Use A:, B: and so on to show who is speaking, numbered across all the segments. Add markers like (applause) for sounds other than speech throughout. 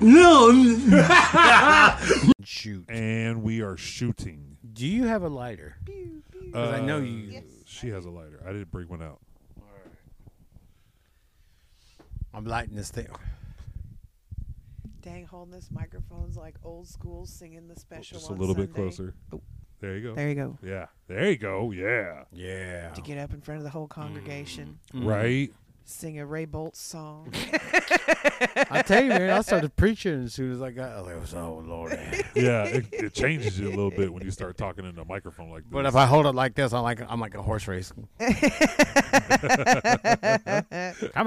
A: No.
B: Shoot.
C: and we are shooting. Uh,
B: Do you have a lighter? 'Cause I know you-
C: She has a lighter. I didn't bring one out.
B: I'm lighting this thing.
D: Dang, holding this microphone's like old school singing the special.
C: Oh, Just a
D: on
C: little bit
D: Sunday.
C: closer. There you go.
D: Oh. There you go.
C: Yeah. There you go. Yeah.
B: Yeah.
D: To get up in front of the whole congregation,
C: Mm.
B: Mm-hmm.
C: Right.
D: sing a Ray Bolt
C: (laughs)
D: song.
B: (laughs)
D: (laughs)
B: I tell you, man, I started preaching as soon as I got. I was like, oh Lord. (laughs)
C: Yeah. It, it changes you a little bit when you start talking in a microphone like this.
B: But if I hold it like this, I'm like I'm like a horse race. (laughs) Coming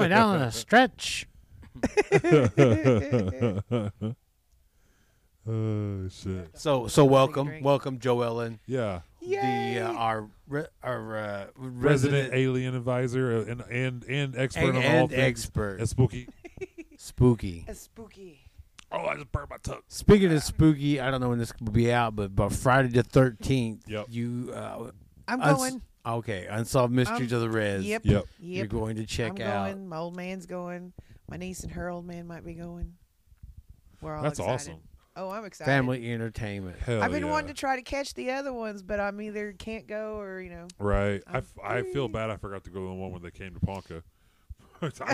B: down on a stretch.
C: Oh shit.
B: So so welcome,
D: drink.
B: welcome Joe Ellen,
C: Yeah.
B: the uh, our re, our uh,
C: Resident
B: resident,
C: alien advisor uh, and and and expert
B: and,
C: on all
B: and
C: things.
B: expert
C: And spooky.
B: spooky.
D: That's spooky.
C: Oh, I just burned my tongue.
B: Speaking of spooky, I don't know when this will be out, but by Friday the thirteenth,
C: Yep.
B: you uh,
D: I'm
B: uns-
D: going. Um,
B: okay, unsolved mysteries of the res.
D: Yep.
C: Yep.
B: You're
D: Yep.
B: going to
D: I'm
B: check
D: going.
B: out.
D: My old man's going. My niece and her old man might be going. We're all
C: That's
D: excited.
C: awesome.
D: Oh, I'm excited.
B: Family entertainment.
C: Hell
D: I've been
C: yeah.
D: wanting to try to catch the other ones, but I'm either can't go or you know.
C: Right. I,
D: I'm
C: f- I feel bad I forgot to go to the one when they came to Ponca. (laughs) I forgot.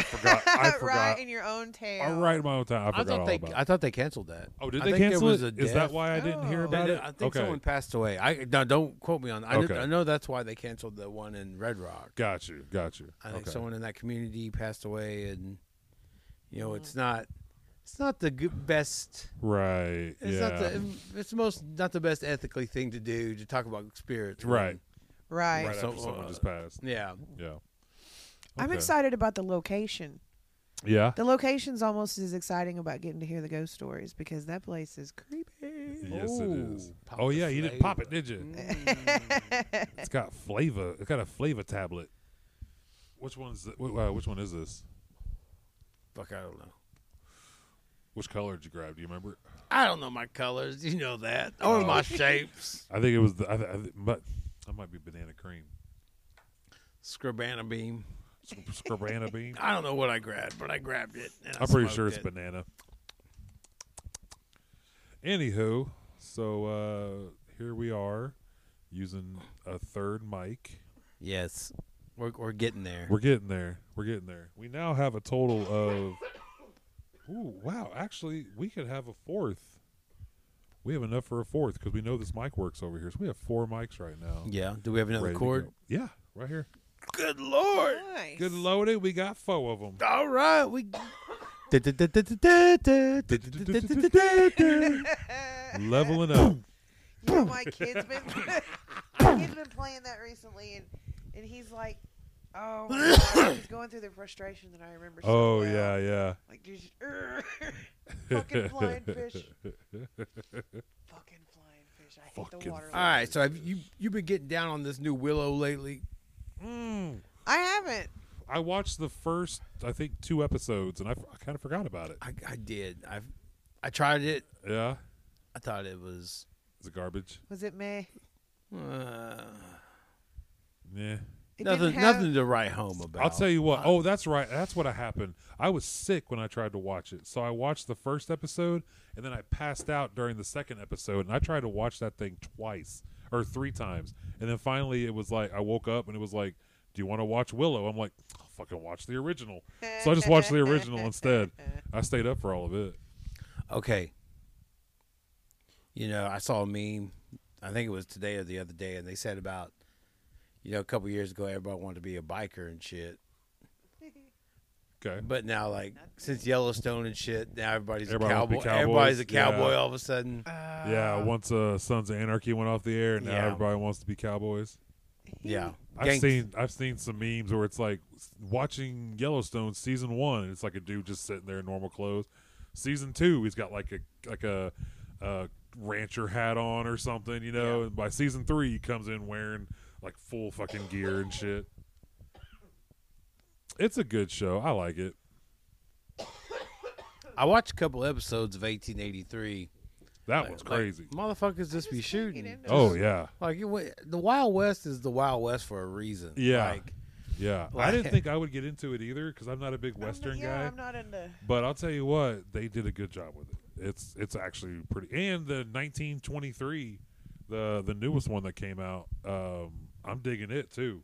C: I forgot.
D: (laughs) right in your own town.
C: I write in my own time. I
B: I
C: forgot
B: thought
C: all
B: they
C: about.
B: I
C: it.
B: thought they canceled that.
C: oh, did
B: I
C: they
B: think there
C: cancel
B: was
C: it?
B: a
C: Is that
B: death.
C: why I didn't hear
D: No.
B: They
C: about
B: did-
C: it?
B: I think
C: okay.
B: someone passed away. I no, don't quote me on. I, did-
C: Okay.
B: I know that's why they canceled the one in Red Rock.
C: Got you. Got you.
B: I think
C: okay.
B: someone in that community passed away, and you
D: Mm.
B: know it's not it's not the good, best.
C: Right.
B: It's
C: yeah.
B: not the it's the most not the best ethically thing to do to talk about spirits. when-
C: right.
D: Right.
C: Right
B: So,
C: after someone
B: uh,
C: just passed.
B: Yeah.
C: Yeah.
D: I'm
C: Okay.
D: excited about the location.
C: Yeah.
D: The location's almost as exciting about getting to hear the ghost stories because that place is creepy.
C: Yes, it is.
B: Ooh, pop
C: Oh
B: the
C: yeah, you didn't pop it,
B: flavor. Mm.
C: did you? it's got flavor. It's got a flavor tablet. Which one's? The, wh- uh, which one is this?
B: Fuck, I don't know.
C: Which color did you grab? Do you remember?
B: I don't know my colors. You know that, or
C: Oh.
B: my shapes.
C: I think it was the. I, th- I th- but I might be banana cream.
B: Scribana beam.
C: Sc- Scribana bean.
B: I don't know what I grabbed, but I grabbed it. and I
C: I'm pretty sure
B: smoked
C: it's
B: it.
C: banana. Anywho, so uh here we are using a third mic.
B: Yes, we're, we're getting there.
C: We're getting there. We're getting there. We now have a total of. Ooh, wow. Actually, we could have a fourth. We have enough for a fourth because we know this mic works over here. So we have four mics right now.
B: yeah. Do we have another
C: ready to
B: cord?
C: go. Yeah, right here.
B: Good lord!
D: Nice.
C: Good
D: (laughs)
C: loaded. We got four
B: (laughs)
C: of them.
B: All right, we.
C: Leveling up.
D: You know, my kid's been (laughs) my kid's been playing that recently, and and he's like, oh, my God, he's going through the frustration that I remember. So
C: Oh,
D: well.
C: yeah, yeah.
D: Like just (laughs) fucking flying
C: (laughs)
D: fish. Fucking flying fish. I hate the
C: Fucking
D: water.
B: (laughs) All right, so have you you been getting down on this new Willow lately?
C: Mm.
D: I haven't.
C: I watched the first, I think, two episodes, and I, kind of forgot about it.
B: I, I did. I I tried it.
C: Yeah,
B: I thought it was.
C: it's garbage.
D: Was it me?
B: Uh,
C: Yeah.
D: It
B: nothing,
D: didn't have,
B: nothing to write home about.
C: I'll tell you what. Oh, that's right. That's what I happened. I was sick when I tried to watch it, so I watched the first episode, and then I passed out during the second episode, and I tried to watch that thing twice or three times, and then finally it was like I woke up and it was like, "Do you want to watch Willow?" I'm like, I'll "Fucking watch the original." So I just watched the original
D: (laughs)
C: instead. I stayed up for all of it.
B: Okay. You know, I saw a meme. I think it was today or the other day, and they said about, you know, a couple years ago, everybody wanted to be a biker and shit.
C: Okay.
B: But now, like since Yellowstone and shit, now everybody's
C: Everybody
B: a
C: wants to
B: cowboy.
C: be
B: Everybody's a
C: cowboys, yeah.
B: cowboy all of a sudden.
C: yeah. Once uh, Sons of Anarchy went off the air, now
B: Yeah.
C: everybody wants to be cowboys.
B: yeah,
C: I've
B: Gang-
C: seen I've seen some memes where it's like s- watching Yellowstone season one, and it's like a dude just sitting there in normal clothes. Season two, he's got like a like a, a rancher hat on or something, you know. And by season three, he comes in wearing like full fucking gear and shit. It's a good show. I like it.
B: I watched a couple episodes of 1883.
C: That one's
B: Like,
C: crazy.
B: motherfuckers just be
D: just can't
B: shooting.
D: get into it.
C: Oh yeah,
B: Like it, wa- the Wild West is the Wild West for a reason.
C: Yeah.
B: Like
C: Yeah, I didn't think I would get into it either because I'm not a big
D: I'm not-
C: Western
D: yeah,
C: guy.
D: I'm not into.
C: But I'll tell you what, they did a good job with it. It's it's actually pretty. And the 1923, the the newest one that came out, um, I'm digging it too.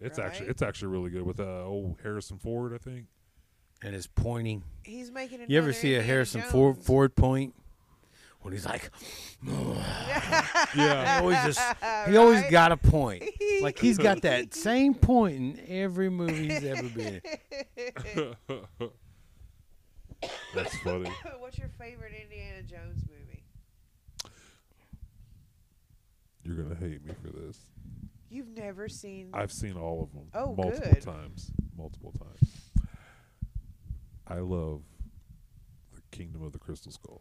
C: It's actually
D: Right.
C: it's actually really good with uh old Harrison Ford, I
D: (laughs)
C: think.
B: and it's pointing.
D: He's making.
B: You ever
D: another
B: see a
D: Indiana
B: Harrison Ford,
D: (laughs) Jones.
B: Ford point when he's
D: (laughs)
B: like,
C: Yeah.
B: he always just he always
D: Right?
B: got a point. Like he's got that same point in every movie he's ever been. (laughs) in.
C: That's funny.
D: (laughs) What's your favorite Indiana Jones movie?
C: You're gonna hate me for this.
D: You've never seen.
C: I've seen all of them
D: Oh,
C: multiple
D: good.
C: times. Multiple times. I love the Kingdom of the Crystal Skull.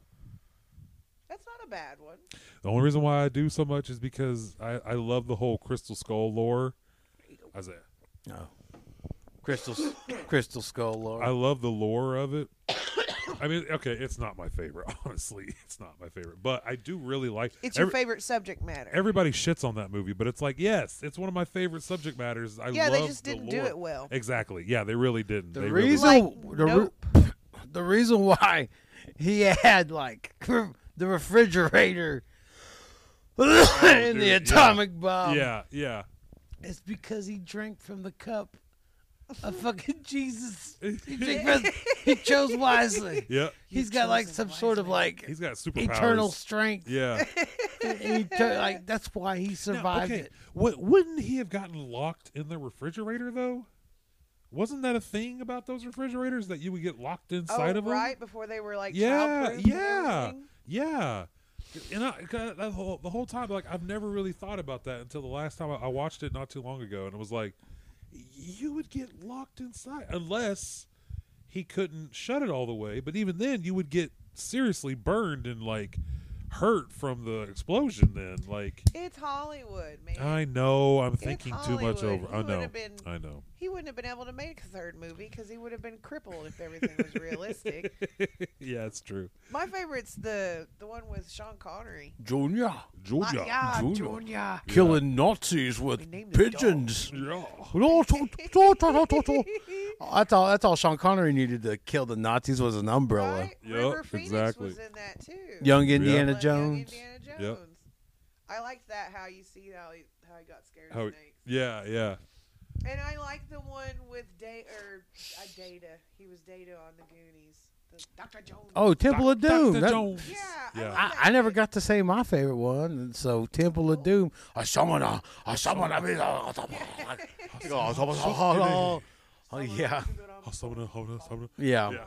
D: That's not a bad one.
C: The only reason why I do so much is because I, I love the whole Crystal Skull lore. Isaiah.
B: No, crystal S- crystal skull
C: I
B: Lord.
C: love the lore of it. (coughs) I mean, okay, it's not my favorite. (laughs) Honestly, it's not my favorite, but I do really like.
D: It's
C: every-
D: your favorite subject matter.
C: Everybody shits on that movie, but it's like, yes, it's one of my favorite subject matters. I
D: yeah,
C: love
D: they just
C: the
D: didn't do
C: lore.
D: it well.
C: Exactly. Yeah, they really didn't.
B: The
C: they really
B: reason
D: Like,
B: the, re-
D: nope.
B: (laughs) the reason why he had like (laughs) the refrigerator (laughs) and
C: dude,
B: the
C: yeah.
B: atomic
D: um,
B: bomb.
C: yeah, yeah.
B: It's because he drank from the cup of fucking (laughs) Jesus. He,
C: (laughs)
B: drank from- he chose wisely.
C: Yeah.
B: He's got like some sort of like
C: He's got superpowers.
B: eternal strength.
C: (laughs)
D: (laughs)
C: Yeah.
B: And he tur- like that's why he
C: Now,
B: survived
C: okay,
B: it.
C: What wouldn't he have gotten locked in the refrigerator though? Wasn't that a thing about those refrigerators that you would get locked
D: Oh,
C: inside of them?
D: right before they were like
C: Yeah,
D: childproof and
C: yeah,
D: everything?
C: yeah. And I, 'cause that whole, the whole time, like I've never really thought about that until the last time I, I watched it not too long ago, and it was like, you would get locked inside unless he couldn't shut it all the way. But even then, you would get seriously burned and like hurt from the explosion. Then, like,
D: It's Hollywood, man.
C: I know I'm thinking too much
D: Hollywood.
C: over.
D: He
C: I
D: would
C: know.
D: have been-
C: I know.
D: he wouldn't have been able to make a third movie because he would have been crippled if everything was realistic.
C: yeah, it's true.
D: My favorite's the the one with Sean Connery.
B: Junior,
D: Like, yeah, George-
B: Junior, killing Nazis
D: We
B: (laughs) with
D: named the
B: pigeons.
C: Yeah.
D: (laughs)
B: That's all. That's all Sean Connery needed to kill the Nazis was an umbrella.
D: Right?
C: Yep,
D: River Phoenix
C: exactly.
D: was in that too.
B: Young Indiana
D: Like, Young
B: Jones.
D: Indiana Jones. I liked that how you see how he how he got scared
C: How-
D: of snakes.
C: Yeah, yeah.
D: And I like the one with Data. Or, uh, Data. He was Data on the Goonies. The Dr. Jones.
B: Oh, Temple of
C: Doc-
B: Doom.
C: Dr.
B: That-
C: Jones.
D: Yeah.
C: Yeah.
D: like
B: I, I never
D: that.
B: got to say my favorite one, and so Temple of Doom. A summoner, a summoner. Oh yeah,
C: (laughs) Oh, someone, hold on, someone.
B: yeah.
C: Yeah.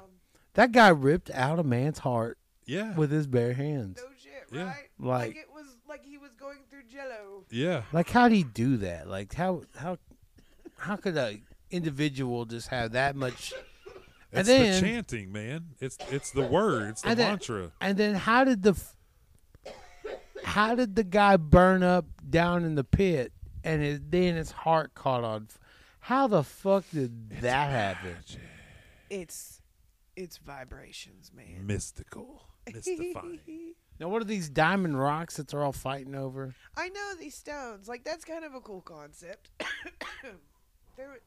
B: That guy ripped out a man's heart
C: Yeah.
B: with his bare hands.
D: No shit,
C: Yeah.
D: right?
B: Like-
D: it was like he was going through Jello.
C: yeah.
B: Like, how do you do that? Like, how how how could a individual just have that much? And
C: It's
B: then-
C: the chanting, man. It's it's the word. It's the
B: And then-
C: mantra.
B: And then how did the f- how did the guy burn up down in the pit, and his, then his heart caught on? f- How the fuck did that happen?
D: It's, it's vibrations, (laughs) man.
C: Mystical. Mystifying.
B: (laughs) Now, what are these diamond rocks that they're all fighting over?
D: I know these stones. Like that's kind of a cool concept. (coughs) there,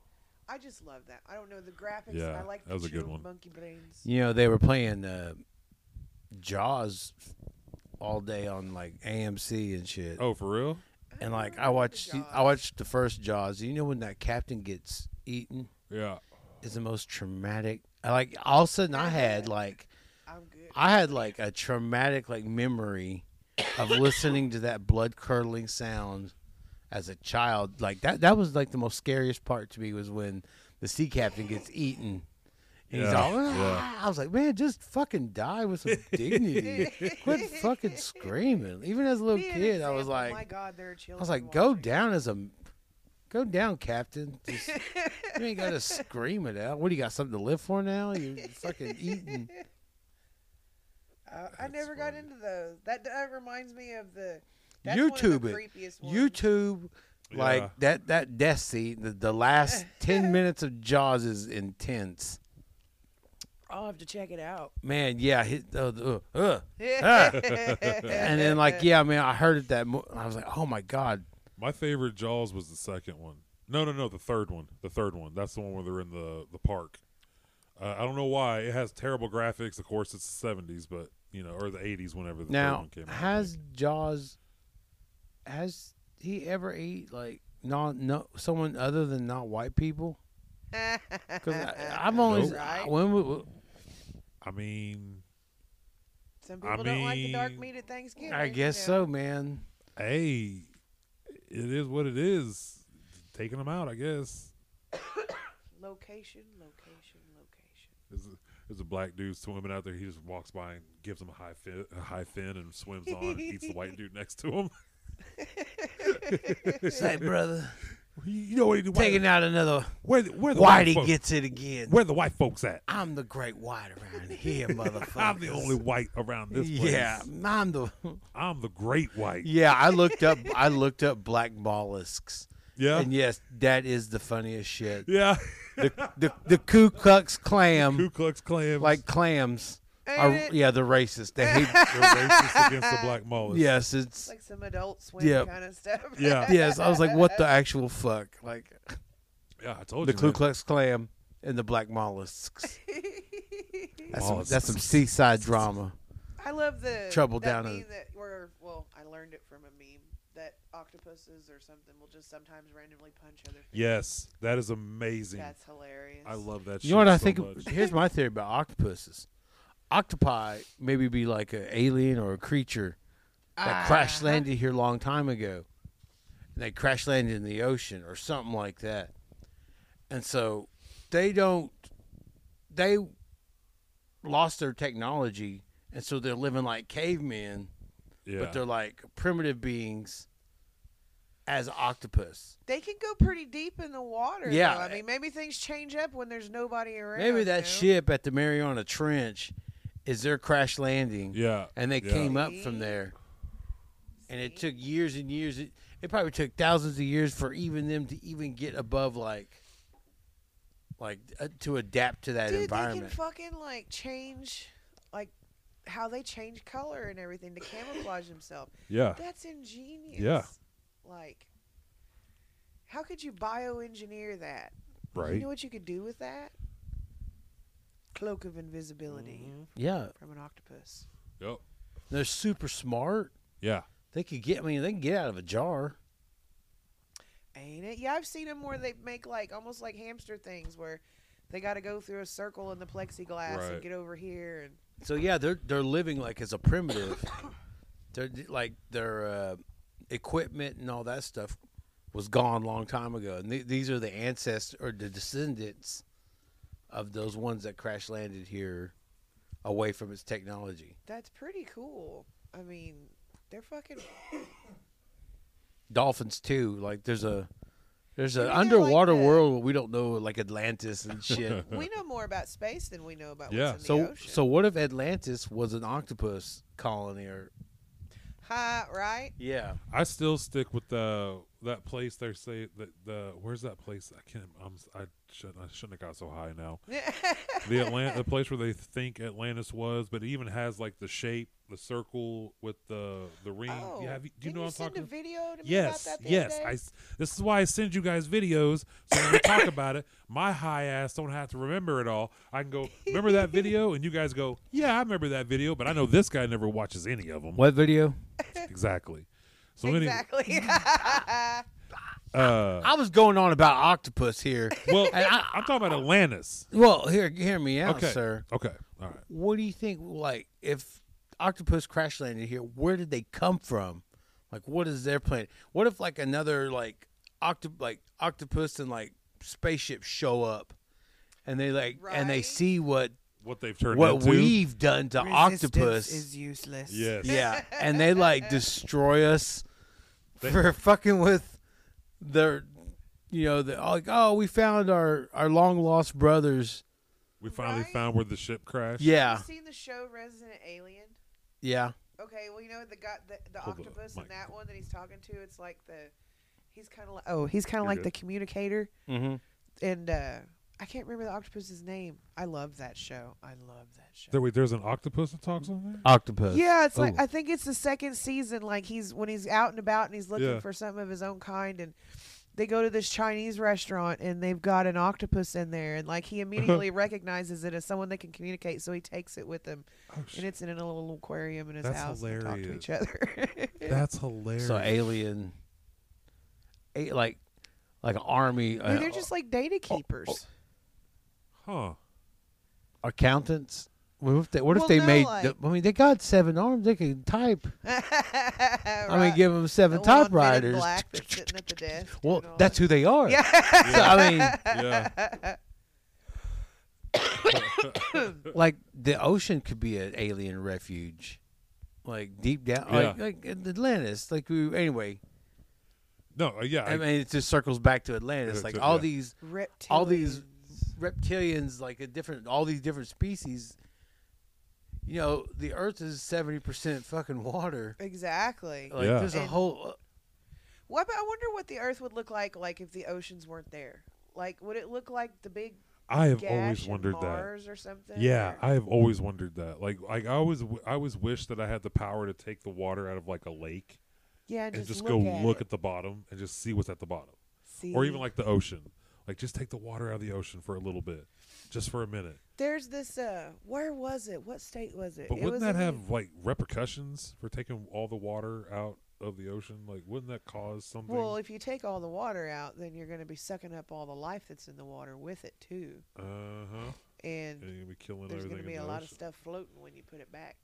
D: I just love that. I don't know the graphics. and
C: Yeah,
D: I like
C: that was
D: the
C: a good
D: chilled
C: one.
D: Monkey brains.
B: You know, they were playing uh, Jaws all day on like AMC and shit.
C: oh, for real?
B: And like
D: remember
B: I
D: the
B: watched,
D: Jaws.
B: I watched the first Jaws. You know when that captain gets eaten
C: Yeah.
B: is the most traumatic. I, Like all of a sudden, I
D: (laughs)
B: had like
D: I'm good. (laughs)
B: I had like a traumatic like memory of listening to that blood curdling sound as a child. Like that that was like the most scariest part to me was when the sea captain gets eaten. And he's
C: Yeah,
B: all, "Ah."
C: yeah.
B: I was like, man, just fucking die with some
D: (laughs)
B: dignity. Quit fucking screaming. Even as a little
D: Be an
B: kid, I was
D: example.
B: like,
D: my God, there are children.
B: I was like, go
D: watching.
B: down as a, go down, Captain. Just, you ain't got to scream it out. What do you got? Something to live for now? You fucking eating?
D: Uh, (laughs) I
C: That's
D: never got
C: funny.
D: into those. That, that reminds me of the that's
B: YouTube
D: One
B: it.
D: of the creepiest ones.
B: YouTube, like
C: Yeah.
B: that that death scene. The, the last ten minutes of Jaws is intense.
D: I'll have to check it (laughs) out.
B: Man, yeah, hit, uh, uh, uh. (laughs) and then like yeah, man, I heard it that. Mo- I was like, oh my god,
C: My favorite Jaws was the second one. No, no, no. The third one. The third one. That's the one where they're in the the park. Uh, I don't know why it has terrible graphics. Of course, it's the seventies, but you know, or the eighties, whenever the third
B: Now,
C: one came out. I
B: has Jaws has he ever ate like non no someone other than not white people?
D: (laughs)
B: Because
D: Uh,
B: I've only
D: Right?
B: when we,
C: think. I mean,
D: Some
C: I
D: people don't like the dark
C: mean,
D: meat at Thanksgiving.
B: I
D: you
B: guess
D: know.
B: so, man.
C: hey, it is what it is. Taking them out, I guess.
D: Location, location, location.
C: There's a, there's a black dude swimming out there. He just walks by and gives him a high fin, a high fin, and swims on and eats the white dude next to him. (laughs)
B: It's (laughs) like, brother,
C: you know what? he- Where,
B: taking out another
C: where, the- where the white
B: whitey
C: folks,
B: gets it again.
C: where the white folks at?
B: I'm the great white around (laughs) here, motherfucker.
C: (laughs) I'm the only white around this place.
B: Yeah, I'm the.
C: I'm the great white.
B: Yeah, I looked (laughs) up. I looked up black mollusks,
C: Yeah.
B: and yes, that is the funniest shit.
C: Yeah. (laughs)
B: The the, the Ku Klux clam,
C: Ku Klux Klan
B: like clams, are
D: Ain't it?
B: yeah they're racist. They (laughs) hate.
C: (laughs) they're
D: (laughs)
C: racist against the black mullahs.
B: yes, it's
D: Like some adult swim
B: Yeah.
D: kind of stuff. (laughs)
C: Yeah.
B: yes. I was like, what the actual fuck? Like
C: Yeah, I told
B: the
C: you.
B: Ku
C: man.
B: Klux clam and the black mollusks. That's
C: Oh,
B: some, that's some
C: Mollusks.
B: seaside drama.
D: (laughs) I love the
B: Trouble
D: that
B: down
D: meme
B: at-
D: that where well, I learned it from a meme that octopuses or something will just sometimes randomly punch other. Things.
C: Yes, that is amazing.
D: That's hilarious.
C: I love that.
B: You know what
C: shit
B: I
C: so
B: think?
C: much.
B: Here's my theory about octopuses. Octopi maybe be like an alien or a creature that crash
D: Uh-huh.
B: landed here a long time ago. And they crash landed in the ocean or something like that. And so they don't they lost their technology and so they're living like cavemen,
C: Yeah.
B: but they're like primitive beings as octopus.
D: They can go pretty deep in the water.
B: Yeah. eh
D: though. I mean, maybe things change up when there's nobody around.
B: Maybe
D: you know?
B: that ship at the Mariana Trench is their crash landing.
C: yeah.
B: and they
C: yeah.
B: came up from
D: See?
B: there. And it
D: See?
B: took years and years. It, it probably took thousands of years for even them to even get above like, like uh, to adapt to that
D: Dude,
B: environment.
D: they can fucking like change, like how they change color and everything to
C: (sighs)
D: camouflage themselves.
C: Yeah.
D: That's ingenious.
C: Yeah.
D: Like, how could you bioengineer that? You
C: Right.
D: know what you could do with that? Cloak of invisibility
B: Mm-hmm. yeah,
D: from an octopus.
C: Yep.
B: they're super smart.
C: Yeah.
B: They could get. I mean, they can get out of a jar.
D: Ain't it? Yeah, I've seen them where they make like almost like hamster things where they got to go through a circle in the plexiglass
C: Right.
D: and get over here and
B: So yeah, they're they're living like as a primitive. they're like their uh, equipment and all that stuff was gone long time ago, and th- these are the ancestors or the descendants of those ones that crash landed here, away from its technology.
D: that's pretty cool. I mean, they're fucking
B: Dolphins too. Like there's a there's an
D: Maybe they're
B: underwater
D: like the-
B: world where we don't know, like Atlantis
D: (laughs)
B: and shit.
C: (laughs)
D: we know more about space than we know about
C: Yeah.
D: what's in the
B: so
D: ocean.
B: so what if Atlantis was an octopus colony or
D: ha, right? (laughs)
B: yeah
C: I still stick with the that place they say that the where's that place I can't I'm I shouldn't I shouldn't have got so high now the Atlant the place where they think Atlantis was but it even has like the shape the circle with the the ring
D: oh,
C: yeah have you, do you
D: didn't
C: know what I'm
D: send
C: talking
D: a video to me
C: Yes,
D: about that the
C: yes.
D: Other day?
C: I s this is why I send you guys videos so when we
D: (laughs)
C: talk about it, my high ass don't have to remember it all. I can
D: (laughs)
C: go, remember that video, and you guys go, yeah, I remember that video, but I know this guy never watches any of them.
D: (laughs)
B: what video?
C: Exactly. So (laughs)
D: exactly. (laughs)
C: any, uh,
B: I was going on about octopus here.
C: well,
B: And I-
C: I'm talking about Atlantis.
B: Well, here, hear me out,
C: Okay,
B: sir.
C: Okay, all right.
B: What do you think? Like, if octopus crash landed here, where did they come from? Like, what is their planet? What if like another like octop like octopus and like spaceship show up, and they like and they
D: Right.
B: see what
C: What they've turned
B: what
C: into?
B: we've done to octopus?
D: (laughs) useless.
C: yes.
B: yeah, and they like destroy us
C: They-
B: for (laughs) fucking with their. You know, the, like, oh, we found our, our long lost brothers.
C: We finally
D: Right?
C: found where the ship crashed.
B: Yeah,
D: Have you seen the show Resident Alien?
B: yeah.
D: Okay, well you know the guy, the, the
C: Hold the
D: octopus
C: mic.
D: and that one that he's talking to. It's like the he's kind of like oh he's kind
C: You're
D: of like
C: good.
D: the communicator
B: Mm-hmm.
D: and uh I can't remember the octopus's name. I love that show. I love that show.
C: There, wait, there's an octopus that talks on there.
B: Octopus.
D: Yeah, it's like
B: Ooh.
D: I think it's the second season. Like he's when he's out and about and he's looking
C: Yeah.
D: for something of his own kind, and they go to this Chinese restaurant and they've got an octopus in there, and
B: (laughs)
D: like he immediately recognizes it as someone that can communicate, so he takes it with him,
C: Oh, sh-
D: and it's in a little aquarium in his
C: That's
D: house. and they talk to each
C: hilarious.
D: (laughs) other.
C: That's hilarious.
B: So alien, a, like, like an army,
D: Dude,
B: uh,
D: they're just like data keepers. (laughs)
C: huh?
B: accountants. What if they, what
D: Well,
B: if they
D: no,
B: made?
D: like-
B: the- I mean, they got seven arms. They can type. I mean,
D: Right.
B: give them
D: The
B: seven
D: little men in
B: typewriters.
D: black that's sitting at the desk
B: (laughs) Well,
D: and all
B: that's who they are.
D: Yeah.
B: So, I mean,
C: Yeah.
D: (laughs) (coughs)
B: (coughs) like the ocean could be an alien refuge, like deep down, like,
C: Yeah.
B: like in Atlantis. Like we, anyway,
C: No. uh, Yeah.
B: I,
C: I-
B: mean, it just circles back to Atlantis.
C: Yeah,
B: Like
C: to-
B: all
C: yeah.
B: these
D: reptilians.
B: all these reptilians, like a different, all these different species. You know, the Earth is seventy percent fucking water.
D: exactly.
B: Like
C: Yeah.
B: there's a
D: And-
B: whole.
D: Well, but I wonder what the Earth would look like, like if the oceans weren't there. Like, would it look like the big
C: I have
D: gash
C: always
D: in
C: wondered that.
D: Mars or something?
C: Yeah,
D: or-
C: I have always wondered that. Like, like I always, w- I always wish that I had the power to take the water out of like a lake
D: yeah, and,
C: and just,
D: look
C: go
D: at
C: look
D: it.
C: at the bottom and just see what's at the bottom,
D: See?
C: or even like the ocean. Like, just take the water out of the ocean for a little bit, just for a minute.
D: there's this. uh Where was it? What state was it?
C: But
D: It was
C: wouldn't that
D: in-
C: have like repercussions for taking all the water out of the ocean? Like, wouldn't that cause something?
D: Well, if you take all the water out, then you're going to be sucking up all the life that's in the water with it too,
C: uh huh.
D: and
C: And you're gonna be killing
D: there's
C: everything
D: going to be
C: in
D: a
C: the
D: lot
C: ocean.
D: of stuff floating when you put it back.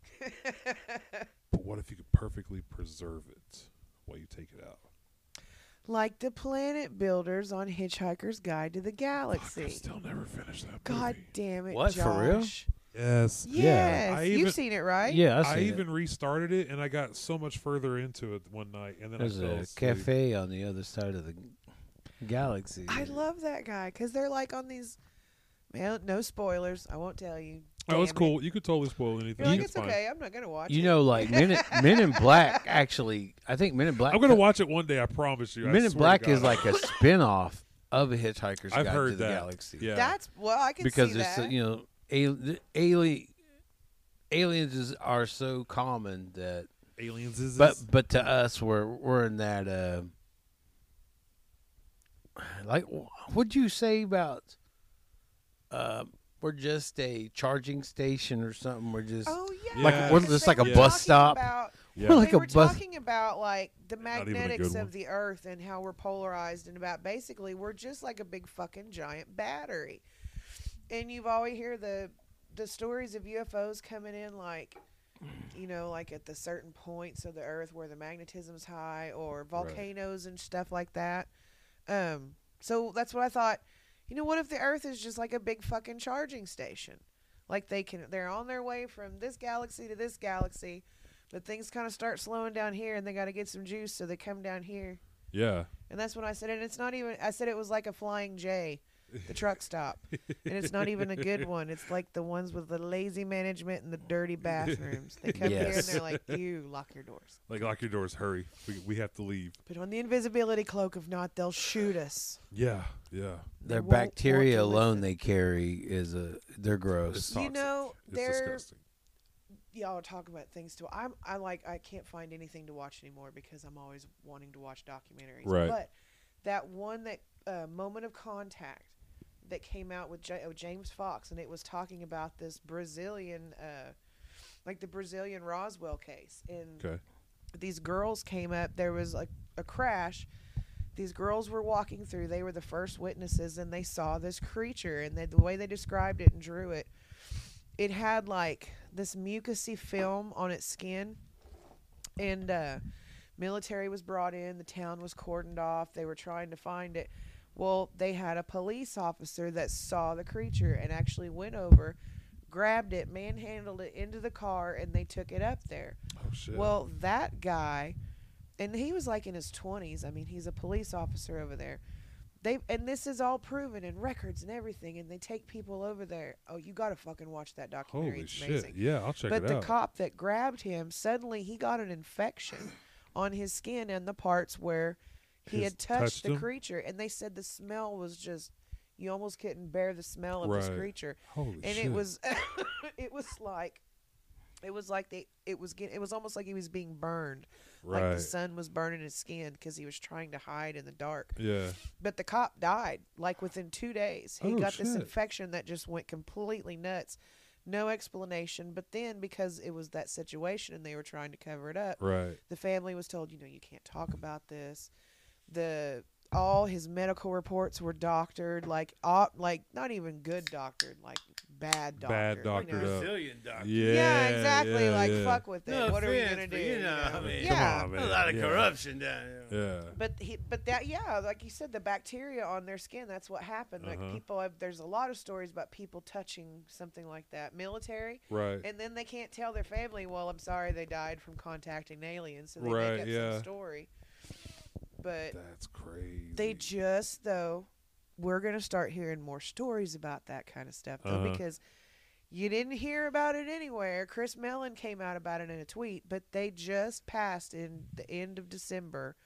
D: (laughs)
C: But what if you could perfectly preserve it while you take it out?
D: like the planet builders on Hitchhiker's Guide to the
C: Fuck, I
D: Galaxy.
C: still never finished that.
D: God
C: movie.
D: damn it,
B: What,
D: Josh.
B: for real?
C: Yes.
D: Yes,
C: I
D: you've
C: even-
D: seen it, right?
B: Yeah,
C: I even restarted it and I got so much further into it one night and then
B: There's
C: I fell
B: a
C: asleep.
B: cafe on the other side of the galaxy.
D: I love that guy because they're like on these. Man, no spoilers. I won't tell you.
C: Oh, it's
D: Damn it.
C: cool. You could totally spoil anything.
D: You're like, it's,
C: fine.
D: okay. I'm not gonna watch
B: You
D: it.
B: know, like Men in,
C: (laughs)
B: Men in Black. Actually, I think Men in Black.
C: I'm gonna watch it one day. I promise you. I
B: Men in
C: swear to
B: Black
C: God.
B: is like a spin-off of a Hitchhiker's
C: I've
B: Guide
C: heard
B: to the
C: that.
B: Galaxy.
C: Yeah.
D: That's well, I can
B: because
D: see
B: it's uh,
D: that.
B: you know al- alien aliens is, are so common that
C: aliens is.
B: but (laughs) but to us we're we're in that uh, like wh- what'd you say about uh, we're just a charging station or something we're just
D: oh yeah.
C: Like,
D: because
C: what is
B: this,
D: they
B: like a
D: were
B: bus
D: talking
B: stop?
D: About,
C: yeah.
B: Well,
D: they
B: like a
D: were
B: bus-
D: talking about like the
C: Not even a
D: magnetics
C: good
D: of
C: one.
D: the Earth and how we're polarized and about basically we're just like a big fucking giant battery. And you've always hear the the stories of UFOs coming in like you know like at the certain points of the earth where the magnetism's high or volcanoes and stuff like that. Um so that's what I thought. You know what if the earth is just like a big fucking charging station? Like they can they're on their way from this galaxy to this galaxy, but things kind of start slowing down here and they got to get some juice so they come down here.
C: yeah.
D: And that's when I said and it's not even I said it was like a flying J, the truck stop. and it's not even a good one. It's like the ones with the lazy management and the dirty bathrooms. They come here and
B: Yes.
D: they're like, "You lock your doors.
C: Like lock your doors. Hurry. We, we have to leave.
D: Put on the invisibility cloak if not they'll shoot us."
C: Yeah. Yeah.
B: their
D: won't want to
B: bacteria alone
D: listen.
B: they carry is a they're gross
C: It's
D: You
C: toxic.
D: know,
C: It's
D: they're
C: disgusting.
D: y'all talk about things too. I'm I like I can't find anything to watch anymore because I'm always wanting to watch documentaries.
C: Right.
D: But that one that uh, moment of contact that came out with J- oh, James Fox and it was talking about this Brazilian uh, like the Brazilian Roswell case and
C: Okay.
D: these girls came up. There was a, a crash. These girls were walking through. They were the first witnesses, and they saw this creature. And they, the way they described it and drew it, it had like this mucousy film on its skin. And uh, military was brought in. The town was cordoned off. They were trying to find it. Well, they had a police officer that saw the creature and actually went over, grabbed it, manhandled it into the car, and they took it up there.
C: Oh shit.
D: Well, that guy, and he was like in his 20s. I mean, he's a police officer over there. They and this is all proven in records and everything. And they take people over there. Oh, you gotta fucking watch that documentary.
C: Holy
D: it's
C: shit.
D: amazing.
C: Yeah. I'll check
D: But
C: it
D: the
C: out.
D: cop that grabbed him suddenly he got
C: (coughs)
D: an infection on his skin and the parts where he
C: His-
D: had touched,
C: touched
D: the
C: him?
D: creature. And they said the smell was just you almost couldn't bear the smell of this
C: Right.
D: (laughs) creature
C: Holy
D: and
C: shit.
D: it was it was like It was like they. It was. Get, it was almost like he was being burned. Like
C: Right.
D: the sun was burning his skin because he was trying to hide in the dark.
C: yeah.
D: But the cop died like within two days. He
C: Oh,
D: got this
C: shit.
D: infection that just went completely nuts. No explanation. But then because it was that situation and they were trying to cover it up,
C: Right.
D: the family was told, you know, you can't talk about this. The all his medical reports were doctored, like op, like not even good doctored, like bad doctored.
C: Bad
D: you
C: doctored
D: know.
C: up.
B: Brazilian doctor.
C: Yeah.
D: Yeah, exactly.
C: yeah,
D: like
C: yeah.
D: fuck with it.
B: No
D: what are we
B: offense,
D: gonna do?
B: but you
D: you
B: know,
D: know?
B: I mean-
D: yeah.
C: Come on, man.
B: A lot of
C: yeah.
B: corruption down here.
C: Yeah.
D: But he, but that, yeah, like you said, the bacteria on their skin, that's what happened. Like
C: Uh-huh.
D: people have, there's a lot of stories about people touching something like that, military,
C: Right.
D: and then they can't tell their family, well, I'm sorry they died from contacting aliens, so they
C: Right,
D: make up
C: yeah.
D: some story. But
C: That's crazy.
D: they just, though, we're going to start hearing more stories about that kind of stuff, though,
C: Uh-huh.
D: because you didn't hear about it anywhere. Chris Mellon came out about it in a tweet, but they just passed in the end of December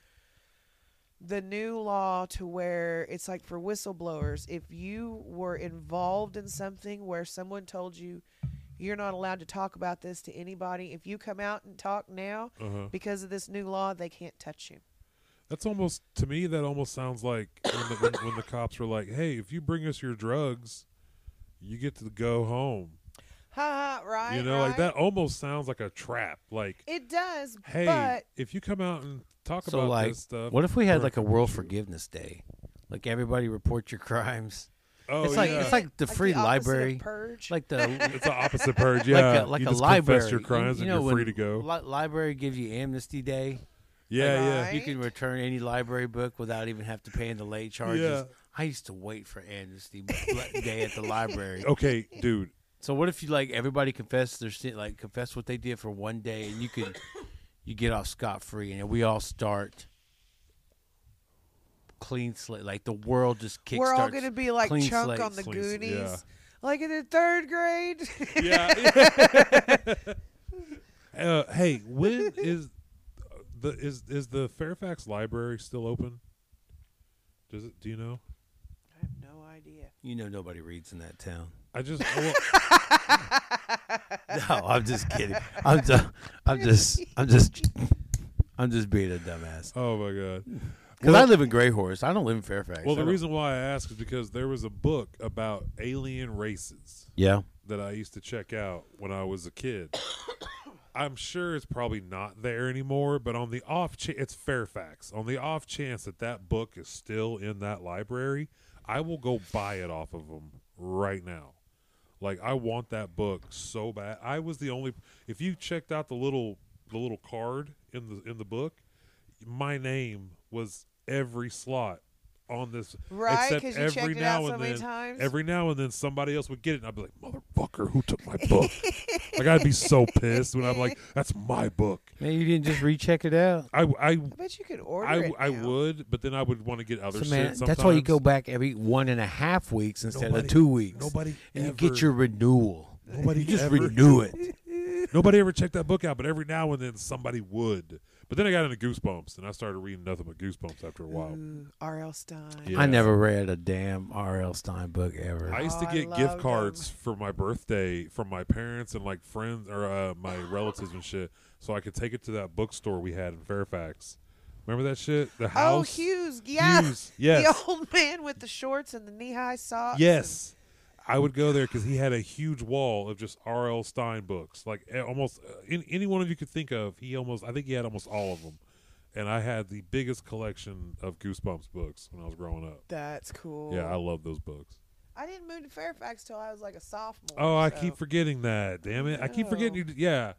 D: the new law to where it's like for whistleblowers if you were involved in something where someone told you you're not allowed to talk about this to anybody if you come out and talk now
C: Uh-huh.
D: because of this new law they can't touch you
C: That's almost to me. That almost sounds like when the, when, when the cops were like, "Hey, if you bring us your drugs, you get to go home."
D: ha ha right
C: you know, like
D: right?
C: that almost sounds like a trap. Like,
D: It does,
C: hey,
D: but
C: if you come out and talk
B: So
C: about
B: like,
C: this stuff,
B: what if we had
C: we're
B: like a World
C: gonna shoot.
B: Forgiveness Day? Like everybody report your crimes.
C: Oh,
B: it's like
C: yeah.
B: it's like the
D: like
B: free
D: the opposite of
B: library,
D: purge.
B: like the
C: (laughs) It's an opposite purge. Yeah,
B: (laughs) like a like
C: you
B: a
C: just
B: library.
C: Confess your crimes
B: you, you
C: and
B: know
C: you're free
B: when
C: to go.
B: li- library gives you Amnesty Day.
C: yeah, yeah.
D: Right.
B: You can return any library book without even have to pay the late charges.
C: Yeah.
B: I used to wait for Amnesty Day at the library. (laughs)
C: Okay, dude.
B: So what if you like everybody confess their sin, like confess what they did for one day, and you could (coughs) you get off scot free, and we all start clean slate. Like the world just kicks.
D: we're all gonna be like
B: clean
D: Chunk
B: slate.
D: on the
C: Clean slate,
D: Goonies,
C: yeah.
D: like in the third grade. (laughs)
C: Yeah. (laughs) uh, hey, when is the is is the Fairfax Library still open? Does it? Do you know?
D: I have no idea.
B: You know nobody reads in that town.
C: I just I
B: (laughs)
C: wa-
B: No, I'm just kidding. I'm just, I'm just, I'm just, I'm just being a dumbass.
C: oh my god.
B: Because I live in Greyhorse. I don't live in Fairfax.
C: Well,
B: I
C: the
B: don't-
C: reason why I ask is because there was a book about alien races
B: Yeah.
C: that I used to check out when I was a kid. (coughs) I'm sure it's probably not there anymore, but on the off chance it's Fairfax. On the off chance that that book is still in that library, I will go buy it off of them right now. Like I want that book so bad. I was the only if you checked out the little the little card in the in the book, my name was every slot on this
D: Right?
C: except
D: Because you
C: every
D: checked it
C: now
D: out so
C: and
D: many
C: then
D: times.
C: every now and then somebody else would get it and I'd be like, Motherfucker, who took my
D: (laughs)
C: book? like I'd be so pissed when I'm like, That's my book.
B: Man, you didn't just recheck it out.
C: I I
D: I bet you could order
C: I,
D: it.
C: I
D: now.
C: would, but then I would want to get other
B: So, man,
C: shit.
B: that's why you
C: sometimes.
B: go back every one and a half weeks instead
C: Nobody-
B: of two weeks.
C: Nobody
B: and
C: ever,
B: you get your renewal.
C: nobody
B: You just
C: ever, (laughs)
B: renew it.
C: Nobody ever checked that book out, but every now and then somebody would. But then I got into Goosebumps, and I started reading nothing but Goosebumps after a while.
D: Ooh, R.L. Stein.
C: Yeah.
B: I never read a damn R.L. Stein book ever.
C: I used to
D: Oh, I
C: get gift
D: loved
C: cards for my birthday from my parents and like friends or uh, my relatives and shit, so I could take it to that bookstore we had in Fairfax. Remember that shit? The
D: Oh,
C: house.
D: Hughes. Yeah.
C: Hughes, yes.
D: (laughs) The old man with the shorts and the knee-high socks.
C: Yes. I would go there because he had a huge wall of just R.L. Stein books, like eh, almost uh, any, any one of you could think of. He almost, I think he had almost all of them, and I had the biggest collection of Goosebumps books when I was growing up.
D: and- That's cool.
C: Yeah, I love those books.
D: I, didn't move to Fairfax till I was like a sophomore.
C: Oh, I
D: so-
C: keep forgetting that. Damn it, I keep forgetting you.
D: No.
C: d- Yeah,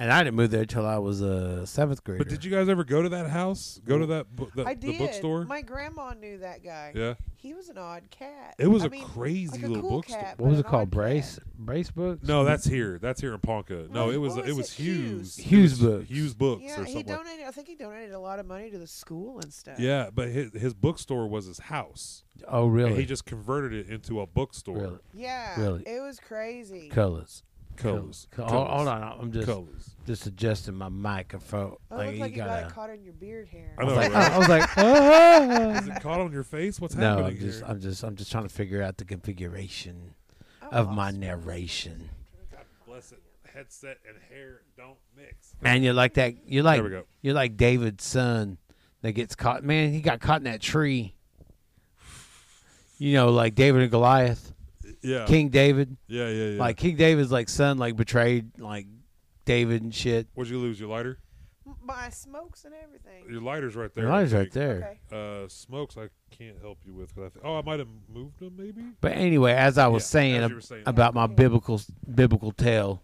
B: and I didn't move there till I was a seventh grader.
C: but did you guys ever go to that house? Go to that bo- the,
D: I
C: the
D: did.
C: bookstore?
D: My grandma knew that guy.
C: yeah,
D: He was an odd cat.
C: it was
D: I
C: a
D: mean,
C: crazy
D: like a
C: little
D: cool
C: bookstore.
D: cat,
B: What was
D: but
B: it
D: an
B: called?
D: odd
B: Brace brace books?
C: No, that's here. That's here in Ponca. No,
D: What-
C: it was
D: what
C: it
D: was
C: was
D: it?
C: Hughes.
D: Hughes.
C: It
B: Hughes
C: was
B: books.
C: Hughes books
D: Yeah,
C: or
D: he
C: something. like
D: donated. I think he donated a lot of money to the school and stuff.
C: Yeah, but his his bookstore was his house.
B: Oh, really?
C: And he just converted it into a bookstore.
B: Really?
D: Yeah,
B: Really?
D: it was crazy.
B: colors.
C: Colors.
B: Co- Hold, hold on, I'm just (laughs)
C: Colors.
B: just adjusting my microphone.
D: Oh, it looked like
B: you
D: you got
B: gotta-
D: it caught in your beard hair.
C: I
B: I was
C: know,
B: like,
C: right?
B: I was like, oh.
C: Is it caught on your face? What's
B: no,
C: happening
B: I'm just,
C: here?
B: I'm just, I'm just trying to figure out the configuration
D: I'm
B: of my
D: lost.
B: narration.
C: unless it headset and hair don't mix.
B: Man, you're like that. You're like
C: There we go.
B: you're like David's son that gets caught. Man, he got caught in that tree. You know, like David and Goliath,
C: Yeah.
B: King David.
C: Yeah, yeah, yeah.
B: Like King David's like son like betrayed like David and shit.
C: what'd you lose? Your lighter?
D: M- My smokes and everything.
C: Your lighter's right there.
B: There,
C: I
B: right
C: think.
B: there.
D: Okay.
C: Uh, smokes I can't help you with. 'cause I think, oh, I might have moved them maybe.
B: But anyway, as I was
C: Yeah,
B: saying,
C: as
B: ab-
C: you were saying.
B: about my biblical biblical tale.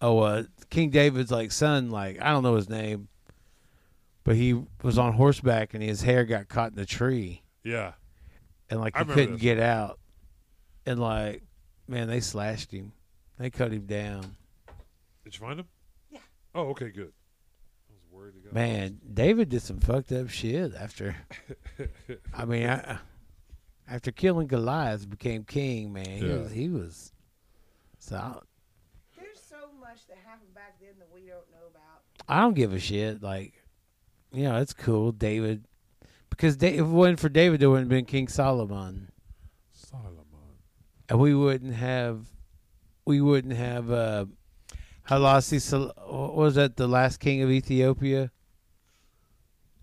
B: Oh, uh, King David's like son, like I don't know his name, but he was on horseback and his hair got caught in the tree
C: Yeah.
B: and like
C: I
B: he
C: remember
B: couldn't
C: this.
B: get out, and like man, they slashed him, they cut him down.
C: Did you find them?
D: Yeah.
C: Oh, okay, good. I was worried. you got
B: Man, David did some fucked up shit
C: (laughs)
B: after. I mean, I, after killing Goliath, became king. Man, he
C: Yeah.
B: was. He was so I,
D: There's so much that happened back then that we don't know about.
B: I don't give a shit. Like, you know, it's cool, David. Because da- if it wasn't for David, there wouldn't have been King Solomon,
C: Solomon.
B: and we wouldn't have, we wouldn't have. uh Halasi, Sol- what was that the last king of Ethiopia?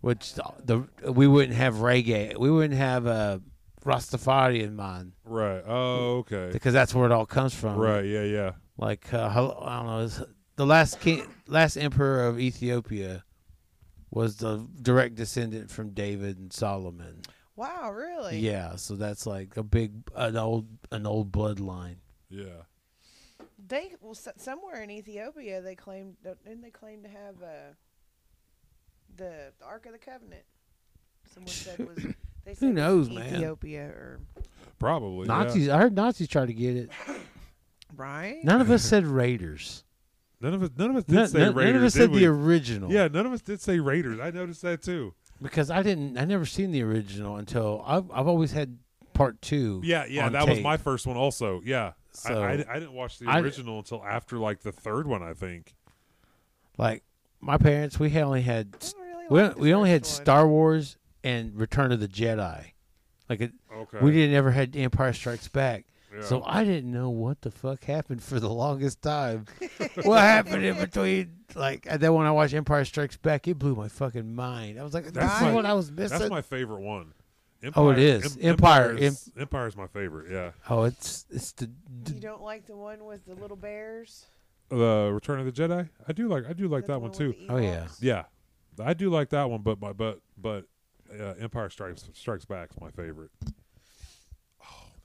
B: Which the, the we wouldn't have reggae, we wouldn't have uh, Rastafari in mind
C: Right. Oh, okay.
B: because that's where it all comes from.
C: Right. Yeah. Yeah.
B: like uh, Hel- I don't know, it's- the last king, last emperor of Ethiopia was the direct descendant from David and Solomon.
D: Wow, really?
B: Yeah, so that's like a big an old an old bloodline.
C: Yeah.
D: They well, s- somewhere in Ethiopia they claimed don't- didn't they claim to have uh, the the Ark of the Covenant? Someone said
B: (laughs)
D: was they said it was
B: knows, man?
D: Ethiopia or
C: Probably. yeah.
B: Nazis, I heard Nazis try to get it.
D: right?
B: None of us said Raiders.
C: None of us. None of us did
B: None,
C: say
B: none-
C: Raiders.
B: none of us
C: did
B: said
C: we?
B: the original.
C: Yeah. None of us did say Raiders. I noticed that too.
B: because I didn't. I never seen the original until I've I've always had part two.
C: Yeah. Yeah.
B: on
C: that was
B: tape.
C: my first one also. Yeah.
B: So-
C: I, I, I didn't watch the
B: I-
C: original until after like the third one. I think.
B: like my parents. We had only had
D: I don't really
B: we,
D: like the
B: we only had
D: first one.
B: Star Wars and Return of the Jedi. Like it,
C: Okay.
B: we didn't ever had Empire Strikes Back.
C: Yeah.
B: So I didn't know what the fuck happened for the longest time. (laughs) what happened in between? Like and then when I watched Empire Strikes Back, it blew my fucking mind. I was like,
C: That's
B: "That's
C: my-
B: what I was
C: That's
B: missing."
C: my favorite one. Empire,
B: Oh, it is.
C: Em-
B: Empire-
C: Empire's, Empire's my favorite. Yeah.
B: oh, it's it's the
D: You don't like the one with the little bears?
C: The Return of the Jedi. I do like. I do like
D: The
C: that one
D: with
C: too.
D: the
B: Oh, yeah.
D: Ewoks?
C: Yeah, I do like that one, but my but but uh, Empire Strikes Strikes Back is my favorite.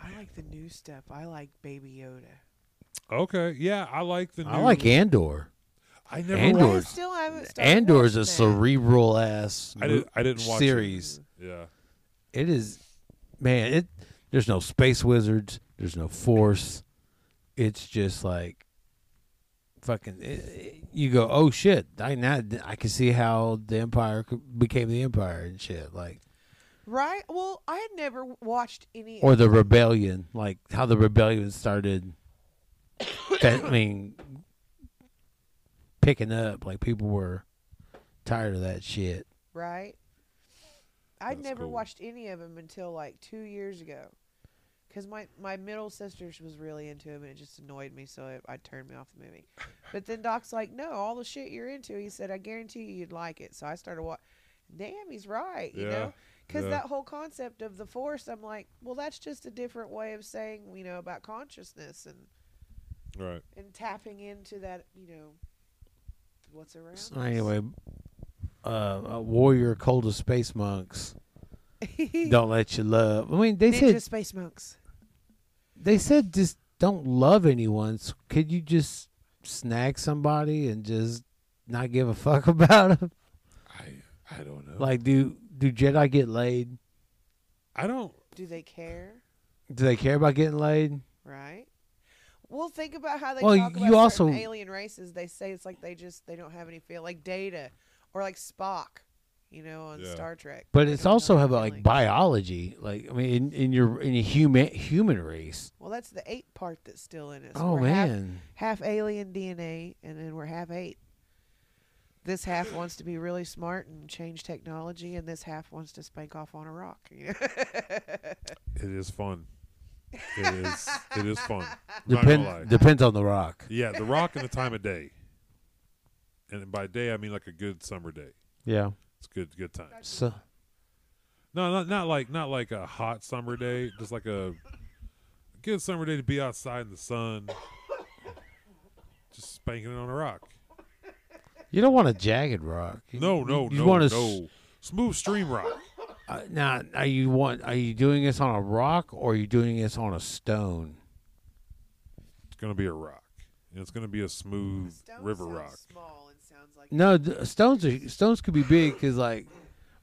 D: I like the new stuff. I like Baby Yoda.
C: Okay, yeah, I like the. New,
B: I like Andor.
C: I never.
B: Andor.
C: watched-
D: I still haven't started
B: Andor's a
D: watching that.
B: cerebral ass
C: I didn't. I didn't watch it.
B: series.
C: Yeah,
B: it is man it there's no space wizards there's no force it's just like fucking it, it- you go oh shit i now i can see how the empire c- became the empire and shit like
D: Right? Well, I had never watched any.
B: or the rebellion like how the rebellion started (coughs) that, i mean picking up like people were tired of that shit
D: right? I'd
C: That's
D: never
C: cool.
D: watched any of them until like two years ago, because my my middle sister she was really into him and it just annoyed me, so it, I turned me off
C: (laughs)
D: the movie. But then Doc's like, "No, all the shit you're into," he said, "I guarantee you you'd like it." So I started watching. Damn, he's right. You
C: Yeah,
D: know, because
C: yeah.
D: that whole concept of the force, I'm like, well, that's just a different way of saying you know about consciousness and
C: right.
D: and tapping into that you know what's around.
B: so
D: (laughs)
B: anyway uh, a warrior cold of space monks
D: do
B: don't let you love. I mean, they
D: Ninja
B: said
D: space monks.
B: they said just don't love anyone. So could you just snag somebody and just not give a fuck (laughs) about them?
C: I I don't know.
B: Like, do do Jedi get laid?
C: I don't.
D: Do they care?
B: Do they care about getting laid?
D: Right. Well, think about how they
B: Well,
D: talk
B: you
D: about
B: also-
D: certain alien races. They say it's like they just they don't have any feel, like Data or like Spock, you know, on
C: Yeah.
D: Star Trek.
B: But
D: They
B: it's
D: don't know
B: also
D: their
B: about like
D: feelings.
B: biology. Like, I mean, in, in your in your human human race.
D: Well, that's the ape part that's still in us.
B: Oh
D: We're half-
B: man,
D: half, alien DNA, and then we're half ape. This half wants to be really smart and change technology, and this half wants to spank off on a rock. you know?
C: It is fun. It is it
B: (laughs)
C: is fun. Not gonna lie.
B: Depend, depends on the rock.
C: yeah, the rock and the time of day. And by day I mean like a good summer day.
B: Yeah.
C: It's good good time.
B: So
C: No, not not like not like a hot summer day, just like a good summer day to be outside in the sun. Just spanking it on a rock.
B: you don't want a jagged rock. You-
C: No, no,
B: you
C: no,
B: want a s-
C: no. Smooth stream rock.
B: Uh, now, are you want? Are you doing this on a rock or are you doing this on a stone?
C: It's gonna be a rock, and it's gonna be a smooth
D: (laughs) Stone
C: river
D: sounds
C: rock.
D: Small and sounds like
B: No, th- stones are stones could be big because like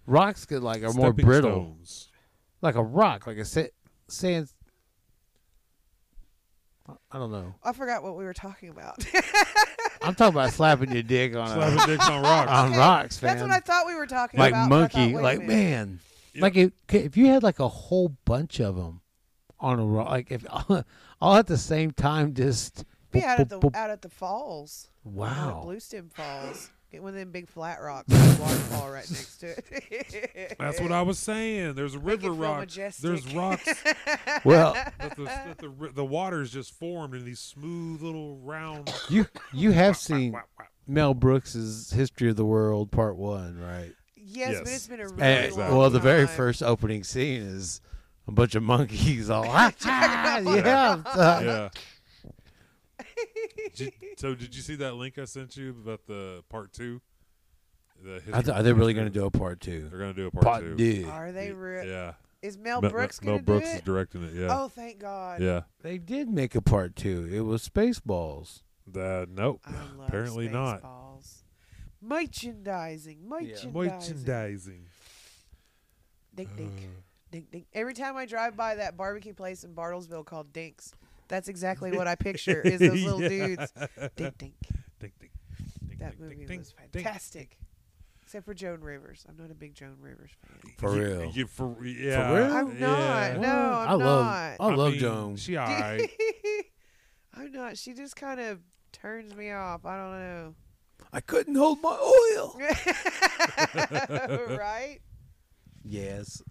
B: rocks could like are more
C: Stepping
B: brittle,
C: Stones.
B: like a rock, like a sa- sand. I- I don't know.
D: I forgot what we were talking about. (laughs)
B: I'm talking about slapping your dick on a,
C: (laughs) Slapping dicks on rocks.
B: on
D: Okay,
B: rocks, man.
D: That's what I thought we were talking
B: like
D: about. but I
B: monkey,
D: thought, wait
B: like
D: a minute.
B: man,
C: Yeah.
B: like if, if you had like a whole bunch of them on a rock, like if (laughs) all at the same time, just
D: Be out
B: boop,
D: at the
B: boop, boop.
D: out at the falls. Out at
B: wow.
D: Bluestem Falls. Get one of them big flat rocks with a waterfall right next to it.
C: (laughs) That's
D: (laughs)
C: what I was saying. There's
D: it
C: river
D: feel
C: rocks. There's
D: majestic. (laughs)
C: rocks
B: Well,
C: that the, that the ri- the water's just formed in these smooth little
B: (laughs)
C: round.
B: you you have seen Mel Brooks's History of the World Part One, right?
D: Yes, but
C: Yes.
D: it's been a
C: It's
D: really
C: been
B: And-
C: a long
D: long
B: well, the very
D: time.
B: first opening scene is a bunch of monkeys
D: (laughs)
B: all ah, yeah. uh,
C: Yeah. Did- so did you see that link I sent you about the part two? The
B: (laughs)
C: history
B: I th- are they really going to do a part two?
C: They're gonna do a part,
B: Part
C: two.
B: two.
D: Are they real?
C: Yeah.
D: Is Mel
C: Mel-
D: Brooks
C: Mel
D: going to do
C: Brooks
D: it?
C: is directing it. Yeah.
D: Oh, thank God.
C: Yeah.
B: They did make a part two. It was Spaceballs.
C: The, nope.
D: I love
C: Apparently not.
D: Spaceballs. Merchandising, merchandising, (laughs)
C: Merchandising.
D: Dink, dink,
C: Mm.
D: dink, dink. Every time I drive by that barbecue place in Bartlesville called Dinks, that's exactly what I picture is those
C: (laughs)
D: little
C: Yeah.
D: dudes. Dink, dink.
C: Ding, ding, ding,
D: That
C: ding,
D: movie
C: ding,
D: was
C: ding.
D: fantastic. Except for Joan Rivers. I'm not a big Joan Rivers fan.
B: For
C: You-
B: real.
C: you- for, yeah.
B: real?
D: I'm not.
C: Yeah.
D: No,
B: Wow.
D: I'm
B: I love.
D: not.
B: I, love
C: mean,
B: Joan.
C: She all right.
D: (laughs) I'm not. She just kind of turns me off. I don't know.
B: I couldn't hold my oil.
C: (laughs)
D: (laughs) right?
B: Yes,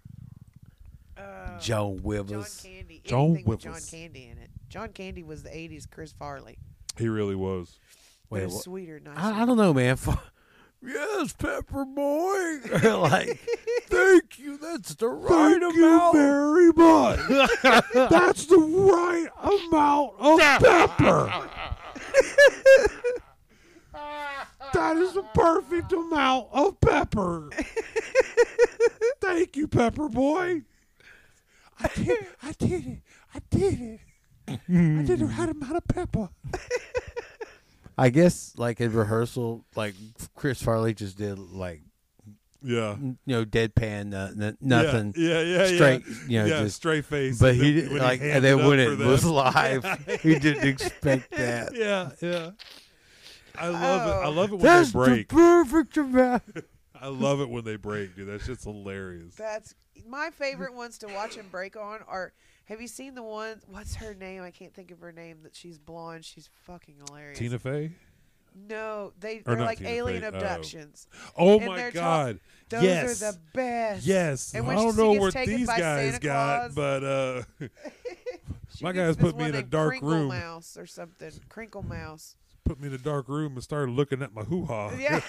D: Uh,
B: Joan
D: John
B: Wivers.
D: Candy.
C: John
D: Anything with John
C: Withers.
D: Candy in it. John Candy was the 80s Chris Farley.
C: He really was.
D: Wait,
B: Wait,
D: was
B: what?
D: sweeter, nicer.
B: I, I don't know, man. (laughs) For, yes, Pepper Boy. (laughs) like, thank you. That's the right amount.
C: very much.
B: (laughs)
C: That's the right amount
B: (laughs)
C: of pepper. that is the perfect amount of pepper. Thank you, Pepper Boy. I did, I did it. I did it. I did the right amount of pepper.
B: I guess, like in rehearsal, like Chris Farley just did, like
C: Yeah.
B: n- you know, deadpan, uh, n- nothing,
C: Yeah, yeah, yeah.
B: straight, you know,
C: yeah,
B: just.
C: straight face.
B: but
C: and
B: he
C: then
B: didn't
C: when
B: like, and
C: handed
B: then
C: up
B: when
C: for
B: it
C: them. (laughs)
B: was live, he didn't expect that.
C: Yeah, yeah. I love it. I
D: Oh.
C: love it when
B: That's
C: they
B: the
C: break.
B: perfect amount.
C: I love it when they break, dude. That shit's hilarious.
D: That's my
C: (laughs)
D: favorite ones to watch and break on are have you seen the one what's her name? I can't think of her name that she's blonde. She's fucking hilarious.
C: Tina Fey.
D: No, they
C: Or
D: they're
C: not
D: like
C: Tina
D: alien
C: Fey, uh,
D: abductions.
C: Oh
D: And
C: my
D: they're
C: God.
D: Those
C: yes.
D: are the best.
C: Yes.
D: And
C: I
D: when
C: don't
D: she
C: know
D: gets
C: what
D: taken
C: these
D: by
C: guys
D: Santa
C: got,
D: Claus,
C: but uh, (laughs)
D: She
C: my
D: gets
C: guys
D: this
C: put me
D: one
C: in a
D: named
C: dark
D: Crinkle
C: room.
D: Mouse or something.
C: (laughs)
D: Crinkle Mouse. (laughs)
C: put me in a dark room and started looking at my hoo ha. (laughs)
D: Yeah.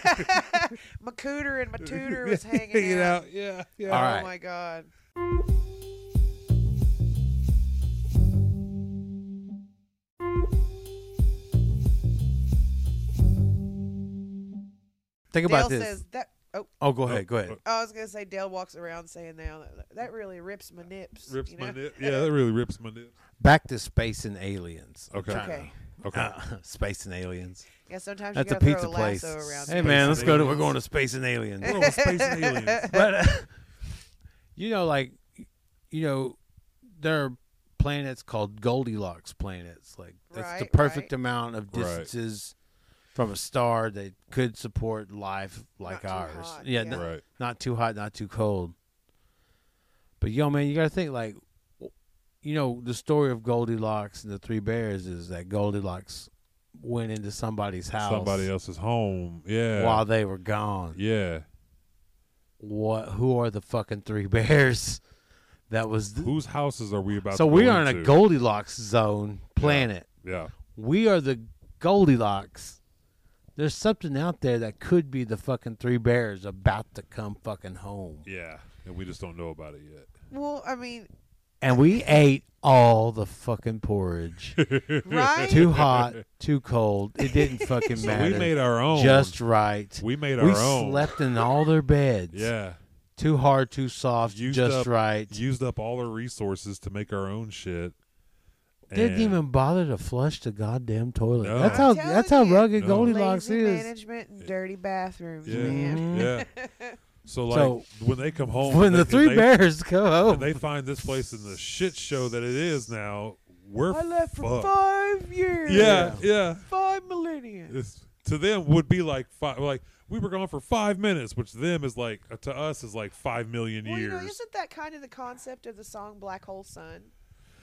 D: my cooter and my tutor was hanging out.
C: out. Yeah. Yeah.
B: All right.
D: Oh my god.
B: Think
D: Dale
B: about this.
D: says that oh
B: oh, go ahead, go ahead.
D: I was gonna say Dale walks around saying now that, that really rips my nips.
C: Oh, Rips
D: you
C: my
D: know?
C: nip. Yeah, that really rips my nip.
B: Back to space and aliens. I'm
C: Okay.
B: trying to-
D: Okay.
C: Okay.
B: (laughs) Uh, space and aliens.
D: Yeah, sometimes
B: That's
D: you
B: a
D: gotta
B: pizza
D: throw a
B: place.
D: lasso around.
B: Hey
D: it.
B: man, let's go to. We're
C: aliens.
B: going to space and
D: (laughs)
B: aliens.
C: We're on space and aliens.
B: but uh, (laughs) you know, like you know, there are planets called Goldilocks planets. Like that's the
D: Right,
B: perfect
D: right.
B: amount of
C: Right.
B: distances from a star that could support life like
D: too
B: ours.
D: hot,
B: yeah,
D: yeah.
B: n-
C: Right.
B: not too hot, not too cold. But yo, man, you gotta think like, w- you know, the story of Goldilocks and the Three Bears is that Goldilocks went into somebody's house
C: Somebody else's home. Yeah.
B: while they were gone
C: Yeah.
B: what who are the fucking three (laughs) bears that was. th-
C: Whose houses are we about?
B: so
C: to
B: we
C: go
B: are in
C: into?
B: a Goldilocks zone planet.
C: Yeah,
B: We are the Goldilocks. There's something out there that could be the fucking three bears about to come fucking home.
C: yeah, and we just don't know about it yet.
D: Well, I mean,
B: And we ate all the fucking
C: (laughs)
B: porridge.
D: (laughs) right?
B: too hot, too cold. It didn't fucking
C: (laughs) So
B: matter.
C: we made our own.
B: just right.
C: we made our
B: We
C: own.
B: slept in all their beds.
C: Yeah,
B: Too hard, too soft,
C: Used
B: just
C: up-
B: right.
C: used up all our resources to make our own shit.
B: Didn't
C: and-
B: even bother to flush the goddamn toilet.
C: No.
B: That's
C: I'm
B: how
D: telling
B: that's how
D: you.
B: rugged
C: No.
B: Goldilocks
D: Lazy
B: is.
D: management and dirty bathrooms,
C: Yeah,
D: man.
B: Mhm.
C: yeah. (laughs) So like
B: So-
C: when they come home,
B: When
C: Oh, and
B: the
C: they-
B: three
C: and they,
B: bears come
C: and
B: home,
C: they find this place in the shit show that it is now. We're
D: I left for
C: fucked.
D: five years.
C: Yeah, yeah.
D: Five millennia.
C: It's- to them would be like five. Like we were gone for five minutes, which to them is like uh, to us is like five million
D: Well, you
C: years.
D: know, isn't that kind of the concept of the song Black Hole Sun?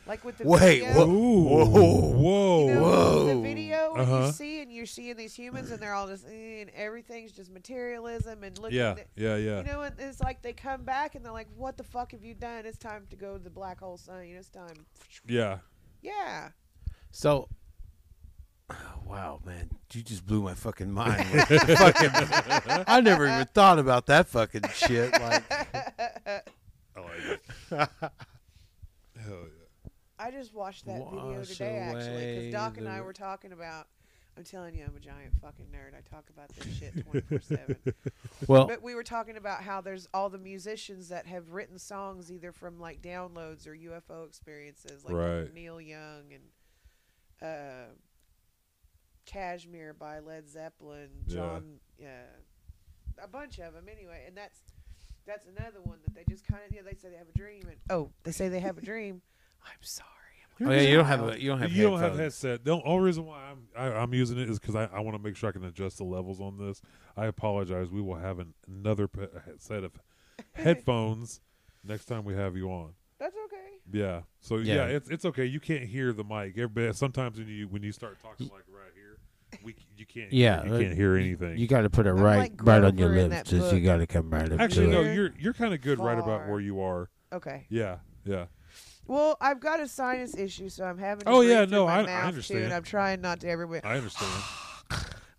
D: Like with the
B: Wait,
D: video,
B: what?
C: Ooh,
B: Whoa.
C: whoa.
D: you know,
B: Whoa.
D: the video when
C: Uh-huh.
D: you see and you're seeing these humans and they're all just eh, and everything's just materialism and looking
C: Yeah,
D: at,
C: yeah, yeah.
D: you know and it's like they come back and they're like what the fuck have you done it's time to go to the black hole sun you know it's time
C: yeah.
D: yeah
B: so wow, man, you just blew my fucking mind.
C: (laughs)
B: Fucking- I never even thought about that fucking shit.
D: (laughs)
B: Like,
C: I like it. Hell
D: i just watched that video
B: Wash
D: today actually
B: away
D: because doc and
B: the-
D: i were talking about i'm telling you i'm a giant fucking nerd i talk about this shit
B: (laughs)
D: 24-7
C: Oh.
B: well,
D: But we were talking about how there's all the musicians that have written songs either from like downloads or UFO experiences, like
C: Right.
D: Neil Young and uh, Cashmere by Led Zeppelin,
C: Yeah.
D: John, uh, a bunch of them anyway. And that's that's another one that they just kind of you know they say they have a dream and oh they say they have
C: (laughs)
D: a dream. I'm sorry. I'm
B: oh
D: like
B: yeah,
D: a
B: you don't have
D: child.
B: a, you don't have
C: you don't have
B: headphones.
C: headset. The only reason why I'm I, I'm using it is because I, I want to make sure I can adjust the levels on this. I apologize. We will have an, another p- set of headphones next time we have you on.
D: That's okay.
C: Yeah. So yeah.
B: Yeah.
C: it's it's okay. You can't hear the mic. Everybody, sometimes when you when you start talking like right here, we c- you can't.
B: Yeah,
C: you can't hear anything.
B: You got to put it
D: I'm
B: right,
D: like
B: right on your
D: Grover in
B: lips.
D: that
B: just you
D: book.
B: got to come right up
C: Actually,
B: to
C: no.
B: it.
D: Here.
C: You're you're kind of good right about
D: Far.
C: where you are.
D: Okay.
C: Yeah. Yeah.
D: Well, I've got a sinus issue, so I'm having. To
C: Oh, yeah,
D: breathe through
C: no,
D: my
C: I- I
D: mouth, too,
C: understand.
D: and I'm trying not to everywhere.
C: I understand.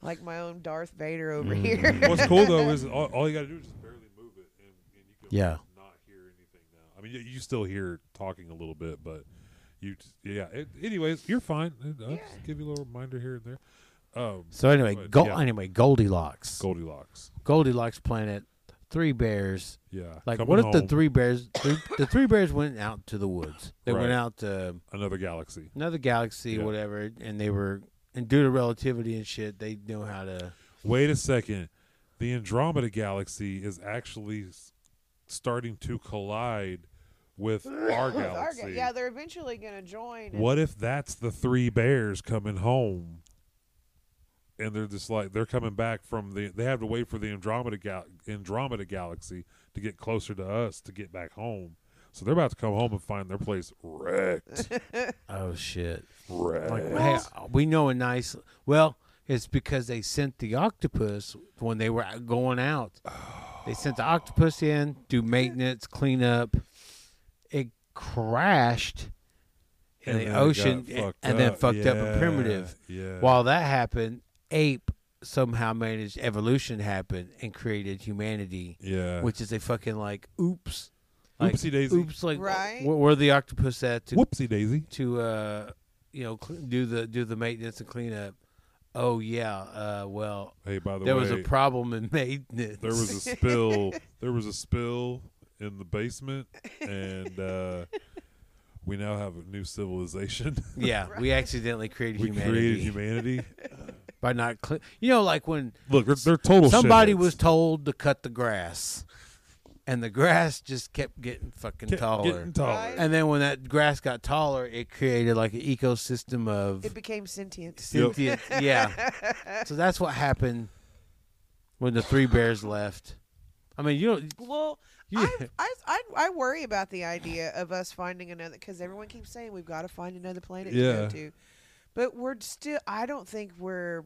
D: like my own Darth Vader over
B: Mm.
D: here.
C: What's cool though is all, all you got to do is just barely move it, and, and you can
B: Yeah.
C: not hear anything now. I mean, you, you still hear talking a little bit, but you t- yeah. It, anyways, you're fine. I'll just give you a little reminder here and there. Um,
B: So anyway,
C: But,
B: go,
C: yeah.
B: anyway, Goldilocks,
C: Goldilocks.
B: Goldilocks planet, three bears.
C: Yeah.
B: Like,
C: Coming
B: what if the
C: home,
B: three bears, three, the three bears went out to the woods? They
C: Right.
B: went out to
C: another galaxy?
B: another galaxy,
C: Yeah.
B: whatever, and they were, and due to relativity and shit, they know how to.
C: Wait a second. The Andromeda galaxy is actually s- starting to collide with
D: (laughs)
C: our
D: With our
C: galaxy.
D: ga- yeah, they're eventually going to join. and-
C: What if that's the three bears coming home? And they're just like they're coming back from the. They have to wait for the Andromeda gal- Andromeda galaxy to get closer to us to get back home. So they're about to come home and find their place wrecked.
B: Oh shit!
C: wrecked.
B: Like, hey, we know a nice. Well, it's because they sent the octopus when they were out- going out. They sent the octopus in, do maintenance, clean up. It crashed in
C: And then it
B: the
C: got
B: ocean a- and,
C: fucked
B: then fucked up
C: Yeah,
B: and primitive.
C: Yeah.
B: While that happened, ape somehow managed evolution happen and created humanity,
C: yeah.
B: which is a fucking like oops, like,
C: Oopsie daisy.
B: oops, like
D: Right.
B: wh- where the octopus at to
C: Whoopsie daisy.
B: to uh you know cl- do the do the maintenance and cleanup. Oh yeah, uh well
C: Hey, by the
B: there
C: way,
B: was a problem in maintenance. (laughs)
C: there was
D: (laughs)
C: a spill. there was a spill in the basement, and uh, we now have a new civilization. (laughs)
B: yeah, we accidentally created
C: we
B: humanity
C: created humanity.
B: by not cle You know, like when
C: Look, they're, they're total.
B: somebody
C: shitheads.
B: was told to cut the grass, and the grass just kept getting fucking
C: Kept
B: taller.
C: Getting taller.
D: Right.
B: and then when that grass got taller, it created like an ecosystem of
D: It became sentient.
B: sentient. Yeah. So that's what happened when the three bears left. I mean, you don't.
D: Well,
B: Yeah.
D: I've- I, I, I worry about the idea of us finding another because everyone keeps saying we've got to find another planet to
C: Yeah.
D: go to, but we're still. I don't think we're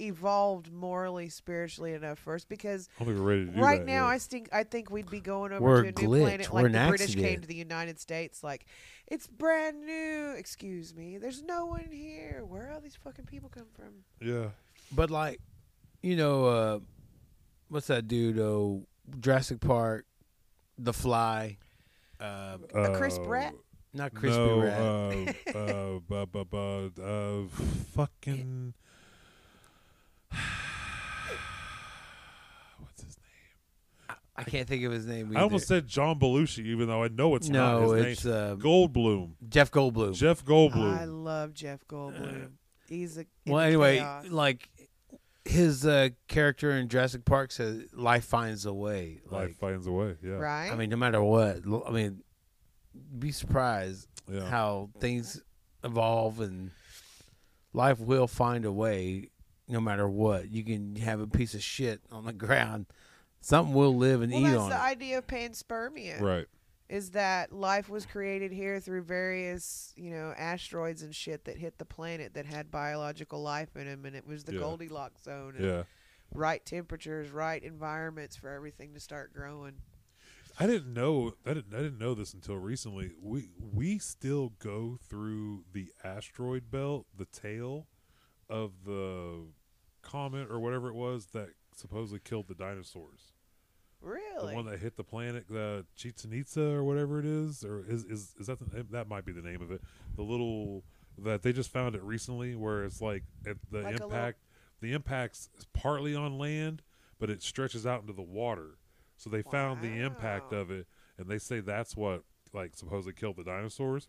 D: evolved morally, spiritually enough first because
C: I don't think we're ready to do
D: right
C: that
D: now
C: yet.
D: I think I think we'd be going over
B: We're
D: to a new
B: glitch.
D: planet
B: We're
D: like
B: an
D: the British came
B: accident.
D: to the United States like it's brand new. Excuse me. There's no one here. Where all these fucking people come from?
C: yeah.
B: But like, you know, uh, what's that dude? Oh, Jurassic Park, The Fly, uh,
D: Uh, Chris
C: Uh,
D: Pratt?
B: not Crispy
C: no,
B: Rat. (laughs)
C: Uh, uh, bu- bu- bu- uh, fucking. (sighs) What's his name?
B: I can't think of his name. Either.
C: I almost said John Belushi, even though I know it's not
B: no.
C: his
B: It's
C: name.
B: uh,
C: Goldblum,
B: Jeff Goldblum.
C: Jeff
D: I
C: Goldblum.
D: love Jeff Goldblum. He's a
B: well,
D: in
B: anyway,
D: chaos.
B: like his uh, character in Jurassic Park says, "Life finds a way."
C: Life
B: Like,
C: finds a way. Yeah,
D: right?
B: I mean, no matter what. l- I mean, be surprised
C: yeah.
B: how things evolve and life will find a way no matter what. You can have a piece of shit on the (laughs) ground. Something will live and
D: well,
B: eat
D: that's
B: on
D: the
B: it.
D: idea of panspermia.
C: right.
D: is that life was created here through various, you know, asteroids and shit that hit the planet that had biological life in them, and it was the
C: Yeah.
D: Goldilocks zone, and
C: Yeah,
D: right temperatures, right environments for everything to start growing.
C: I didn't know. I didn't. I didn't know this until recently. We we still go through the asteroid belt, the tail of the comet or whatever it was that supposedly killed the dinosaurs.
D: Really?
C: The one that hit the planet, the Chichen Itza or whatever it is, or is is, is that the, eh, that might be the name of it? The little that they just found it recently, where it's like at the
D: Like a little-
C: impact, the impact's partly on land, but it stretches out into the water. So they found the impact
D: Wow.
C: of it, and they say that's what like supposedly killed the dinosaurs.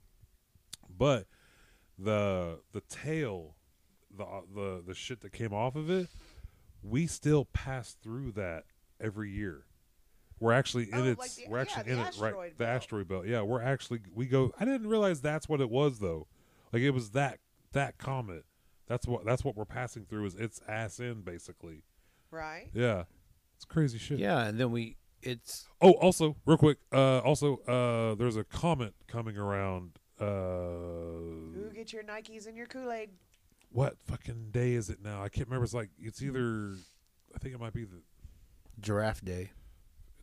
C: But the the tail, the uh, the the shit that came off of it, we still pass through that every year. We're actually in
D: Oh,
C: its
D: like the-
C: we're
D: yeah,
C: actually
D: the
C: in it right
D: asteroid
C: the
D: belt.
C: asteroid belt. Yeah, we're actually we go I didn't realize that's what it was though. Like it was that that comet. That's what that's what we're passing through is its ass in basically.
D: right?
C: Yeah. It's crazy shit.
B: yeah, and then we it's
C: Oh, also, real quick, uh also uh there's a comet coming around uh
D: Ooh, get your Nikes and your Kool Aid.
C: what fucking day is it now? I can't remember. It's like it's either I think it might be the
B: giraffe day.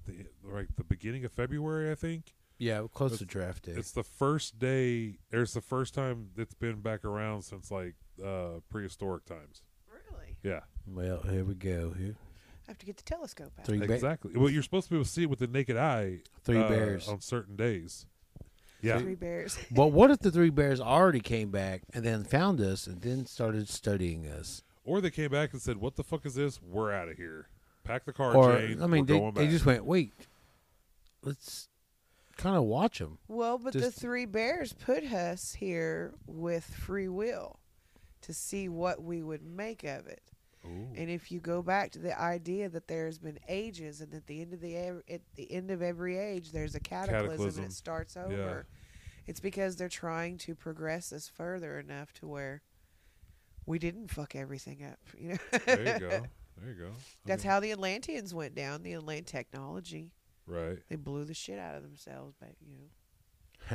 C: the like the beginning of February, I think.
B: Yeah, close to
C: It's-
B: giraffe day.
C: It's the first day. Or it's the first time it's been back around since like uh, prehistoric times.
D: Really?
C: Yeah,
B: Well, here we go. Here,
D: I have to get the telescope out.
B: three ba-
C: exactly. Well, you're supposed to be able to see it with the naked eye.
B: three
C: uh,
B: bears.
C: on certain days. Yeah,
B: (laughs)
D: Three bears.
B: But what if the three bears already came back and then found us and then started studying us?
C: or they came back and said, "What the fuck is this? We're out of here. Pack the car."
B: Or
C: chain.
B: I mean,
C: We're
B: they,
C: going
B: they
C: back."
B: just went, wait, let's kind of watch them.
D: Well, but the
B: Just-
D: three bears put us here with free will to see what we would make of it.
C: Ooh.
D: (laughs) And if you go back to the idea that there's been ages, and at the end of the ev- at the end of every age, there's a cataclysm,
C: Cataclysm.
D: and it starts over. It's because they're trying to progress us further enough to where we didn't fuck everything up. (laughs) You know,
C: there you go. There you go.
D: (laughs) that's how the Atlanteans went down. The Atlant technology,
C: how. Right.
D: they blew the shit out of themselves. But you
C: (laughs)
D: know,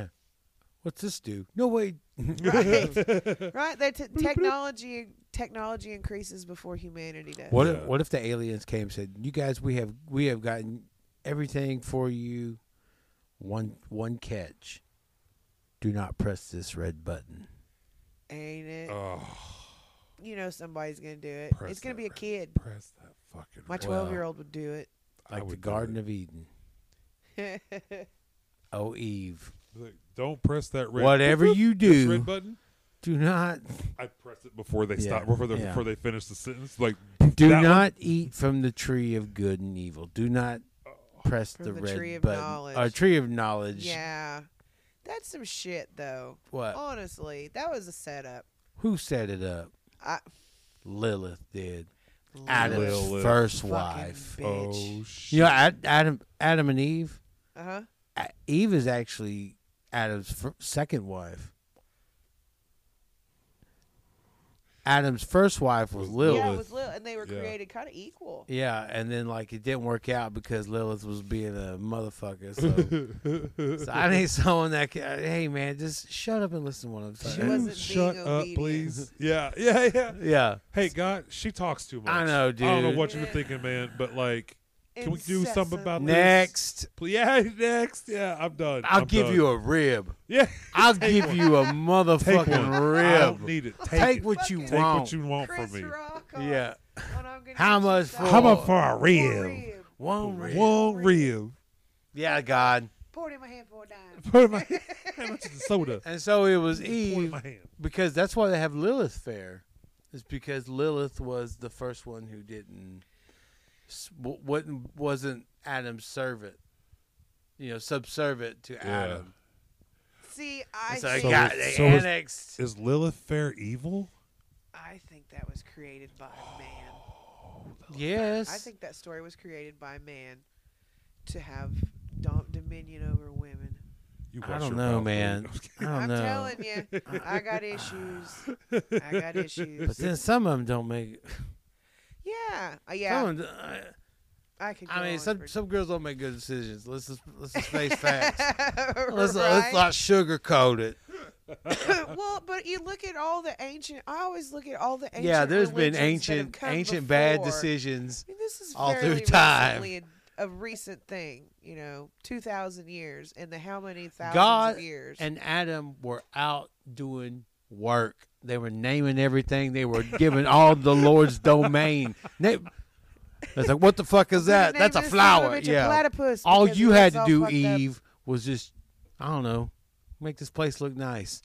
B: What's this do? No way.
D: right? (laughs) right? That t- technology technology increases before humanity
B: (laughs)
D: does.
B: What if,
C: Yeah.
B: what if the aliens came and said, "You guys, we have we have gotten everything for you. One one catch. Do not press this red button."
D: Ain't
C: (laughs)
D: it?
C: Oh,
D: you know, somebody's gonna do it.
C: Press
D: It's gonna
C: that
D: be a
C: red
D: kid.
C: press that fucking.
D: My
B: Well,
D: 12 year old would do
C: I
B: Like the
C: would do
B: Garden
C: it.
B: of Eden.
D: it.
B: Oh Eve,
C: Like, don't press that red.
B: whatever
C: (laughs) Boop, boop.
B: you
C: This
B: do,
C: red button.
B: do not
C: I press it before they
B: Yeah,
C: stop before they
B: yeah.
C: before they finish the sentence. Like
B: do
C: that one-
B: not eat from the tree of good and evil. Do not press
D: From
B: the,
D: the
B: red
D: tree of
B: button.
D: knowledge.
B: Uh, tree of knowledge.
D: yeah. Oh. That's some shit, though.
B: What?
D: Honestly, that was a setup.
B: Who set it up?
D: I,
B: Lilith did.
C: Adam.
B: Adam's
C: Lilith.
B: first
D: fucking
B: wife.
D: Bitch.
C: oh shit.
B: You know, Ad- Adam, Adam and Eve.
D: Uh huh.
B: A- Eve is actually Adam's fir- second wife. Adam's first wife was
C: Was
B: Lilith.
D: Yeah, it was Lilith. and they were
C: Yeah.
D: created kind of equal.
B: Yeah, and then like it didn't work out because Lilith was being a motherfucker.
C: (laughs)
B: So, so I need someone that can. Hey man, just shut up and listen to what I'm
D: She
B: saying.
D: wasn't being
C: Shut up,
D: obedient.
C: please. Yeah, yeah, yeah.
B: Yeah,
C: Hey, God, she talks too much.
B: I know,
C: I don't know
B: dude.
C: what you were
D: Yeah.
C: thinking, man. But like, can we do something
D: Incessant.
C: about this?
B: next
C: Please- Yeah, (laughs) next. Yeah, I'm done.
B: I'll
C: I'm
B: give
C: done.
B: you a rib.
C: (laughs) Yeah,
B: I'll give you a
C: take one.
B: motherfucking
C: I don't
B: rib.
C: need it. Take,
B: Take
C: it.
B: what you
D: Take
C: Take
B: want.
C: what you want
D: Chris
C: from me.
D: Rock on-
B: yeah,
D: on I'm Gonna
B: (laughs) How
D: Get You
B: much
D: Back.
B: for-
C: How about for a
D: Poor
C: rib?
D: rib.
B: one rib.
C: One rib.
B: Yeah, God.
D: Poured in my hand for
B: (laughs)
D: a dime.
C: (laughs) Put it in my
D: (laughs)
C: hand. much is the soda?
B: And so it was
C: Pour it in
B: Eve
C: my hand.
B: because that's why they have Lilith fair, is because Lilith was the first one who didn't, s- w- wasn't wasn't Adam's servant, you know, subservient to Adam.
D: See, I
B: And so they
D: think,
B: got
C: So
B: they
C: was- so was-
B: annexed.
C: Is Lilith fair evil?
D: I think that was created by man.
B: yes,
D: I think that story was created by man to have dom- dominion over women.
C: You
B: I
C: watch
B: don't
C: your
B: know,
C: mouth, (laughs)
B: man.
C: dude.
B: I don't
D: I'm
B: know.
D: telling
B: (laughs)
D: you, I got issues. (laughs) I got
B: but
D: issues.
B: then some of them don't make.
D: Yeah, uh,
B: Yeah.
D: yeah.
B: Some of 'em, I,
D: I could. Go
B: I mean,
D: on
B: some
D: for-
B: some girls don't make good decisions. Let's just let's
D: (laughs)
B: just face facts. Let's, uh, let's
D: (coughs) Right?
B: not sugarcoat it.
D: (laughs) well, but you look at all the ancient. I always look at all the ancient.
B: yeah, there's
D: religions
B: been
D: that have
B: ancient
D: come
B: ancient bad
D: before.
B: decisions.
D: I mean, this is
B: all through
D: fairly
B: (laughs) time.
D: recently a, a recent thing. You know, two thousand years, and the how many thousands
B: God
D: of years?
B: and Adam were out doing work. They were naming everything. They were giving all the Lord's domain. Na- It's like, what the fuck is
D: We're gonna
B: that?
D: name
B: That's a
D: this
B: flower.
D: son of bitch a
B: yeah.
D: platypus
B: all
D: because
B: you
D: it's
B: had to
D: all
B: do,
D: fucked up,
B: Eve, was just, I don't know, make this place look nice.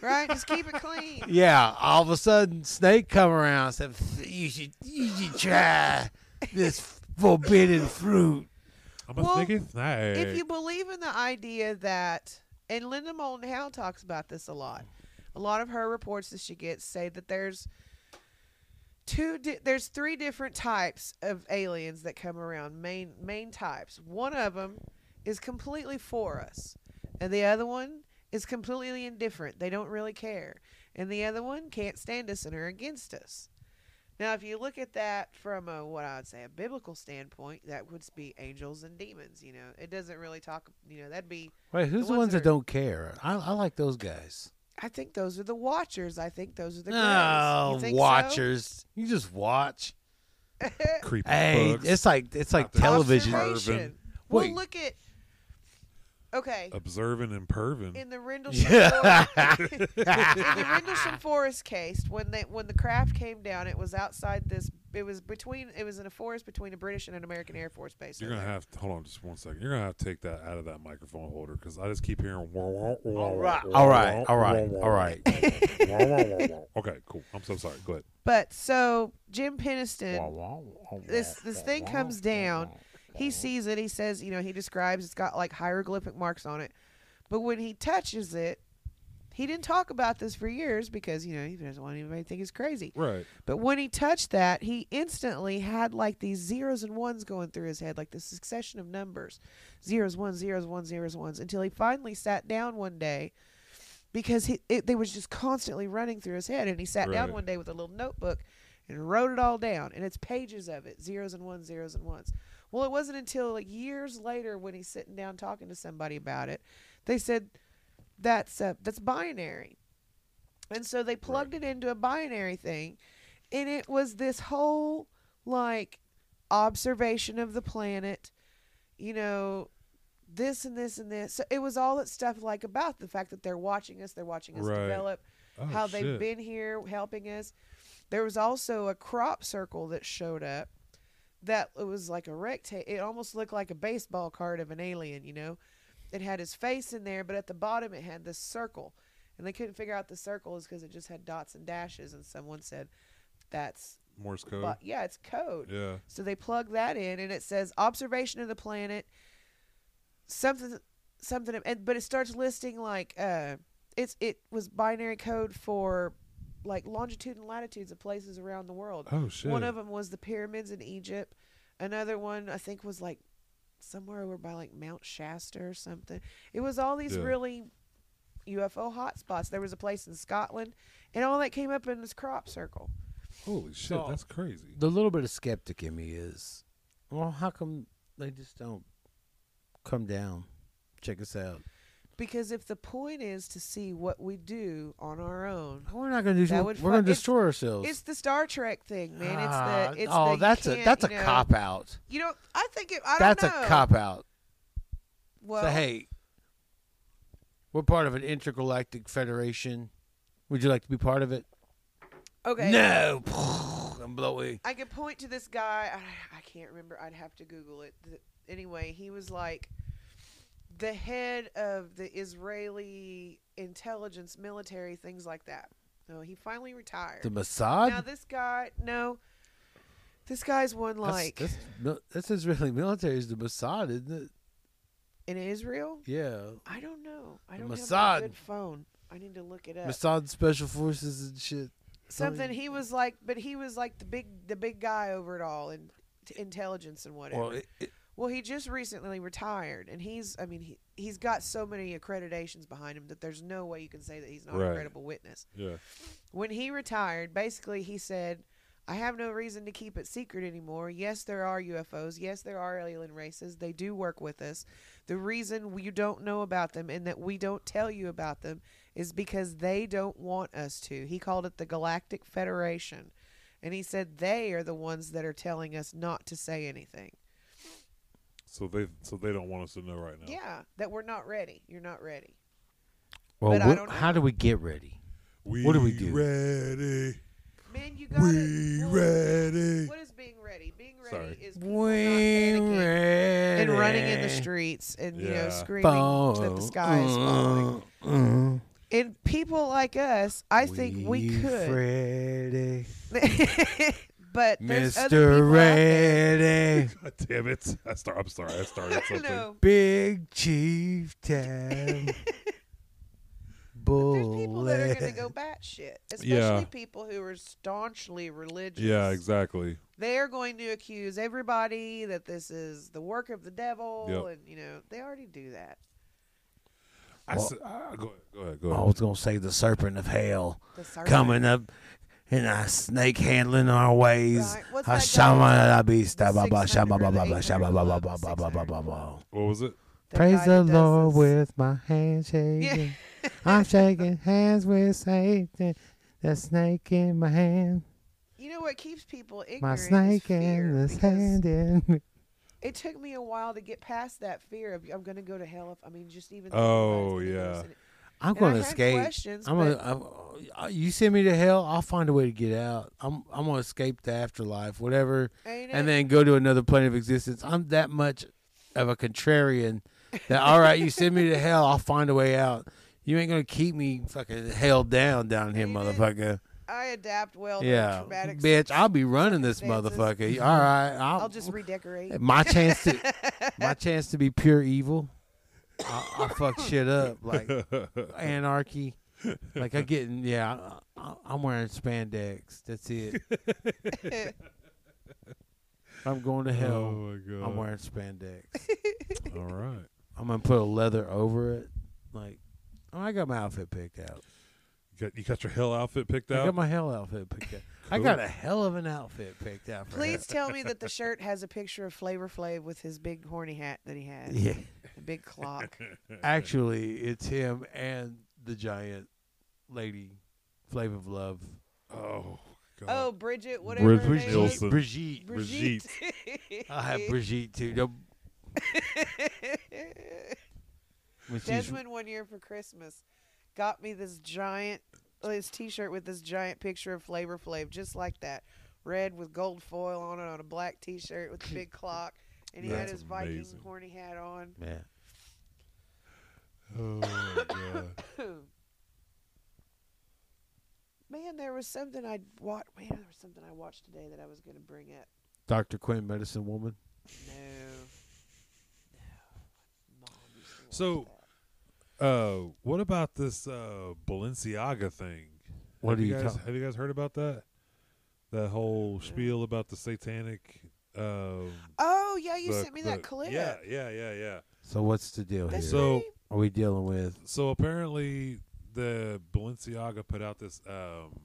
D: right? Just
B: (laughs)
D: keep it clean.
B: Yeah. All of a sudden, snake come around and said, "Pff, you should, you should try this forbidden fruit.
C: I'm
D: Well,
C: a thinking snake.
D: If you believe in the idea that, and Linda Moulton Howe talks about this a lot. A lot of her reports that she gets say that there's two, di- there's three different types of aliens that come around. Main main types. One of them is completely for us, and the other one is completely indifferent. They don't really care, and the other one can't stand us and are against us. Now, if you look at that from a what I would say a biblical standpoint, that would be angels and demons. You know, it doesn't really talk. You know, that'd be.
B: Wait, who's the,
D: ones
B: ones that,
D: that are-
B: don't care? I, I like those guys.
D: I think those are the watchers. I think those are the
B: No,
D: grays. You think so?
B: Oh, watchers. You just watch.
C: creepy
B: Hey,
C: bugs.
B: it's like it's like
C: Not that-
B: television.
C: Observation.
D: Observation.
B: Wait.
D: Well, look at. Okay,
C: observing and perving.
D: in the
B: (laughs)
D: Rendlesham
B: Yeah.
D: Forest, in (laughs) the
B: (laughs)
D: Rendlesham Forest case, when they when the craft came down, it was outside this. It was between. It was in a forest between a British and an American Air Force base.
C: You're
D: over
C: gonna
D: there.
C: have to hold on just one second. You're gonna have to take that out of that microphone holder because I just keep hearing. All
B: right, all right, all right, all
D: (laughs)
B: right. (laughs)
C: okay, cool. I'm so sorry. Go ahead.
D: But so Jim Peniston, this this thing comes down. He sees it. He says, you know, he describes it's got like hieroglyphic marks on it. But when he touches it, he didn't talk about this for years because you know he doesn't want anybody to think he's crazy.
C: Right.
D: But when he touched that, he instantly had like these zeros and ones going through his head, like the succession of numbers zeros, ones, zeros, ones, zeros, ones, until he finally sat down one day because he, it, they was just constantly running through his head. And he sat down
C: Right.
D: one day with a little notebook and wrote it all down. And it's pages of it zeros and ones, zeros and ones. Well, it wasn't until like years later when he's sitting down talking to somebody about it, they said, that's uh, that's binary. And so they plugged it into a binary thing, and it was this whole like observation of the planet, you know, this and this and this. So it was all that stuff like about the fact that they're watching us, they're watching us
C: Right.
D: develop,
C: Oh,
D: how
C: shit.
D: they've been here helping us. There was also a crop circle that showed up that it was like a rectangle. It almost looked like a baseball card of an alien, you know? It had his face in there, but at the bottom it had this circle. And they couldn't figure out the circle is because it just had dots and dashes. And someone said, that's,
C: Morse code.
D: but yeah, it's code.
C: yeah.
D: So they plug that in, and it says observation of the planet, something, something, and but it starts listing like uh, it's it was binary code for like longitude and latitudes of places around the world.
C: Oh shit.
D: One of them was the pyramids in Egypt. Another one I think was like somewhere over by like Mount Shasta or something. It was all these
C: Yeah.
D: really UFO hotspots. There was a place in Scotland, and all that came up in this crop circle.
C: Holy shit,
B: So-
C: that's crazy.
B: The little bit of skeptic in me is, well, how come they just don't come down? Check us out.
D: Because if the point is to see what we do on our own,
B: We're not going to do.
D: Oh, That
B: We're
D: would
B: going
D: fu-
B: to
D: it's-
B: destroy ourselves.
D: it's the Star Trek thing, man. It's the it's
B: Ah,
D: the,
B: oh,
D: you
B: that's a
D: can't,
B: that's a
D: you know-
B: cop out.
D: You know, I think it. I don't
B: That's
D: know.
B: a cop out.
D: Well,
B: so, hey, we're part of an intergalactic federation. Would you like to be part of it?
D: okay.
B: No, (sighs) I'm blowing.
D: I could point to this guy. I, I can't remember. I'd have to Google it. The, anyway, he was like the head of the Israeli intelligence, military, things like that. No, he finally retired.
B: The Mossad.
D: now this guy, no, this guy's won like
B: that's, that's, mil- that's Israeli military is the Mossad, isn't it?
D: in Israel.
B: Yeah,
D: I don't know. I
B: The
D: don't
B: Mossad.
D: have a good phone. I need to look it up.
B: Mossad special forces and shit.
D: Something he was like, but he was like the big, the big guy over it all, and t- intelligence and whatever.
B: Well, it, it,
D: Well, he just recently retired, and he's—I mean, he, he's got so many accreditations behind him that there's no way you can say that he's not
C: Right.
D: a credible witness.
C: Yeah.
D: When he retired, basically he said, "I have no reason to keep it secret anymore. Yes, there are UFOs. Yes, there are alien races. They do work with us. The reason you don't know about them and that we don't tell you about them is because they don't want us to." He called it the Galactic Federation, and he said they are the ones that are telling us not to say anything.
C: So they so they don't want us to know right now.
D: Yeah, that we're not ready. You're not ready.
B: well,
D: But I
B: what-
D: don't
B: how
D: know.
B: do we get ready?
C: We
B: What do we do?
C: Ready.
D: Man, you got
C: We
D: it.
C: ready.
D: What is being ready? Being ready
C: Sorry.
D: is people not
B: We
D: panicking
B: ready
D: and running in the streets and you know
C: Yeah.
D: screaming that the sky is
B: Mm.
D: falling.
B: falling.
D: And people like us, I think we could.
B: Ready,
D: (laughs) but there's
B: Mister
D: other people out there. (laughs)
B: Ready,
C: God damn it. (laughs) I start, I'm sorry. I started something.
D: No,
B: Big Chief Town.
D: there's people that are going to
B: Bullet.
D: go batshit, especially
C: Yeah.
D: people who are staunchly religious.
C: Yeah, exactly.
D: they are going to accuse everybody that this is the work of the devil,
C: Yep.
D: and you know they already do that.
C: I
B: Well-
C: s- I- go ahead. Go ahead. Go
B: I
C: ahead.
B: was going to say the serpent of hell
D: The serpent.
B: coming up and I snake handling our ways.
D: Right. What's
B: I
D: that guy?
B: shama la beesta,
D: The
B: ba ba,
D: 600
B: shama ba
D: or
B: ba
D: the
B: ba,
D: 800
B: shama ba ba
D: club,
B: ba ba ba ba ba ba.
C: What was it?
D: That
B: Praise
D: guy
B: the
D: that does
B: Lord
D: this-
B: with my hands
D: Yeah.
B: shaking. I'm shaking hands with Satan. That snake in my hand,
D: You know what keeps people ignorant?
B: my
D: is
B: snake
D: fear,
B: in this
D: because
B: hand (laughs) in me.
D: It took me a while to get past that fear of I'm going to go to hell. If, I mean, just even.
C: Oh,
D: thinking about it is
C: yeah.
D: dangerous.
B: I'm
D: And I
B: gonna
D: had
B: escape.
D: questions,
B: I'm
D: but-
B: gonna. I'm, you send me to hell. I'll find a way to get out. I'm. I'm gonna escape the afterlife, whatever,
D: Ain't
B: and
D: it?
B: then go to another plane of existence. I'm that much of a contrarian that all right, you send me to hell. I'll find a way out. You ain't gonna keep me fucking held down down here,
D: Ain't it?
B: motherfucker.
D: I adapt well to
B: Yeah,
D: traumatic.
B: bitch. I'll be running this
D: circumstances.
B: motherfucker. All right, I'll,
D: I'll just redecorate.
C: (laughs)
B: my chance to my chance to be pure evil. I, I fuck shit up like
C: (laughs)
B: anarchy. Like I get in- yeah, I, I, I'm wearing spandex. That's
C: (laughs)
B: it. If I'm going to hell.
C: Oh, my God.
B: I'm wearing spandex.
C: All right.
B: I'm gonna put a leather over it. Like oh, I got my outfit picked out.
C: You got, you got your hell outfit picked
B: I
C: out? (laughs)
B: got my hell outfit picked out. I
C: Cool.
B: got a hell of an outfit picked out. For
D: Please tell me
B: (laughs)
D: that the shirt has a picture of Flavor Flav with his big horny hat that he
B: hell.
D: has,
B: Yeah.
D: the big
C: (laughs)
D: clock.
C: Uh-huh.
B: Actually, it's him and the giant lady, Flavor of Love,
C: oh, God.
D: Oh, Bridget, whatever her
C: Bridget
D: name was.
C: Nielsen.
B: Brigitte.
D: Brigitte. (laughs)
B: I have Brigitte too. No,
D: (laughs)
B: when she's-
D: Desmond one year for Christmas got me this giant this T-shirt with this giant picture of Flavor Flav, just like that, red with gold foil on it, on a black T-shirt with
C: (laughs)
D: the big clock, and he had
C: That's
D: his Viking
C: amazing.
D: horny hat on.
B: yeah.
C: Oh, my God.
D: Man, there was something I watched. Man, there was something I watched today that I was going to bring up.
B: Dr. Quinn, medicine woman.
D: No, no. Mom used to watch
C: So-
D: that.
C: Uh, what about this uh, Balenciaga thing?
B: What
C: have
B: are
C: you
B: you
C: guys?
B: talking-
C: Have you guys heard about that? That whole spiel about the satanic. Um,
D: Oh yeah, you
C: the-
D: sent me that
C: the-
D: clip.
C: Yeah, yeah, yeah, yeah.
B: So what's the deal here?
D: That's
C: So-
D: right.
B: are we dealing with
C: So apparently, the Balenciaga put out this um,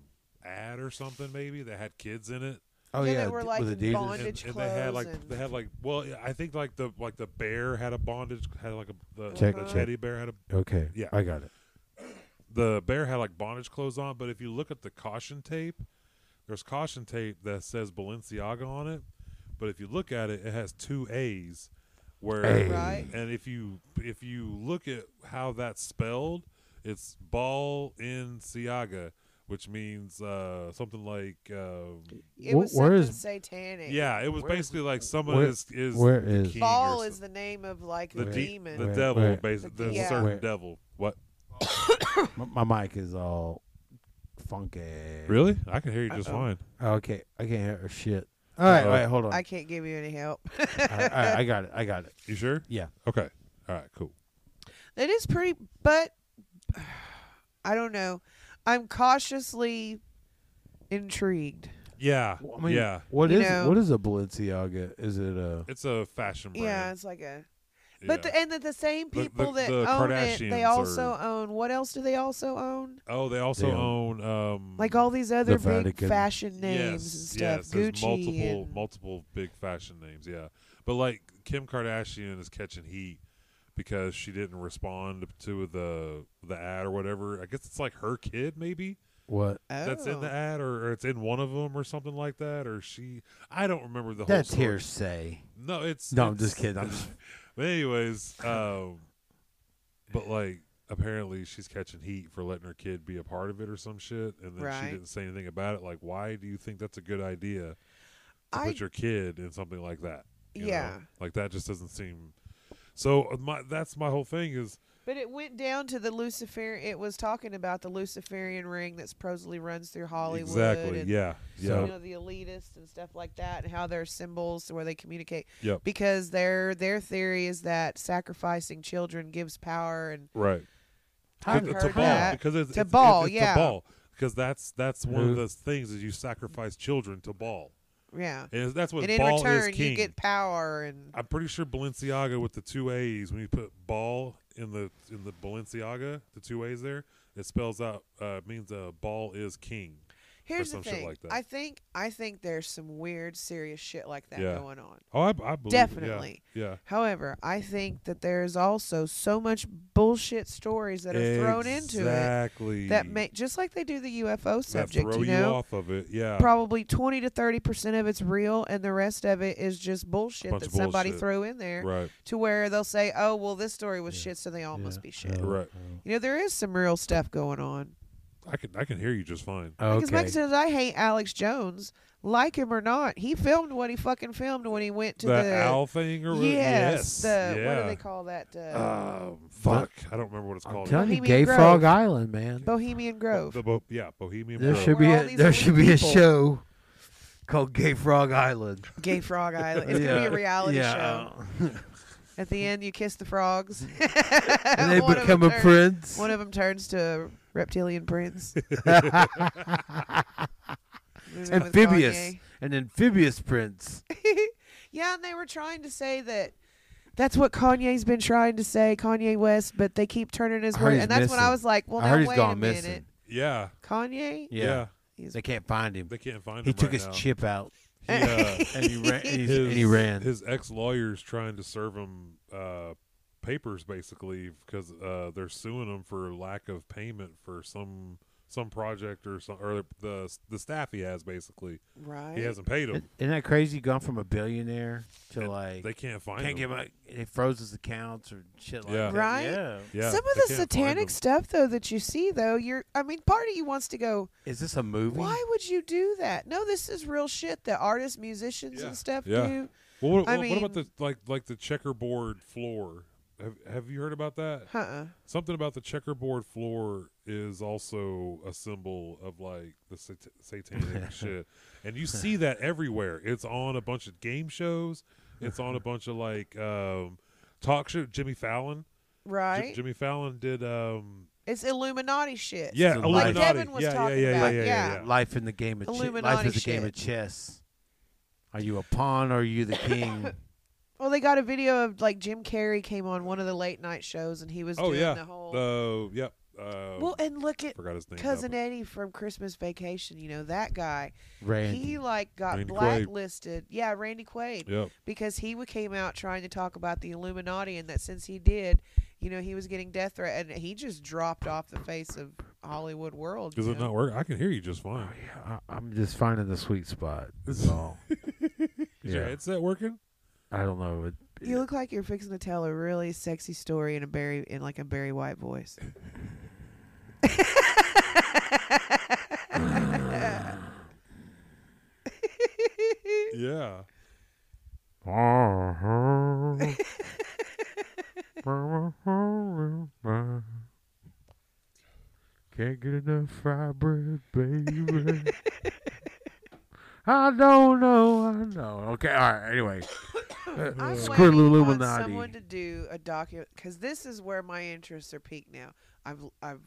C: ad or something maybe that had kids in it.
B: Oh
D: Yeah,
B: yeah,
D: they were,
B: d-
D: like,
B: with Adidas.
C: And,
D: bonded- Bondage
C: and they had
D: clothes
C: like
D: and-
C: they had like well yeah, I think like the like the bear had a bondage had like a the,
D: Check,
C: the
D: check.
C: teddy bear had a
B: Okay,
C: Yeah.
B: I got it.
C: the bear had like bondage clothes on, but if you look at the caution tape, there's caution tape that says Balenciaga on it, but if you look at it, it has two A's. Where
B: Hey.
D: Right.
C: and if you if you look at how that's spelled, it's ball in Siaga, which means uh, something like uh,
D: It
B: Wh-
D: was
B: where
D: something
B: is-
D: satanic.
C: yeah. It was
B: Where is-
C: basically like someone
B: where-
C: is is
B: where is-
C: king or
D: Baal
C: some-
D: is the name of like
C: the
D: a
B: Where-
C: de-
D: demon.
C: the
B: Where-
C: devil,
B: where-
C: basically
D: The
C: the
D: yeah.
C: certain
B: Where-
C: devil. What
B: My, my mic is all funky.
C: really? I can hear you just
D: Uh-oh.
C: fine.
B: Okay, I can't hear shit. All right,
C: Uh-oh.
B: all right, hold on.
D: I can't give you
C: (laughs)
D: any help.
B: all right, all right, I got it. I got it.
C: You sure?
B: Yeah.
C: Okay. All right. Cool.
D: It is pretty, but (sighs) I don't know. I'm cautiously intrigued.
C: Yeah.
B: Well, I mean,
C: yeah.
B: What
D: You
B: is
D: know-
B: what is a Balenciaga? Is it a
C: It's a fashion brand.
D: Yeah, it's like a.
C: Yeah.
D: But the, and that the same
C: The- the-
D: people that
C: the
D: own it, they
C: Kardashians
D: also
C: are-
D: own. What else do they also own?
C: oh, they also
B: They
C: own um
D: Like all these other big
B: Vatican.
D: fashion
C: yes,
D: names and
C: Yes,
D: stuff.
C: there's
D: Gucci
C: multiple
D: and
C: multiple big fashion names. Yeah, but like Kim Kardashian is catching heat because she didn't respond to the the ad or whatever. I guess it's like her kid maybe
B: what?
C: that's in the
D: Oh.
C: ad or, or it's in one of them or something like that or she. I don't remember the whole.
B: That's
C: story.
B: hearsay.
C: No, it's
B: No, I'm
C: it's-
B: just kidding.
C: (laughs)
B: I'm just
C: But anyways, um, but like apparently she's catching heat for letting her kid be a part of it or some shit, and then
D: Right.
C: she didn't say anything about it. Like, why do you think that's a good idea to
D: I
C: put your kid in something like that? you know?
D: yeah.
C: like that just doesn't seem. So uh, my that's my whole thing is
D: But it went down to the Lucifer. It was talking about the Luciferian ring that supposedly runs through Hollywood.
C: exactly
D: and,
C: yeah yeah
D: You know the elitists and stuff like that, and how their symbols to where they communicate.
C: Yep.
D: Because their their theory is that sacrificing children gives power, and
C: right
D: (laughs) I've
C: To- to
D: heard
C: ball,
D: that.
C: because it's,
D: To
C: it's-
D: ball,
C: it's, it's
D: yeah.
C: to ball because that's that's one
B: Who-
C: of those things is you sacrifice children to ball
D: yeah,
C: and that's what
D: and in
C: ball
D: return
C: is king.
D: you get power, and
C: I'm pretty sure Balenciaga with the two A's. When you put ball in the in the Balenciaga, the two A's there, it spells out uh, means uh, ball is king.
D: here's the
C: some shit
D: thing.
C: like that.
D: I think I think there's some weird, serious shit like that
C: Yeah.
D: going on.
C: Oh, I, I believe it. Yeah.
D: Definitely.
C: Yeah,
D: However, I think that there's also so much bullshit stories that are thrown into it
C: exactly
D: that make just like they do the UFO
C: that
D: subject,
C: throw
D: you know.
C: off of it. Yeah,
D: Probably 20 to 30% of it's real and the rest of it is just bullshit
C: Bunch
D: that
C: of
D: somebody
C: bullshit.
D: threw in there
C: right,
D: to where they'll say, "Oh, well this story was
B: Yeah.
D: shit, so they all
B: Yeah.
D: must be shit."
B: Oh,
C: right.
B: oh.
D: You know, there is some real stuff going on.
C: I can I can hear you just fine.
D: Because
B: Okay.
D: Mike says I hate Alex Jones, like him or not. He filmed what he fucking filmed when he went to
C: the,
D: the
C: owl thing or yes,
D: Yes, the
C: yeah.
D: what do they call that? Uh,
C: Um, fuck, I don't remember what it's
B: I'm
C: called.
B: telling you,
D: Bohemian
B: Gay
D: Grove.
B: Frog Island, man.
D: Bohemian Grove.
C: the bo- yeah, Bohemian.
B: There
C: Grove.
B: should be
D: Where all
B: a,
D: these
B: there
D: elite
B: should be a
D: people-
B: show called Gay Frog Island.
C: (laughs)
D: Gay Frog Island. It's gonna be a reality show.
B: show.
D: At the end, you kiss the
B: (laughs)
D: frogs,
B: and they
D: (laughs) One of
B: become a
D: them turns-
B: prince.
D: One of them turns to a reptilian prince.
B: (laughs)
D: Moving Mm, with
B: amphibious,
D: Kanye.
B: an amphibious prince.
D: yeah, and they were trying to say that. That's what Kanye's been trying to say, Kanye West, but they keep turning his
B: I heard
D: word.
B: he's
D: And that's when I
B: missing.
D: was like, well,
B: I
D: now
B: heard he's
D: wait a
B: gone
D: minute.
B: missing.
C: yeah,
D: Kanye?
B: Yeah.
C: yeah.
D: He's-
B: they can't find him.
C: They can't find
B: He
C: him
B: took
C: right
B: his
C: now.
B: chip
C: (laughs)
B: out
C: He,
D: (laughs)
C: uh,
B: and he ran. and he-
C: his,
B: and he ran.
C: His ex lawyers trying to serve him uh, papers basically because uh, they're suing him for lack of payment for some some project or some or the the staff he has basically.
D: right.
C: He hasn't paid
B: Isn't
C: him.
B: that crazy? Gone from a billionaire to
C: And
B: like
C: They can't find
B: can't
C: him.
B: give out. They froze his accounts or shit like
C: Yeah.
B: that.
D: Right?
B: Yeah.
C: yeah,
D: Some
C: they
D: of the
C: can't find him.
D: satanic stuff, though, that you see, though, you're, I mean, part of you wants to go,
B: Is this a movie?
D: Why would you do that? No, this is real shit that artists, musicians,
C: Yeah.
D: and stuff
C: Yeah.
D: do.
C: Well, what,
D: I
C: what- what about
D: mean-
C: the like like the checkerboard floor? Have Have you heard about that?
D: Huh?
C: Something about the checkerboard floor is also a symbol of like the sat- satanic shit, and you see that everywhere. It's on a bunch of game shows. It's on a bunch of like um, talk show. Jimmy Fallon. J-
D: Right?
C: Jimmy Fallon did. Um,
D: it's Illuminati shit.
C: yeah,
B: Like
C: Illuminati.
D: Devin was
C: yeah,
D: talking
C: yeah, yeah,
D: about,
C: yeah, yeah,
D: yeah.
B: Life in the game of chess. Life
D: Illuminati
B: is a game
D: shit.
B: of chess. Are (laughs) you a pawn or are you the
D: (laughs)
B: king?
D: Well, they got a video of like Jim Carrey came on one of the late night shows and he was
C: Oh
D: doing
C: yeah.
D: the whole
C: Oh yep. uh,
D: well, and look at
C: forgot his name. now,
D: cousin
C: but-
D: Eddie from Christmas Vacation. You know that guy.
B: Randy.
D: He like got
C: Randy Quaid.
D: blacklisted. Yeah, Randy Quaid.
C: Yep.
D: because he w- came out trying to talk about the Illuminati, and that since he did, you know, he was getting death threat, and he just dropped off the face of Hollywood world.
C: Does
D: you
C: it
D: know?
C: not work? I can hear you just
B: Oh,
C: fine.
B: I, I'm just finding the sweet spot. That's all.
C: Is your
B: Yeah.
C: headset working?
B: I don't know. It,
D: You look like you're fixing to tell a really sexy story in a Barry in like a Barry
C: (laughs)
D: White voice. (laughs)
C: Yeah.
B: (laughs) Can't get enough fried bread, baby. I don't know. I know. Okay. All right. Anyway,
D: I'm
B: screw
D: waiting
B: Illuminati.
D: On someone to do a docu because this is where my interests are peaked now. I've I've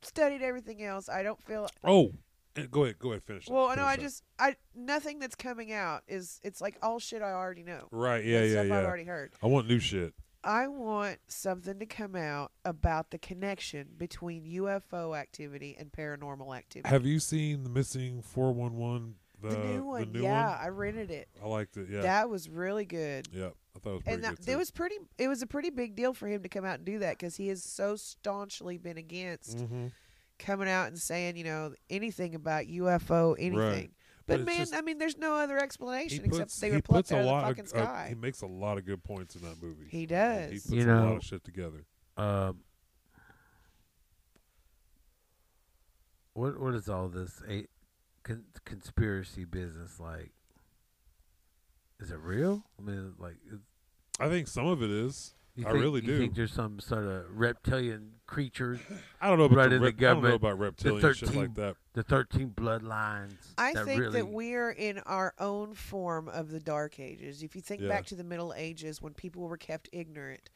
D: studied everything else. I don't feel
C: Oh, eh, go ahead. Go ahead. Finish. it,
D: well. No,
C: finish
D: I
C: it.
D: just I nothing that's coming out is it's like all shit I already know.
C: Right. Yeah.
D: It's
C: Yeah.
D: stuff I've
C: Yeah.
D: already heard.
C: I want new shit.
D: I want something to come out about the connection between UFO activity and paranormal activity.
C: Have you seen the missing four one one?
D: the new one,
C: The new
D: yeah,
C: one.
D: I rented it.
C: I liked it. Yeah.
D: That was really good.
C: yeah. I thought it was pretty
D: and that,
C: good. too.
D: it was pretty. It was a pretty big deal for him to come out and do that because he has so staunchly been against
B: Mm-hmm.
C: Mhm.
D: coming out and saying, you know, anything about UFO, anything.
C: But
D: But,
C: it's
D: man,
C: just-
D: I mean, there's no other
C: He
D: explanation
C: puts,
D: except they
C: he
D: were plucked
C: puts a
D: out of the
C: lot
D: fucking
C: of, uh,
D: sky.
C: he makes a lot of good points in that movie.
D: he
C: He
D: does.
C: puts
B: You
C: a lot
B: know-
C: of shit together.
B: uh, what what is all this a, con- conspiracy business like? Is it real? I mean, like, is-
C: I think some of it is.
B: you
C: I
B: think-
C: really
B: you
C: do.
B: Think there's some sort of reptilian creatures
C: I don't know about
B: Right
C: the
B: in the
C: rep- I don't know
B: government,
C: about reptilian shit
B: 13
C: like that.
B: the 13 bloodlines.
D: I
B: that
D: think
B: really,
D: that we're in our own form of the Dark Ages. If you think
C: Yeah.
D: back to the Middle Ages when people were kept ignorant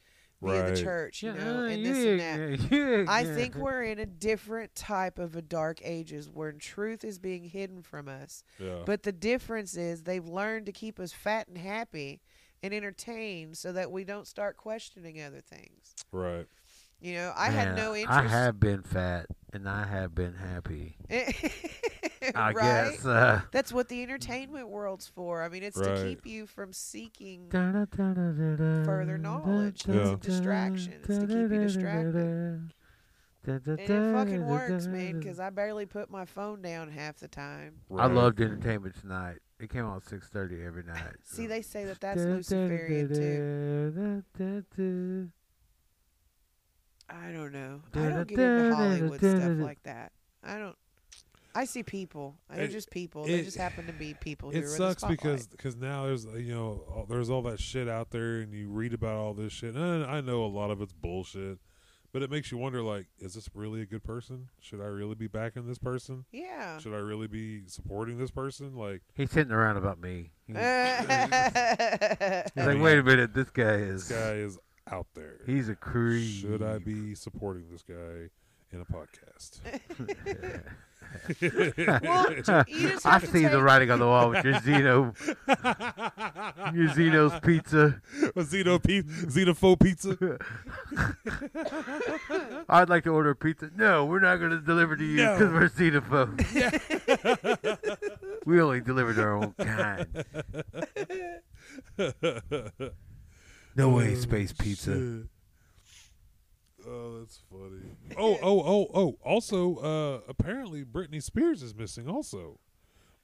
D: via
C: Right.
D: the church, you
B: Yeah,
D: know,
B: uh,
D: and this
B: yeah,
D: and that.
B: yeah, yeah,
D: I
B: yeah.
D: think we're in a different type of a Dark Ages where truth is being hidden from us.
C: Yeah.
D: But the difference is they've learned to keep us fat and happy and entertained so that we don't start questioning other things.
C: right.
D: You know, I had
B: Man,
D: no interest.
B: I have been fat and I have been happy.
D: (laughs)
B: I
D: right?
B: guess. Uh,
D: That's what the entertainment world's for. I mean, it's
C: Right.
D: to keep you from seeking.
B: further
D: Further knowledge, it's
C: Yeah.
D: a distraction. It's to keep you distracted. And it fucking works, man, because I barely put my phone down half the time.
B: I
C: right.
B: loved Entertainment Tonight. It came out six thirty every night.
D: See, they say that that's Luciferian, too.
B: (laughs) too.
D: I don't know. I don't get into Hollywood stuff like that. I don't. I see people. They're
C: It-
D: just people.
C: it-
D: they just happen to be people who are
C: It
D: in
C: sucks
D: the spotlight.
C: because cause now there's uh, you know all- there's all that shit out there and you read about all this shit and I know a lot of it's bullshit, but it makes you wonder like is this really a good person? Should I really be backing this person?
D: Yeah.
C: Should I really be supporting this person? Like
B: He's sitting around about me. He's, he's
C: I
B: like,
C: mean,
B: wait a minute, this guy is.
C: this guy is out there.
B: He's a creep.
C: Should I
B: (laughs)
C: be supporting this guy in a
D: (laughs)
C: podcast? (laughs) (laughs)
D: well, (laughs) you just
B: I
D: have to
B: see the
D: take-
B: writing on the wall with your Zeno, your Zeno's pizza.
C: A Zeno pe- Xenophobe pizza? (laughs)
B: I'd like to order a pizza. No, we're not going to deliver to you
C: No.
B: because we're
C: (laughs)
B: xenophobes. (laughs) we only deliver to our own
C: (laughs)
B: kind. No way, Oh, space pizza.
C: Shit. Oh, that's funny. Oh, oh, oh, oh. Also, uh, apparently Britney Spears is missing also.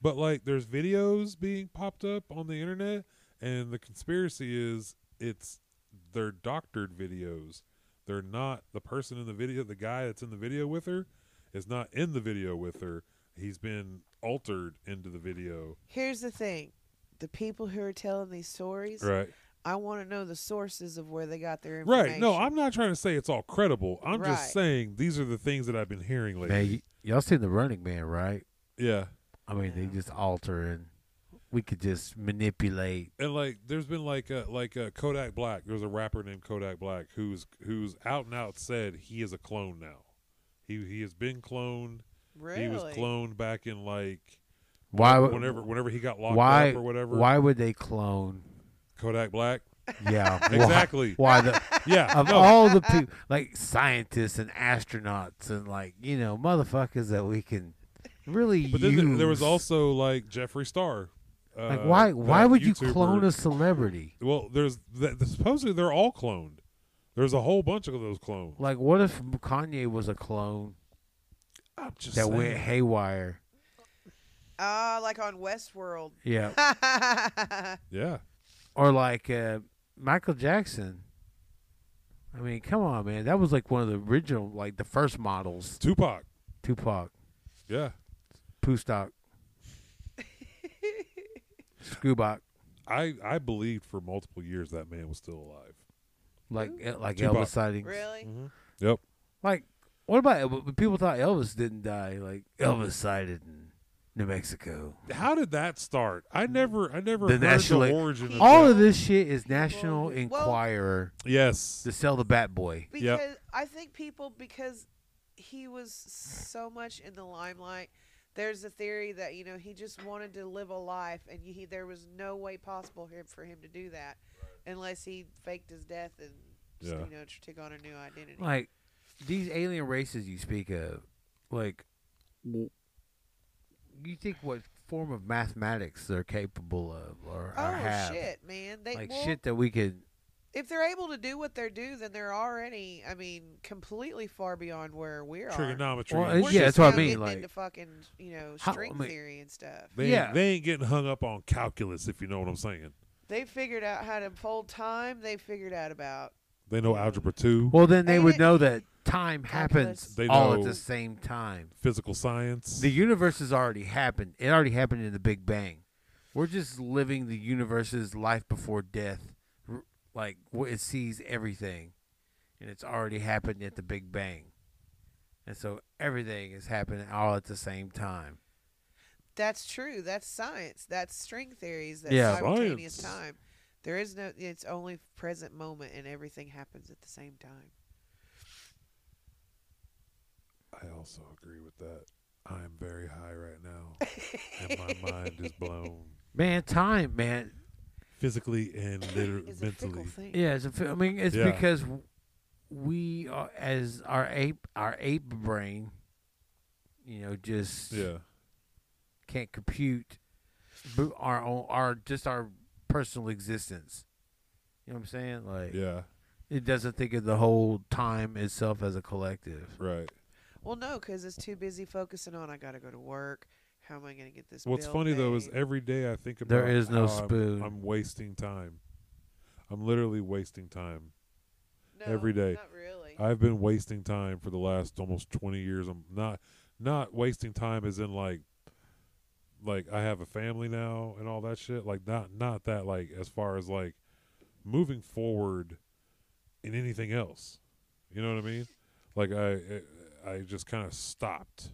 C: But like there's videos being popped up on the internet and the conspiracy is it's they're doctored videos. They're not the person in the video, the guy that's in the video with her is not in the video with her. He's been altered into the video.
D: Here's the thing. The people who are telling these stories,
C: Right.
D: I want to know the sources of where they got their information.
C: Right. No, I'm not trying to say it's all credible. I'm just
D: Right.
C: saying these are the things that I've been hearing lately.
B: Man, y- y'all seen the Running Man, right?
C: Yeah.
B: I mean, they just alter and we could just manipulate.
C: And like there's been like uh like uh Kodak Black, there's a rapper named Kodak Black who's who's out and out said he is a clone now. He he has been cloned.
D: really.
C: He was cloned back in like
B: Why? would-
C: whenever whenever he got locked
B: why?
C: up or whatever.
B: Why would they clone?
C: Kodak Black?
B: Yeah, (laughs)
C: (laughs)
B: why-
C: Exactly.
B: Why, the
C: Yeah.
B: of
C: no,
B: all the people, like scientists and astronauts and like you know motherfuckers that we can really
C: but
B: use.
C: then there- there was also like Jeffree Star. Uh,
B: like why why
C: that
B: would you
C: YouTuber.
B: clone a celebrity?
C: Well, there's th- th- supposedly they're all cloned. There's a whole bunch of those clones.
B: Like what if Kanye was a clone
C: I'm just
B: that
C: saying.
B: went haywire?
D: Ah, like on Westworld. (laughs)
B: Yeah,
C: Yeah.
B: or like uh, Michael Jackson. I mean, come on, man. That was like one of the original, like the first models.
C: Tupac.
B: Tupac,
C: Yeah.
B: Poostock, Screwbach,
C: I I believed for multiple years that man was still alive.
B: like eh, like
C: Tupac.
B: Elvis sightings.
D: really?
B: Mm-hmm.
C: Yep.
B: Like, what about but people thought Elvis didn't die? Like Elvis sighted in New Mexico.
C: How did that start? I never I never
B: The
C: heard
B: national-
C: the origin of
B: All
C: that.
B: of this shit is National
D: Well,
B: Enquirer
C: Yes.
B: to sell the Bat Boy.
D: Because
C: Yep.
D: I think people because he was so much in the limelight. There's a theory that you know he just wanted to live a life, and he, there was no way possible here for him to do that, unless he faked his death and just,
C: Yeah.
D: you know took on a new identity.
B: Like these alien races you speak of, like w- you think what form of mathematics they're capable of or,
D: oh
B: or have?
D: shit, man! They
B: Like
D: well,
B: shit that we could.
D: if they're able to do what they do, then they're already, I mean, completely far beyond where we are.
C: Trigonometry.
B: Well,
D: We're
B: yeah,
D: just
B: that's what I
D: now
B: mean,
D: getting
B: like-
D: into fucking, you know,
B: How- I
D: string
B: mean-
D: theory and stuff.
C: They, ain't-
B: Yeah.
C: they ain't getting hung up on calculus, if you know what I'm saying.
D: They figured out how to fold time. They figured out about
C: They know algebra two,
B: Mm-hmm. Well, then they
D: Ain't
B: would
D: it-
B: know that time happens
D: Calculus.
C: They
B: all
C: know-
B: at the same time.
C: physical science.
B: The universe has already happened. It already happened in the Big Bang. We're just living the universe's life before death. R- Like wh- it sees everything, and it's already happened at the Big Bang, and so everything is happening all at the same time.
D: that's true. That's science. That's string theories. That's
B: Yeah.
D: simultaneous
C: Science.
D: time. There is no. It's only present moment, and everything happens at the same time.
C: I also agree with that. I am very high right now, and my mind is
B: (laughs)
C: blown
B: Man, time, man.
C: physically and literally
D: (laughs) It's a fickle
C: mentally.
D: thing.
B: Yeah, it's a fe- I mean, it's
C: Yeah.
B: because w- we are, as our ape, our ape brain, you know, just
C: Yeah,
B: can't compute bo- our own our just our personal existence. You know what I'm saying? Like
C: yeah,
B: it doesn't think of the whole time itself as a collective.
C: right.
D: Well, no, because it's too busy focusing on. I got to go to work. How am I going to get this?
C: What's
D: bill
C: funny though is
D: paid?"
C: every day I think about
B: There is no
C: how I'm-
B: spoon.
C: I'm, wasting time. I'm literally wasting time.
D: No,
C: e-, every day.
D: Not really.
C: I've been wasting time for the last almost 20 years. I'm not not wasting time as in like like I have a family now and all that shit. Like not not that like as far as like moving forward in anything else. You know what I mean? Like I I I just kind of stopped.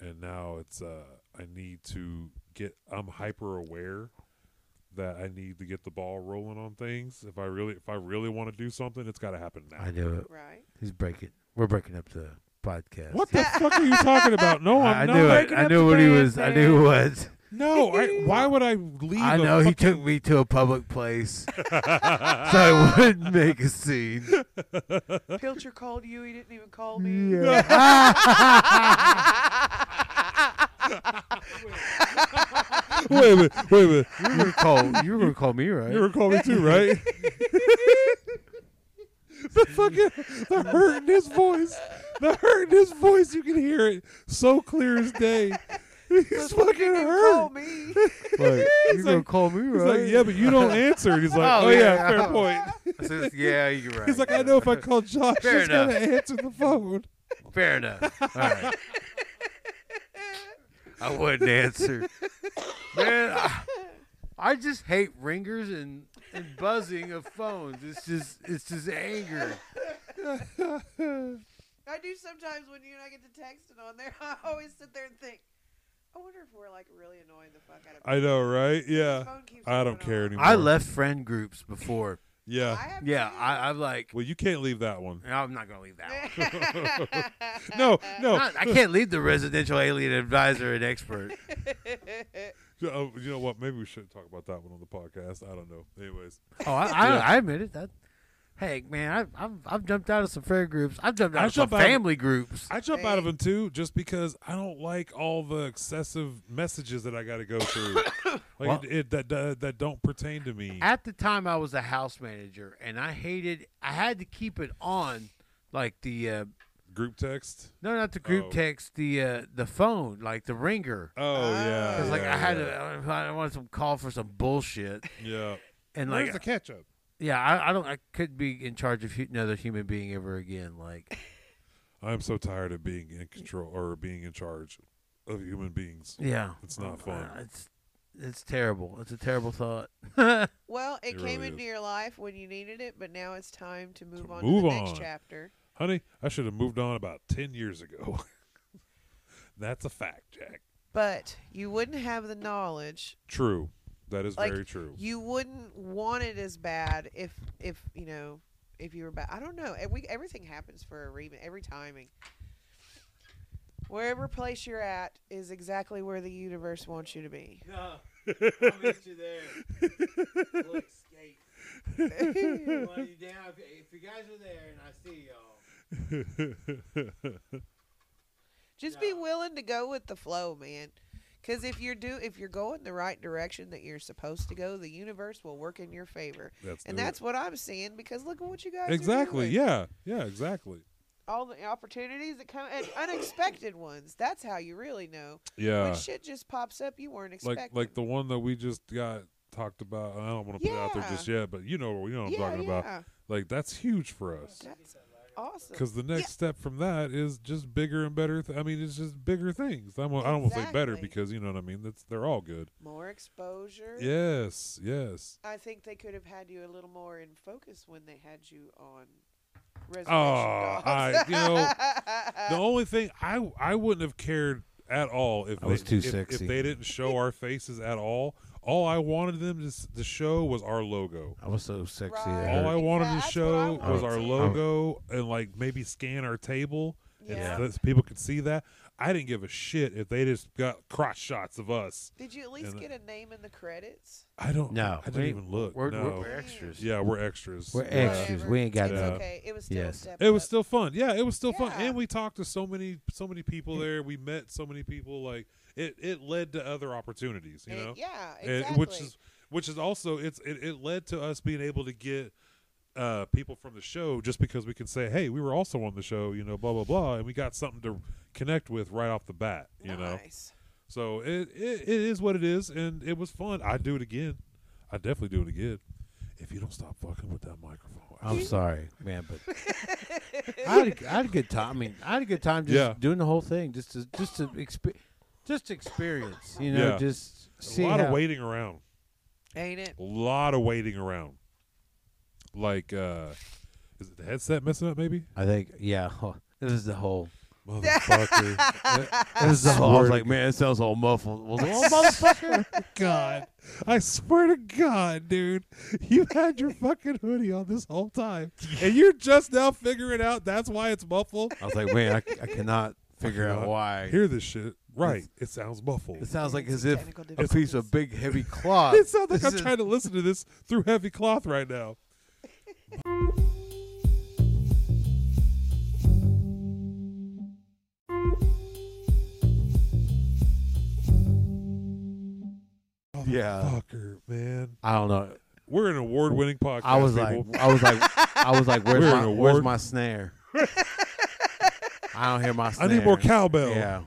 C: And now it's uh I need to get I'm hyper aware that I need to get the ball rolling on things. If I really if I really want to do something, it's got to happen now.
B: I know it.
C: (laughs)
D: right.
B: He's breaking. We're breaking up the podcast.
C: What the fuck are you talking
B: (laughs)
C: about? No,
B: I, I
C: I'm
B: knew
C: not.
B: it. I knew what he was. I knew it was.
C: No, I, why would I leave?
B: I
C: a
B: know he
C: fucking-
B: took me to a public
C: (laughs)
B: place, so I wouldn't make a scene.
D: Pilcher called you. He didn't even call me.
B: Yeah. (laughs)
C: Wait a minute. Wait a minute.
B: (laughs) you were gonna call. You were gonna call me, right?
C: You recall me too,
B: (laughs)
C: right? (laughs) the fucking the hurt in his voice. The hurt in his voice. You can hear it so clear
B: (laughs)
C: as day. He's fucking
D: Didn't call
C: hurt.
D: me.
C: (laughs)
B: like, you
C: He's
B: gonna
C: like-
B: call me,
C: He's
B: right?
C: like, yeah, but
B: (laughs)
C: you don't answer. And he's like,
B: Oh,
C: oh yeah,
B: yeah.
C: fair
B: (laughs)
C: point.
B: I says, yeah, (laughs) you're right.
C: He's like, I know if I call Josh,
B: Fair
C: he's gonna
B: enough.
C: answer the
B: (laughs)
C: phone.
B: Fair (laughs) enough. All right. I wouldn't answer. Man, I, I just hate ringers and, and buzzing of phones. It's just it's just
C: (laughs)
B: anger.
D: (laughs) I do sometimes when you and I get to texting on there. (laughs) I always sit there and think, I wonder if we're like really annoying the fuck out of.
C: I know, right?
D: His
C: Yeah.
D: phone keeps
C: I don't
D: going
C: care
D: off.
C: anymore.
B: I left friend groups before.
D: I
C: Yeah.
D: have
B: Yeah,
D: too.
B: I, I'm like,
C: Well, you can't leave that one.
B: I'm not gonna leave that. (laughs) One.
C: (laughs) No, no.
B: Not- I can't leave the residential alien advisor and expert.
C: Oh, you know what? Maybe we should talk about that one on the podcast. I don't know. Anyways,
B: Oh, I, I, I admit it. That, hey, man, I, I've I've jumped out of some fair groups. I've jumped out
C: I
B: of some
C: jump out of-
B: family groups.
C: I jump out of
D: Hey.
C: them too, just because I don't like all the excessive messages that I got to go (coughs) through, like
B: Well-
C: it, it, that, that that don't pertain to me.
B: At the time, I was a house manager, and I hated. I had to keep it on, like the uh,
C: Group text.
B: no, not the group
C: Oh.
B: text, the uh, the phone, like the ringer.
C: Oh yeah,
B: Because Ah. like
C: yeah,
B: I had
C: yeah.
B: to, I wanted some call for some bullshit,
C: Yeah,
B: and
C: where's
B: like
C: the ketchup?
B: yeah, I, I don't, I could be in charge of hu- another human being ever again.
C: (laughs)
B: Like
C: I'm so tired of being in control or being in charge of human beings.
B: yeah,
C: It's not fun.
B: Uh, it's it's terrible. It's a terrible thought.
D: (laughs)
B: (laughs)
D: Well, it,
C: It
D: came
C: really
D: into your life when you needed it, but now it's time to move on
C: move
D: to the next
C: on.
D: chapter.
C: Honey, I should have moved on about 10 years ago. (laughs) That's a fact, Jack.
D: But you wouldn't have the knowledge.
C: True. That is
D: Like,
C: very true.
D: You wouldn't want it as bad if if you know if you were bad. I don't know. And we everything happens for a reason. Every timing. Wherever place you're at is exactly where the universe wants you to be. (laughs)
B: No, I'll meet you (laughs) there. We'll escape.
D: Ooh.
B: Well, you down, if, if you guys are there and I see y'all.
D: Just be
B: Yeah.
D: willing to go with the flow, man. Because if you're do if you're going the right direction that you're supposed to go, the universe will work in your favor.
C: Let's
D: And
C: do
D: that's
C: it.
D: what I'm seeing because look at what you guys are
C: exactly.
D: doing.
C: Yeah. Yeah, exactly.
D: all the opportunities that come and unexpected ones. That's how you really know when
C: Yeah.
D: shit just pops up you weren't expecting.
C: Like like the one that we just got talked about. I don't want to put it out there
D: Yeah.
C: just yet, but you know, you know what I'm
D: yeah,
C: talking
D: yeah.
C: about. Like that's huge for us.
D: That's awesome.
C: Cuz the next
D: Yeah.
C: step from that is just bigger and better. Th- I mean, it's just bigger things. I'm, I don't want to say better
D: Exactly.
C: because you know what I mean. That's they're all good.
D: More exposure.
C: Yes, yes.
D: I think they could have had you a little more in focus when they had you on. Reservation
C: Oh,
D: Dogs.
C: I- you
D: (laughs)
C: The only thing I I wouldn't have cared at all if
B: I was
C: they,
B: too
C: if,
B: sexy.
C: if they didn't show our faces at all. All I wanted them to, s- to show was our logo.
B: I was so sexy.
D: Right.
B: it
C: All Oh, I
B: hurt.
C: wanted to
D: That's what I
C: show was
D: wanted
C: our
D: too.
C: logo and like maybe scan our table
D: Yeah.
C: and so that people could see that. I didn't give a shit if they just got crotch shots of us.
D: Did you at least
C: And- uh,
D: get a name in the credits?
C: I don't.
B: No,
C: I didn't
B: we-
C: even look.
B: we're,
C: no.
B: we're, we're extras.
C: yeah, we're extras.
B: We're
C: Yeah.
B: extras.
D: Whatever.
B: We ain't got
D: it's
C: no-
D: okay. It was still
B: Yes.
D: a step
C: It was
D: up.
C: still fun. Yeah, it was still fun.
D: Yeah.
C: And we talked to so many so many people there. We met so many people like it it led to other opportunities, you
D: It-
C: know?
D: yeah, exactly.
C: And- which is which is also it's it, it led to us being able to get uh people from the show just because we can say, "Hey, we were also on the show, you know, blah blah blah," and we got something to connect with right off the bat, you know.
D: Nice.
C: So it, it it is what it is and it was fun. I'd do it again. I definitely do it again. If you don't stop fucking with that microphone.
B: I'm sorry, man, (laughs) but I had, a, I had a good time. I mean, I had a good time just
C: Yeah.
B: doing the whole thing, just to just to expe- just to experience, you know,
C: Yeah.
B: just see
C: a lot
B: how,
C: of waiting around.
D: Ain't it?
C: a lot of waiting around. Like, uh, is it the headset messing up? Maybe.
B: I think, yeah, (laughs) huh, this is the whole. (laughs)
C: Motherfucker!
B: This is the whole. I
C: swear
B: was
C: to
B: like, man, it sounds all muffled. I
C: (laughs)
B: was like, oh, motherfucker!
C: God, I swear to God, dude, you had your fucking hoodie on this whole time, and you're just now figuring out that's why it's muffled.
B: I was like, man, I, c- I cannot figure out
C: cannot
B: why.
C: Hear this shit? Right? It sounds
B: it
C: muffled.
B: sounds like as if
D: Technical
B: a piece of
D: difficulties.
B: big heavy cloth.
C: (laughs) It sounds like
B: This
C: I'm
B: is-
C: trying to listen to this through heavy cloth right now.
B: Yeah,
C: Fucker, man.
B: I don't know.
C: We're an award-winning podcast.
B: I was
C: people.
B: like, I was like, I was like, where's
C: (laughs) We're
B: my
C: an
B: where's
C: award-
B: my snare? (laughs) I don't hear my
C: I
B: snare.
C: need more cowbell.
B: Yeah.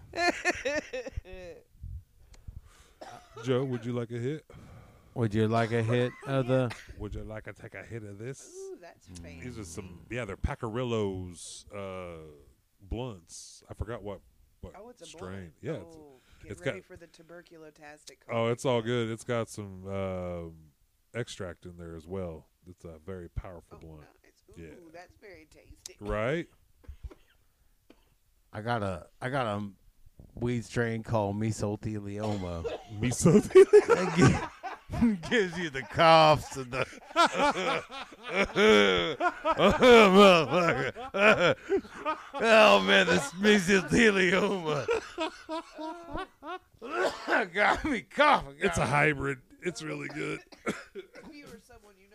C: Joe, would you like a hit?
B: Would you like a hit of the?
C: Would you like to take a hit of this?
D: (laughs) Ooh, that's
B: Mm.
D: fancy.
C: These are some, yeah, they're Pacarillos uh, blunts. I forgot what, what
D: Oh, it's a
C: strain.
D: blunt.
C: Yeah, it's,
D: Oh, get
C: it's got-
D: ready for the tuberculotastic.
C: oh,
D: cold.
C: it's all good. It's got some um extract in there as well. It's a very powerful
D: Oh,
C: blunt,
D: nice. Ooh,
C: Yeah.
D: that's very tasty. (laughs)
C: right?
B: I got a I got a weed strain called mesothelioma. (laughs)
C: Mesothelioma.
B: That gi- (laughs) Gives you the coughs and the (laughs) motherfucker. oh man, (laughs) this mesothelioma got me coughing.
C: It's a hybrid. It's really good.
D: If you or someone you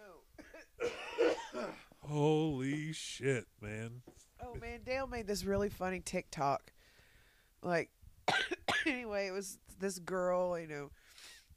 D: know.
C: Holy shit, man.
D: Oh man, Dale made this really funny TikTok. Like, (coughs) anyway, it was this girl. You know,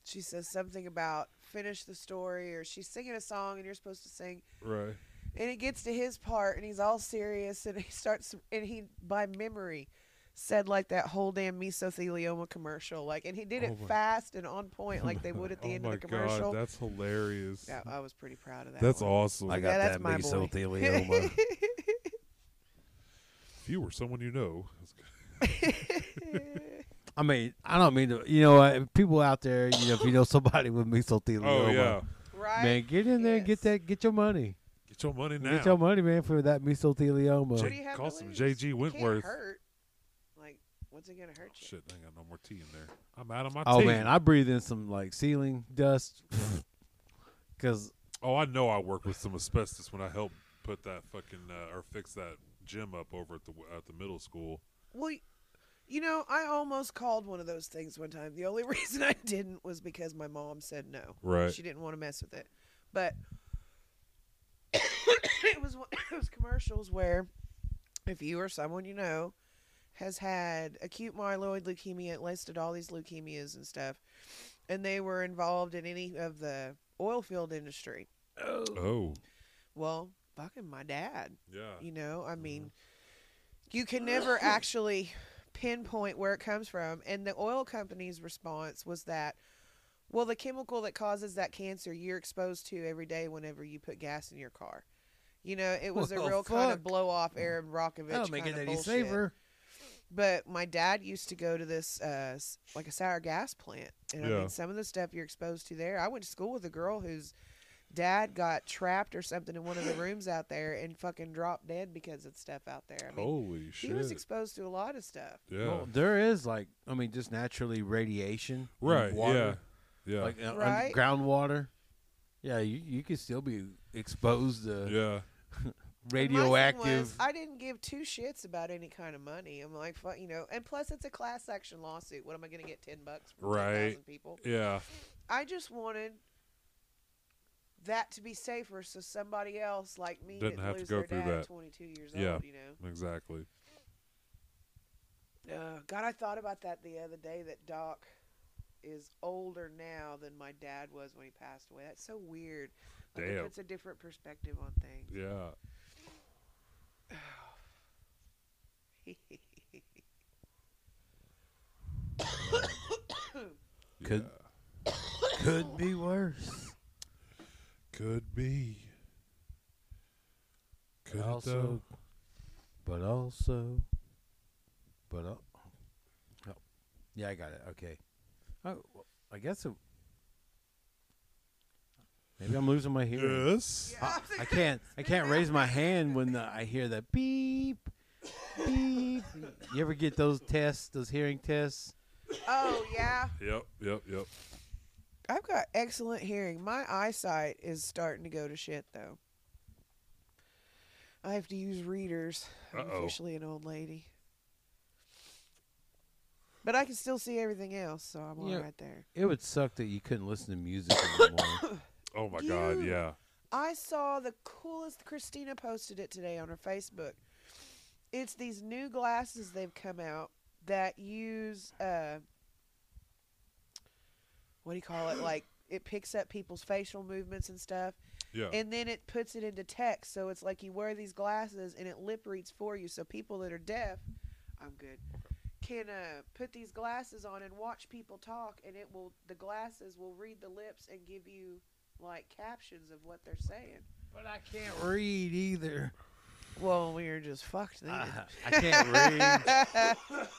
D: she says something about finish the story, or she's singing a song, and you're supposed to sing.
C: Right.
D: And it gets to his part, and he's all serious, and (laughs) he starts, and he by memory said like that whole damn mesothelioma commercial, like, and he did
C: Oh
D: it
C: my-
D: fast and on point, like they would at the
C: (laughs) oh
D: end
C: my
D: of the commercial.
C: god, that's hilarious.
D: yeah, I was pretty proud of that.
C: that's
D: one.
C: awesome.
B: I got
D: Yeah, that's
B: that
D: my boy.
B: mesothelioma.
C: if you were someone you know,
B: I mean, I don't mean to. You know, uh, people out there, you know, if you know somebody with mesothelioma,
C: oh yeah,
D: (laughs) right?
B: man, get in there, and get
D: Yes.
B: that, get your money,
C: get your money now.
B: get your money, man, for that mesothelioma.
D: What
C: Jake-
D: do you have
C: Call
D: to
C: some
D: lose?
C: JG
D: It can't
C: Wentworth.
D: hurt. Like, what's it gonna hurt you?
C: Shit, I ain't got no more tea in there. I'm out of my
B: Oh
C: tea.
B: man, I breathe in some like ceiling dust (sighs) because
C: oh, I know I worked with some asbestos when I helped put that fucking uh, or fix that gym up over at the at the middle school.
D: Well, y- you know, I almost called one of those things one time. The only (laughs) reason I didn't was because my mom said no.
C: Right.
D: She didn't want to mess with it. But (coughs) it was one (coughs) of those commercials where if you or someone you know has had acute myeloid leukemia, it listed all these leukemias and stuff, and they were involved in any of the oil field industry.
C: Oh
D: Well, fucking my dad.
C: yeah,
D: You know,
B: Mm-hmm.
D: I mean, you can never actually pinpoint where it comes from. And the oil company's response was that, well, the chemical that causes that cancer you're exposed to every day whenever you put gas in your car. You know, it was
B: Well,
D: a real kind
B: fuck.
D: of blow off Aaron Brockovich.
B: that'll make it
D: kind of
B: any
D: bullshit.
B: safer.
D: But my dad used to go to this, uh, s- like a sour gas plant. And I
C: Yeah.
D: mean, some of the stuff you're exposed to there. I went to school with a girl whose dad got trapped or something in one
C: (laughs)
D: of the rooms out there and fucking dropped dead because of stuff out there. I mean,
C: holy
D: he
C: shit.
D: was exposed to a lot of stuff.
C: yeah,
B: Well, there is like, I mean, just naturally radiation, in
C: right.
B: Water,
C: Yeah, yeah,
B: like uh,
D: Right.
B: under- groundwater. Yeah, you you could still be exposed
D: uh,
B: to
C: yeah.
D: And my thing
B: radioactive.
D: was, I didn't give two shits about any kind of money. I'm like, fuck, you know. And plus, it's a class action lawsuit. What am I going to get? Ten bucks from
C: Right.
D: 10,000 people.
C: Yeah,
D: I just wanted that to be safer, so somebody else like me
C: Didn't
D: didn't,
C: have to
D: lose
C: go
D: their
C: through
D: dad
C: that.
D: at 22 years
C: Yeah.
D: old. You know.
C: exactly.
D: Uh, God, I thought about that the other day. That Doc is older now than my dad was when he passed away. That's so weird. Like
C: Damn.
D: It puts a different perspective on things.
C: Yeah.
B: Could-
C: yeah.
B: Could be worse.
C: Could be. Could it
B: also,
C: though?
B: but also, but al- oh, yeah, I got it. Okay. Oh, well, I guess it. Maybe I'm losing my hearing.
C: Yes.
D: Yeah.
B: I can't. I can't raise my hand when the, I hear the beep, beep. You ever get those tests, those hearing tests?
D: (laughs) Oh yeah,
C: Yep. Yep. Yep.
D: I've got excellent hearing. My eyesight is starting to go to shit though. I have to use readers. I'm
C: Uh-oh.
D: officially an old lady. But I can still see everything else, so I'm all
B: Yeah.
D: right there.
B: It would suck that you couldn't listen to music anymore.
C: Oh my God.
D: You-
C: Yeah.
D: I saw the coolest. Christina posted it today on her Facebook. It's these new glasses they've come out that use uh, what do you call it? Like it picks up people's facial movements and stuff,
C: Yeah.
D: and then it puts it into text. So it's like you wear these glasses and it lip reads for you. So people that are deaf, I'm good, can uh, put these glasses on and watch people talk, and it will the glasses will read the lips and give you like captions of what they're saying.
B: but I can't read either.
D: Well, we are just fucked then.
B: I, (laughs) I can't read.
D: (laughs)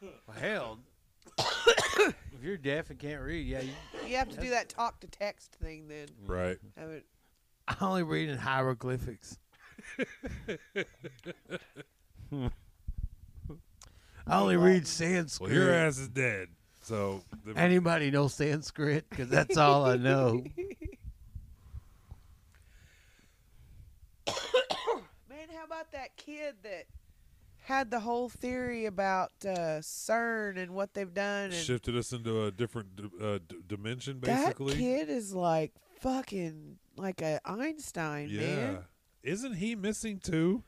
B: Well, hell, (coughs) if you're deaf and can't read, yeah, you,
D: you have to do that talk to text thing then.
C: right.
D: Have it-
B: I only read in hieroglyphics. I only read Sanskrit.
C: Well, your ass is dead. So the,
B: Anybody know Sanskrit? Because that's all I (laughs) know.
D: Man, how about that kid that had the whole theory about uh, CERN and what they've done? And
C: shifted us into a different d- uh, d- dimension,
D: that
C: basically.
D: kid is like fucking like a Einstein,
C: yeah.
D: man.
C: Isn't he missing too?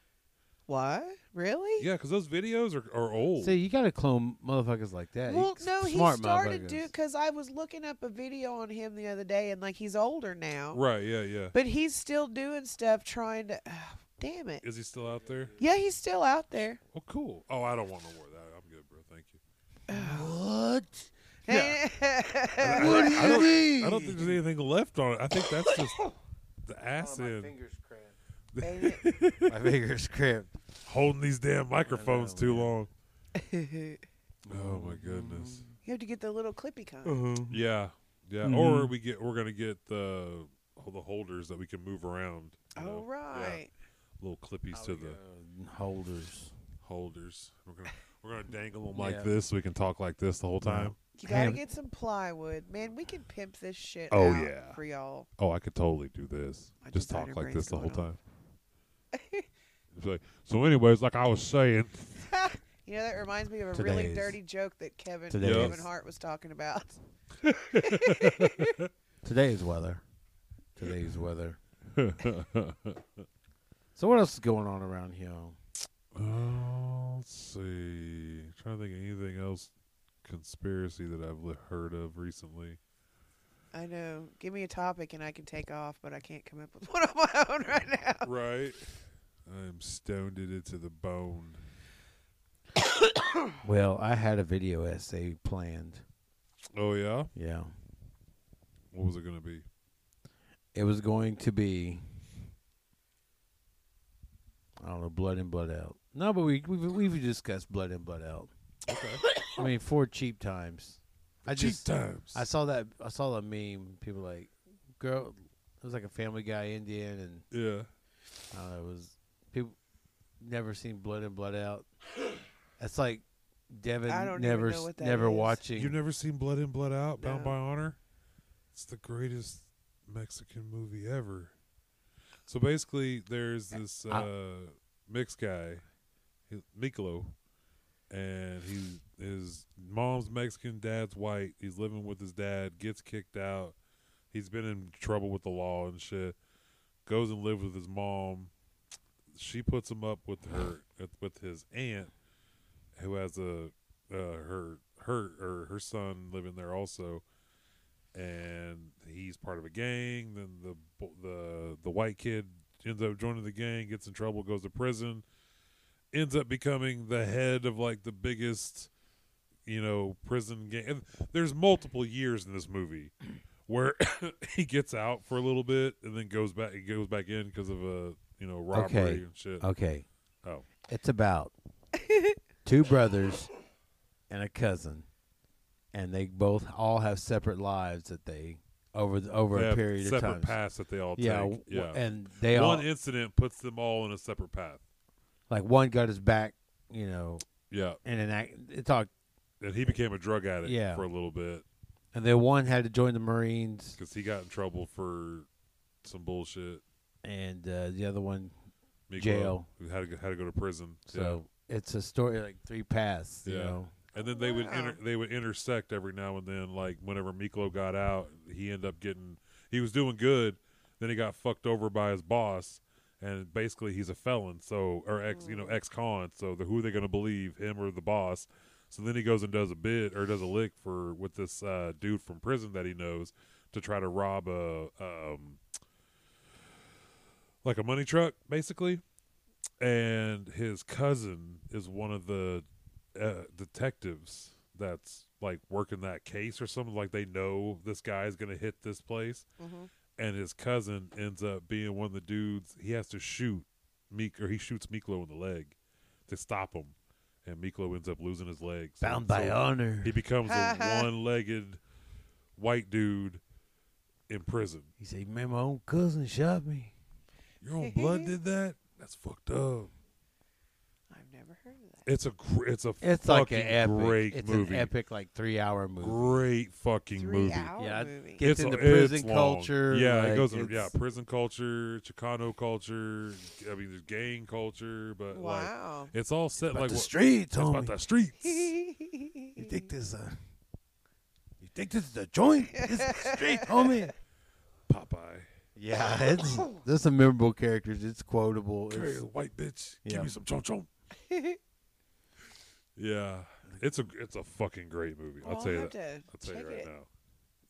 D: What? Really?
C: Yeah, because those videos are, are old.
B: See, you got to clone motherfuckers like that.
D: Well,
B: You-
D: no, he
B: smart
D: started
B: motherfuckers.
D: dude because I was looking up a video on him the other day, and like he's older now,
C: right? Yeah, yeah.
D: but he's still doing stuff trying to. (sighs) damn it!
C: Is he still out there?
D: Yeah, he's still out there.
C: Oh, cool. Oh, I don't want to wear that. I'm good, bro. Thank you.
B: What?
D: (laughs)
C: Yeah. I-
B: What do you
C: I don't-
B: mean?
C: I don't think there's anything left on it. I think that's
D: (laughs)
C: just the acid
B: cramped.
C: (laughs)
D: Ain't
B: My fingers (laughs) cramped.
C: holding these damn microphones too long.
D: it?
C: Oh my
D: Mm-hmm.
C: goodness.
D: You have to get the little clippy kind.
B: Oh,
C: Yeah, yeah. Or we get we're gonna get the all the holders that we can move around. you know?
D: All right.
C: Yeah. Little
D: Oh,
C: clippies to the
B: holders.
C: holders. We're gonna we're gonna dangle them like
B: Yeah.
C: this so we can talk like this the whole time.
D: You gotta
B: Ham-
D: get some plywood, man. We can pimp this shit.
C: Oh,
D: out
C: yeah.
D: for y'all.
C: Oh, I could totally do this.
D: My
C: Just talk
D: designer
C: like
D: brain's
C: this the whole
D: going
C: time. (laughs) It's like, so, anyways, like I
B: (laughs)
C: was saying,
D: You know that reminds me of a really
B: Today's-
D: dirty joke that Kevin
B: Today's-
D: Kevin Hart was talking about. (laughs)
B: Today's weather. Today's weather. (laughs) So what else is going on around here?
C: Uh, let's see. trying to think of anything else conspiracy that I've li- heard of recently.
B: (laughs)
D: I know. Give me a topic and I can take off, but I can't come up with (laughs) one on my own right now.
C: Right. I'm stoned it to the bone.
B: Well, I had a video essay planned.
C: Oh yeah.
B: Yeah.
C: What was it gonna be?
B: It was going to be I don't know, blood in, blood out. No, but we we've, we've discussed blood in, blood out.
C: (coughs) Okay.
B: I mean, four cheap times. I
C: Cheap
B: just
C: times.
B: I saw that I saw a meme. People like, girl, it was like a Family Guy Indian, and
C: yeah.
B: I don't know, Uh, it was people never seen Blood in Blood Out. That's like Devin
D: I don't even
B: never
D: know
B: s-
D: what that
B: never
D: is.
B: watching.
C: You've never seen Blood in Blood Out, Bound
D: No.
C: by Honor? It's the greatest Mexican movie ever. So basically, there's this
B: I-
C: uh, mixed guy, he- Miklo, and he his mom's Mexican, dad's white. He's living with his dad, gets kicked out. He's been in trouble with the law and shit. Goes and lives with his mom. She puts him up with her with his aunt, who has a uh, her her or her son living there also, and he's part of a gang. Then the bo- the the white kid ends up joining the gang, gets in trouble, goes to prison, ends up becoming the head of like the biggest, you know, prison gang. And There's multiple years in this movie (coughs) where he gets out for a little bit and then goes back. He goes back in because of a you know robbery
B: Okay.
C: and shit.
B: Okay,
C: Oh,
B: it's
D: (laughs)
B: about two brothers and a cousin, and they both all have separate lives that they over the, over
C: They
B: a
C: have
B: period of
C: separate
B: time.
C: paths that they all
B: yeah,
C: take.
B: w-
C: Yeah,
B: and they
C: one
B: all
C: incident puts them all in a separate path.
B: like one got his back, you know,
C: Yeah,
B: and an act, it's all
C: and he became a drug addict
B: Yeah.
C: for a little bit
B: and then one had to join the Marines,
C: because he got in trouble for some bullshit.
B: and uh, the other one.
C: Miguel,
B: Jail.
C: who had to go, had to go to prison.
B: So it's a story like three paths, you
C: Yeah.
B: know.
C: yeah. and then they would
D: Wow.
C: inter- they would intersect every now and then. Like whenever Miklo got out, he ended up getting he was doing good. Then he got fucked over by his boss, and basically he's a felon. So or ex you know ex con. So the, who are they going to believe him or the boss? So then he goes and does a bit or does a lick for with this uh, dude from prison that he knows to try to rob a um, like a money truck basically. And his cousin is one of the uh, detectives that's like working that case or something. Like they know this guy is going to hit this place
B: Mm-hmm.
D: hmm
C: and his cousin ends up being one of the dudes he has to shoot Meek or he shoots Miklo in the leg to stop him, and Miklo ends up losing his leg. So-
B: Bound by
C: so
B: honor.
C: he becomes
D: (laughs)
C: a one-legged white dude in prison.
B: He said, "Man, my own cousin shot me."
C: Your own blood did that? That's fucked up.
D: I've never heard of that.
C: It's a gr- it's a
B: It's like
C: fucking
B: an epic,
C: great
B: it's
C: movie.
B: an epic like three hour movie.
C: Great fucking
D: Three
C: movie.
D: hour
B: Yeah, I-
D: movie.
B: get- It's
C: a-
B: into prison
C: long.
B: culture,
C: Yeah,
B: like,
C: it goes. Into, yeah,
B: it's-
C: prison culture, Chicano culture. I mean, there's gang culture, but like
D: wow.
C: it's all set
B: About
C: like
B: the
C: what-
B: streets,
C: It's about
B: homie.
C: the
D: (laughs)
C: streets.
B: you think this uh, you think this is a joint? This is the (laughs) street, homie.
C: (laughs) Popeye.
B: Yeah, it's there's some memorable characters. It's quotable.
C: Come
B: It's,
C: here, white bitch.
B: Yeah.
C: Give me some chon chon. (laughs) yeah, it's a it's a fucking great movie. I'll
D: Well,
C: tell you
D: have
C: that.
D: to
C: I'll tell
D: check
C: you right
D: it.
C: now.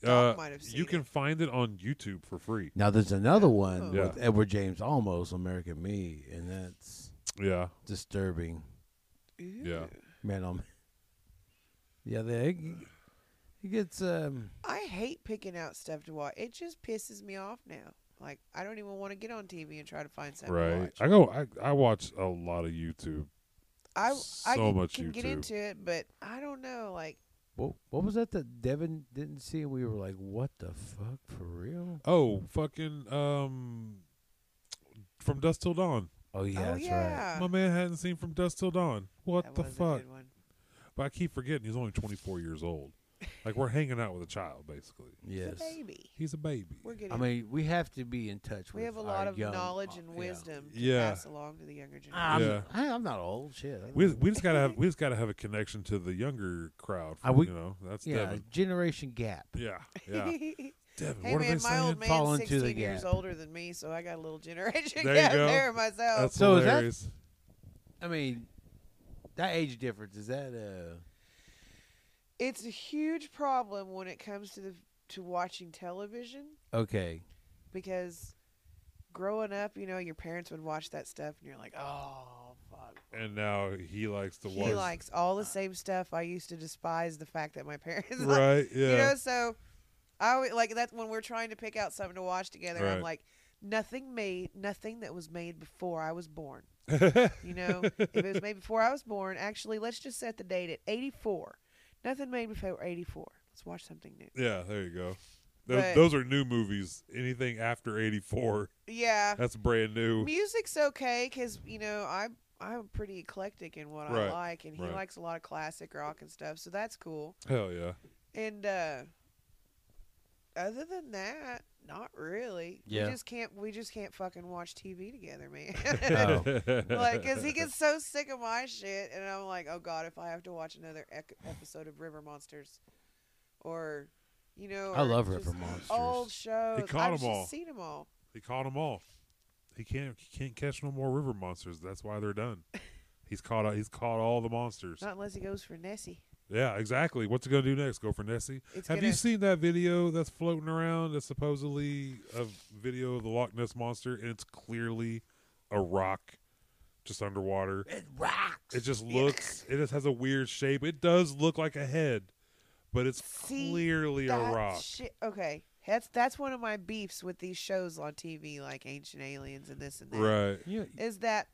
D: Doc
C: Uh,
D: might have seen
C: you can
D: it.
C: find it on YouTube for free.
B: now there's another one
C: Yeah.
B: with Edward James Almost American Me, and that's
C: Yeah,
B: disturbing.
C: yeah.
D: Ooh.
B: Man, I'm (laughs) yeah. They it gets um.
D: I hate picking out stuff to watch. It just pisses me off now. Like I don't even want to get on TV and try to find something
C: right.
D: to watch.
C: I go. I I watch a lot of YouTube.
D: I I
C: so
D: can,
C: much
D: can get
C: YouTube.
D: into it, but I don't know. Like
B: What, what was that that Devin didn't see? And we were like, "What the fuck for real?"
C: Oh, fucking um, from dusk till dawn.
B: Oh yeah,
D: oh
B: that's right.
D: yeah,
C: My man hadn't seen from dusk till dawn. What
D: that
C: the
D: was A
C: fuck?
D: good one.
C: But I keep forgetting he's only 24 years old. Like we're hanging out with a child, basically.
D: It's a
B: Yes.
D: baby.
C: He's a baby.
D: We're getting.
B: I mean, we have to be in touch with.
D: we have a
B: our
D: lot of
B: young-
D: knowledge
B: uh,
D: and
B: yeah.
D: wisdom to
C: Yeah. Um,
D: pass along to the younger generation.
B: I'm,
C: Yeah.
B: I, am not old. Shit.
C: We, we just gotta have we just gotta have a connection to the younger crowd.
B: Are we-
C: you know, that's
B: yeah,
C: Devin.
B: generation gap.
C: Yeah,
D: (laughs)
C: yeah. Devin, what
D: hey
C: are they
D: man, my
C: saying?
D: old
B: Fall
D: man's
B: into the
D: sixteen years
B: gap.
D: older than me, so I got a little generation
C: There you
D: gap
C: go.
D: there myself.
C: that's
B: So is that-
C: hilarious.
B: I mean, that age difference is that uh
D: it's a huge problem when it comes to the to watching television
B: okay?
D: because growing up, you know, your parents would watch that stuff and you're like, "Oh, fuck."
C: and now he likes to watch.
D: He
C: (laughs)
D: likes all the same stuff. I used to despise the fact that my (laughs) parents like-
C: Uh. right? Yeah.
D: You know, so I always, like that's when we're trying to pick out something to watch together. I'm
C: Right.
D: like, nothing made, nothing that was made before I was born. You know, if it was made before I was born, actually, let's just set the date at 84. Nothing made before 84. Let's watch something
C: (laughs)
D: new.
C: yeah. There you go.
D: But-
C: Those, those are new movies. Anything after '84,
D: (laughs) Yeah,
C: that's brand new.
D: music's okay because you know I I'm pretty eclectic in what
C: Right,
D: I like, and he
C: right.
D: likes a lot of classic rock and stuff, so that's cool.
C: Hell
D: (laughs)
C: yeah.
D: And uh other than that, not really.
B: Yeah.
D: We just can't. We just can't fucking watch TV
B: (laughs)
D: together, man. (laughs)
B: Oh.
D: like, cause he gets so sick of my shit, and I'm like, oh god, if I have to watch another ec- episode of River Monsters, or you know,
B: I
D: or
B: love
D: just
B: River Monsters.
D: Old shows.
C: caught
D: I've
C: 'em
D: just
C: all.
D: Seen them all.
C: He caught them all. He can't he can't catch no more river monsters. That's why they're
D: (laughs)
C: done. He's caught all- he's caught all the monsters.
D: Not unless he goes for Nessie.
C: Yeah, exactly. What's he gonna do next? Go for Nessie?
D: It's
C: Have you
D: gonna-
C: seen that video that's floating around? That's supposedly a video of the Loch Ness monster, and it's clearly a rock just underwater.
B: It rocks.
C: It just looks. It just has a weird shape. It does look like a head, but it's
D: See,
C: clearly a
D: That
C: rock.
D: shit- okay, that's that's one of my beefs with these shows on TV, like Ancient Aliens and this and that.
C: Right.
B: You-
D: Is that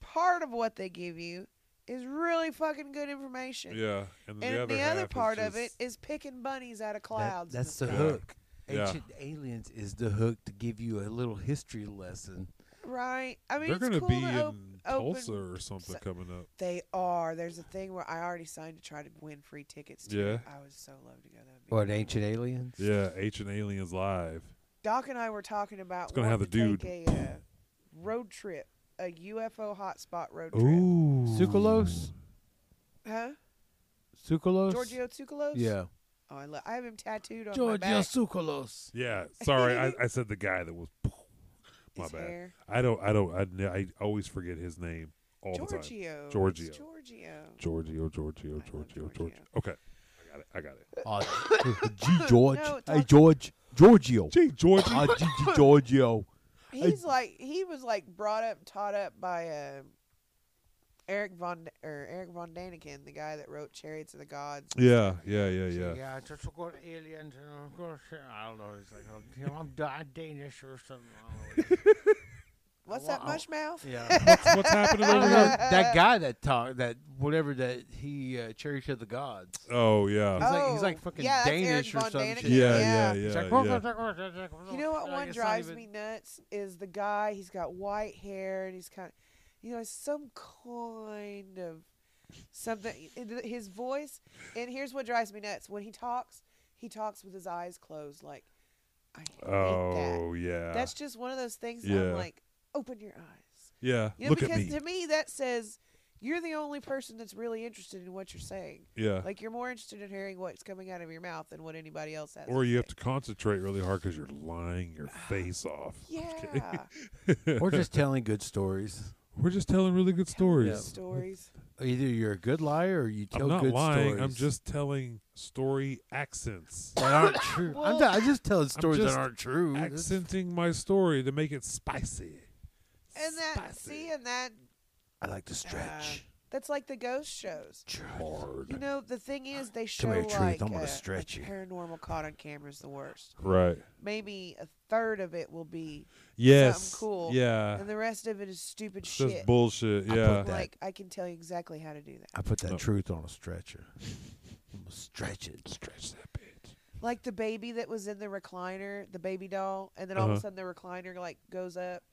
D: part of what they give you is really fucking good information.
C: Yeah. And,
D: And
C: the
D: the
C: other,
D: other,
C: half is
D: part of it
C: just-
D: is picking bunnies out of
B: that,
D: clouds. in
B: that's the
D: sky.
C: Yeah.
B: hook.
C: Yeah.
B: Ancient Aliens is the hook to give you a little history lesson.
D: right. I mean,
C: They're
D: it's
C: gonna
D: cool
C: be
D: to
C: in
D: op- open-
C: Tulsa or something
D: so-
C: coming up.
D: They are. There's a thing where I already signed to try to win free tickets. To it. I would so love to go. That'd be
B: What Ancient Aliens?
C: Yeah, H and Aliens live.
D: Doc and I were talking about
C: It's gonna have
D: wanting
C: the
D: to
C: dude.
D: take a uh, road trip, a UFO hotspot road trip.
C: Ooh,
B: Sukalos.
D: Huh?
B: Sukalos.
D: Giorgio Tsoukalos?
B: Yeah.
D: Oh, I, lo- I have him tattooed on my
B: Giorgio
D: back.
C: (laughs)
B: Sukalos.
C: Yeah, sorry,
D: (laughs)
C: I, I said the guy that was. My
D: his
C: bad.
D: hair.
C: I don't. I don't. I, ne- I always forget his name all the time. oh,
D: Giorgio. It's
C: Giorgio.
D: Giorgio.
C: Giorgio. Giorgio.
D: love
C: Giorgio. Giorgio.
D: Giorgio.
C: Okay, I got it. I got it.
B: (laughs) Uh, G George.
D: No,
B: hey
D: talk-
B: George. Giorgio.
C: Gee, Giorgio.
B: Uh, G (laughs) G Giorgio.
D: He's like he was like brought up, taught up by um Eric von or Eric von Daniken, the guy that wrote Chariots of the Gods.
C: yeah, yeah, yeah, yeah.
B: it's just called aliens. I don't know. It's like, you know, I'm Danish or something.
D: What's
B: Wow.
D: that mush mouth?
B: (laughs) yeah.
C: What's, what's happening
B: I (laughs)
C: over
B: don't know
D: (laughs)
C: there?
B: that guy that talked that whatever that he uh, cherish of the gods.
C: (laughs) Oh yeah.
B: He's like- he's like fucking
D: yeah, that's
B: Danish or
D: Eric von
B: some
D: Daniken.
B: shit.
C: yeah, yeah, yeah,
B: He's like,
C: yeah.
D: You know what one drives me nuts is the guy. He's got white hair and he's kind of, you know, some kind of something his voice and here's what drives me nuts when he talks he talks with his eyes closed like i hate
C: Oh yeah.
D: that that's just one of those things that
C: Yeah.
D: i'm like open your eyes
C: yeah.
D: you know
C: Look at
D: because
C: me.
D: to me that says you're the only person that's really interested in what you're saying
C: yeah.
D: like you're more interested in hearing what's coming out of your mouth than what anybody else has
C: or
D: to
C: you have
D: say.
C: to (laughs) concentrate really hard because you're lying your face off.
D: Ah. (laughs) yeah
B: or just telling good stories.
C: We're just telling really good
B: Yeah.
C: stories.
D: stories
B: Either you're a good liar or you tell
C: I'm not
B: good
C: lying.
B: stories.
C: I'm just telling story accents.
B: that aren't (laughs) true. I'm,
D: Well-
B: t- I'm just telling stories
C: just
B: that aren't true. That's-
C: Accenting my story to make it spicy.
D: and that
C: Spicy.
D: see and that
B: I like to
D: stretch. that's like the ghost shows
C: Hard.
D: You know, the thing is, they show
B: Come here, truth.
D: like
B: I'm gonna
D: uh,
B: stretch
D: like
B: you.
D: paranormal caught on camera is the worst.
C: Right.
D: Maybe a third of it will be,
C: Yes.
D: cool.
C: Yeah.
D: and the rest of it is stupid
C: It's
D: shit.
C: Just bullshit.
B: I put
C: Yeah.
B: that-
D: like I can tell you exactly how to do that.
B: I put that
C: No.
B: truth on a stretcher. I'm gonna (laughs) stretch it. (laughs)
C: Stretch that bitch.
D: Like the baby that was in the recliner, the baby doll, and then all of
C: Uh-huh.
D: a sudden the recliner like goes up.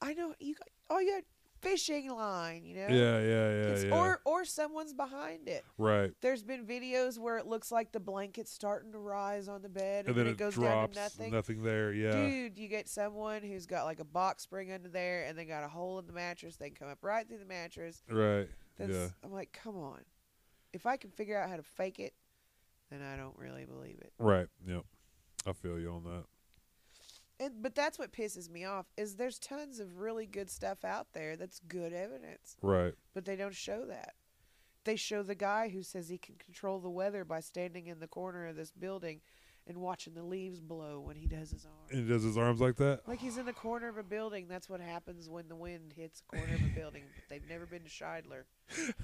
D: I know you. Got, oh, you had fishing line. You know.
C: Yeah. Yeah. Yeah.
D: It's-
C: yeah.
D: Or or someone's behind it.
C: right.
D: There's been videos where it looks like the blanket's starting to rise on the bed, and,
C: And then
D: it goes
C: drops.
D: down to nothing.
C: there. Yeah.
D: Dude, you get someone who's got like a box spring under there and they got a hole in the mattress. They can come up right through the mattress.
C: Right.
D: That's,
C: yeah.
D: I'm like, come on. If I can figure out how to fake it, then I don't really believe it.
C: Right. Yep. I feel you on that.
D: And, but that's what pisses me off is there's tons of really good stuff out there that's good evidence,
C: Right.
D: but they don't show that. They show the guy who says he can control the weather by standing in the corner of this building and watching the leaves blow when he does his arm.
C: And he does his arms like that.
D: Like he's in the corner of a building. That's what happens when the wind hits the corner of a building. They've never been to Scheidler.
B: (laughs)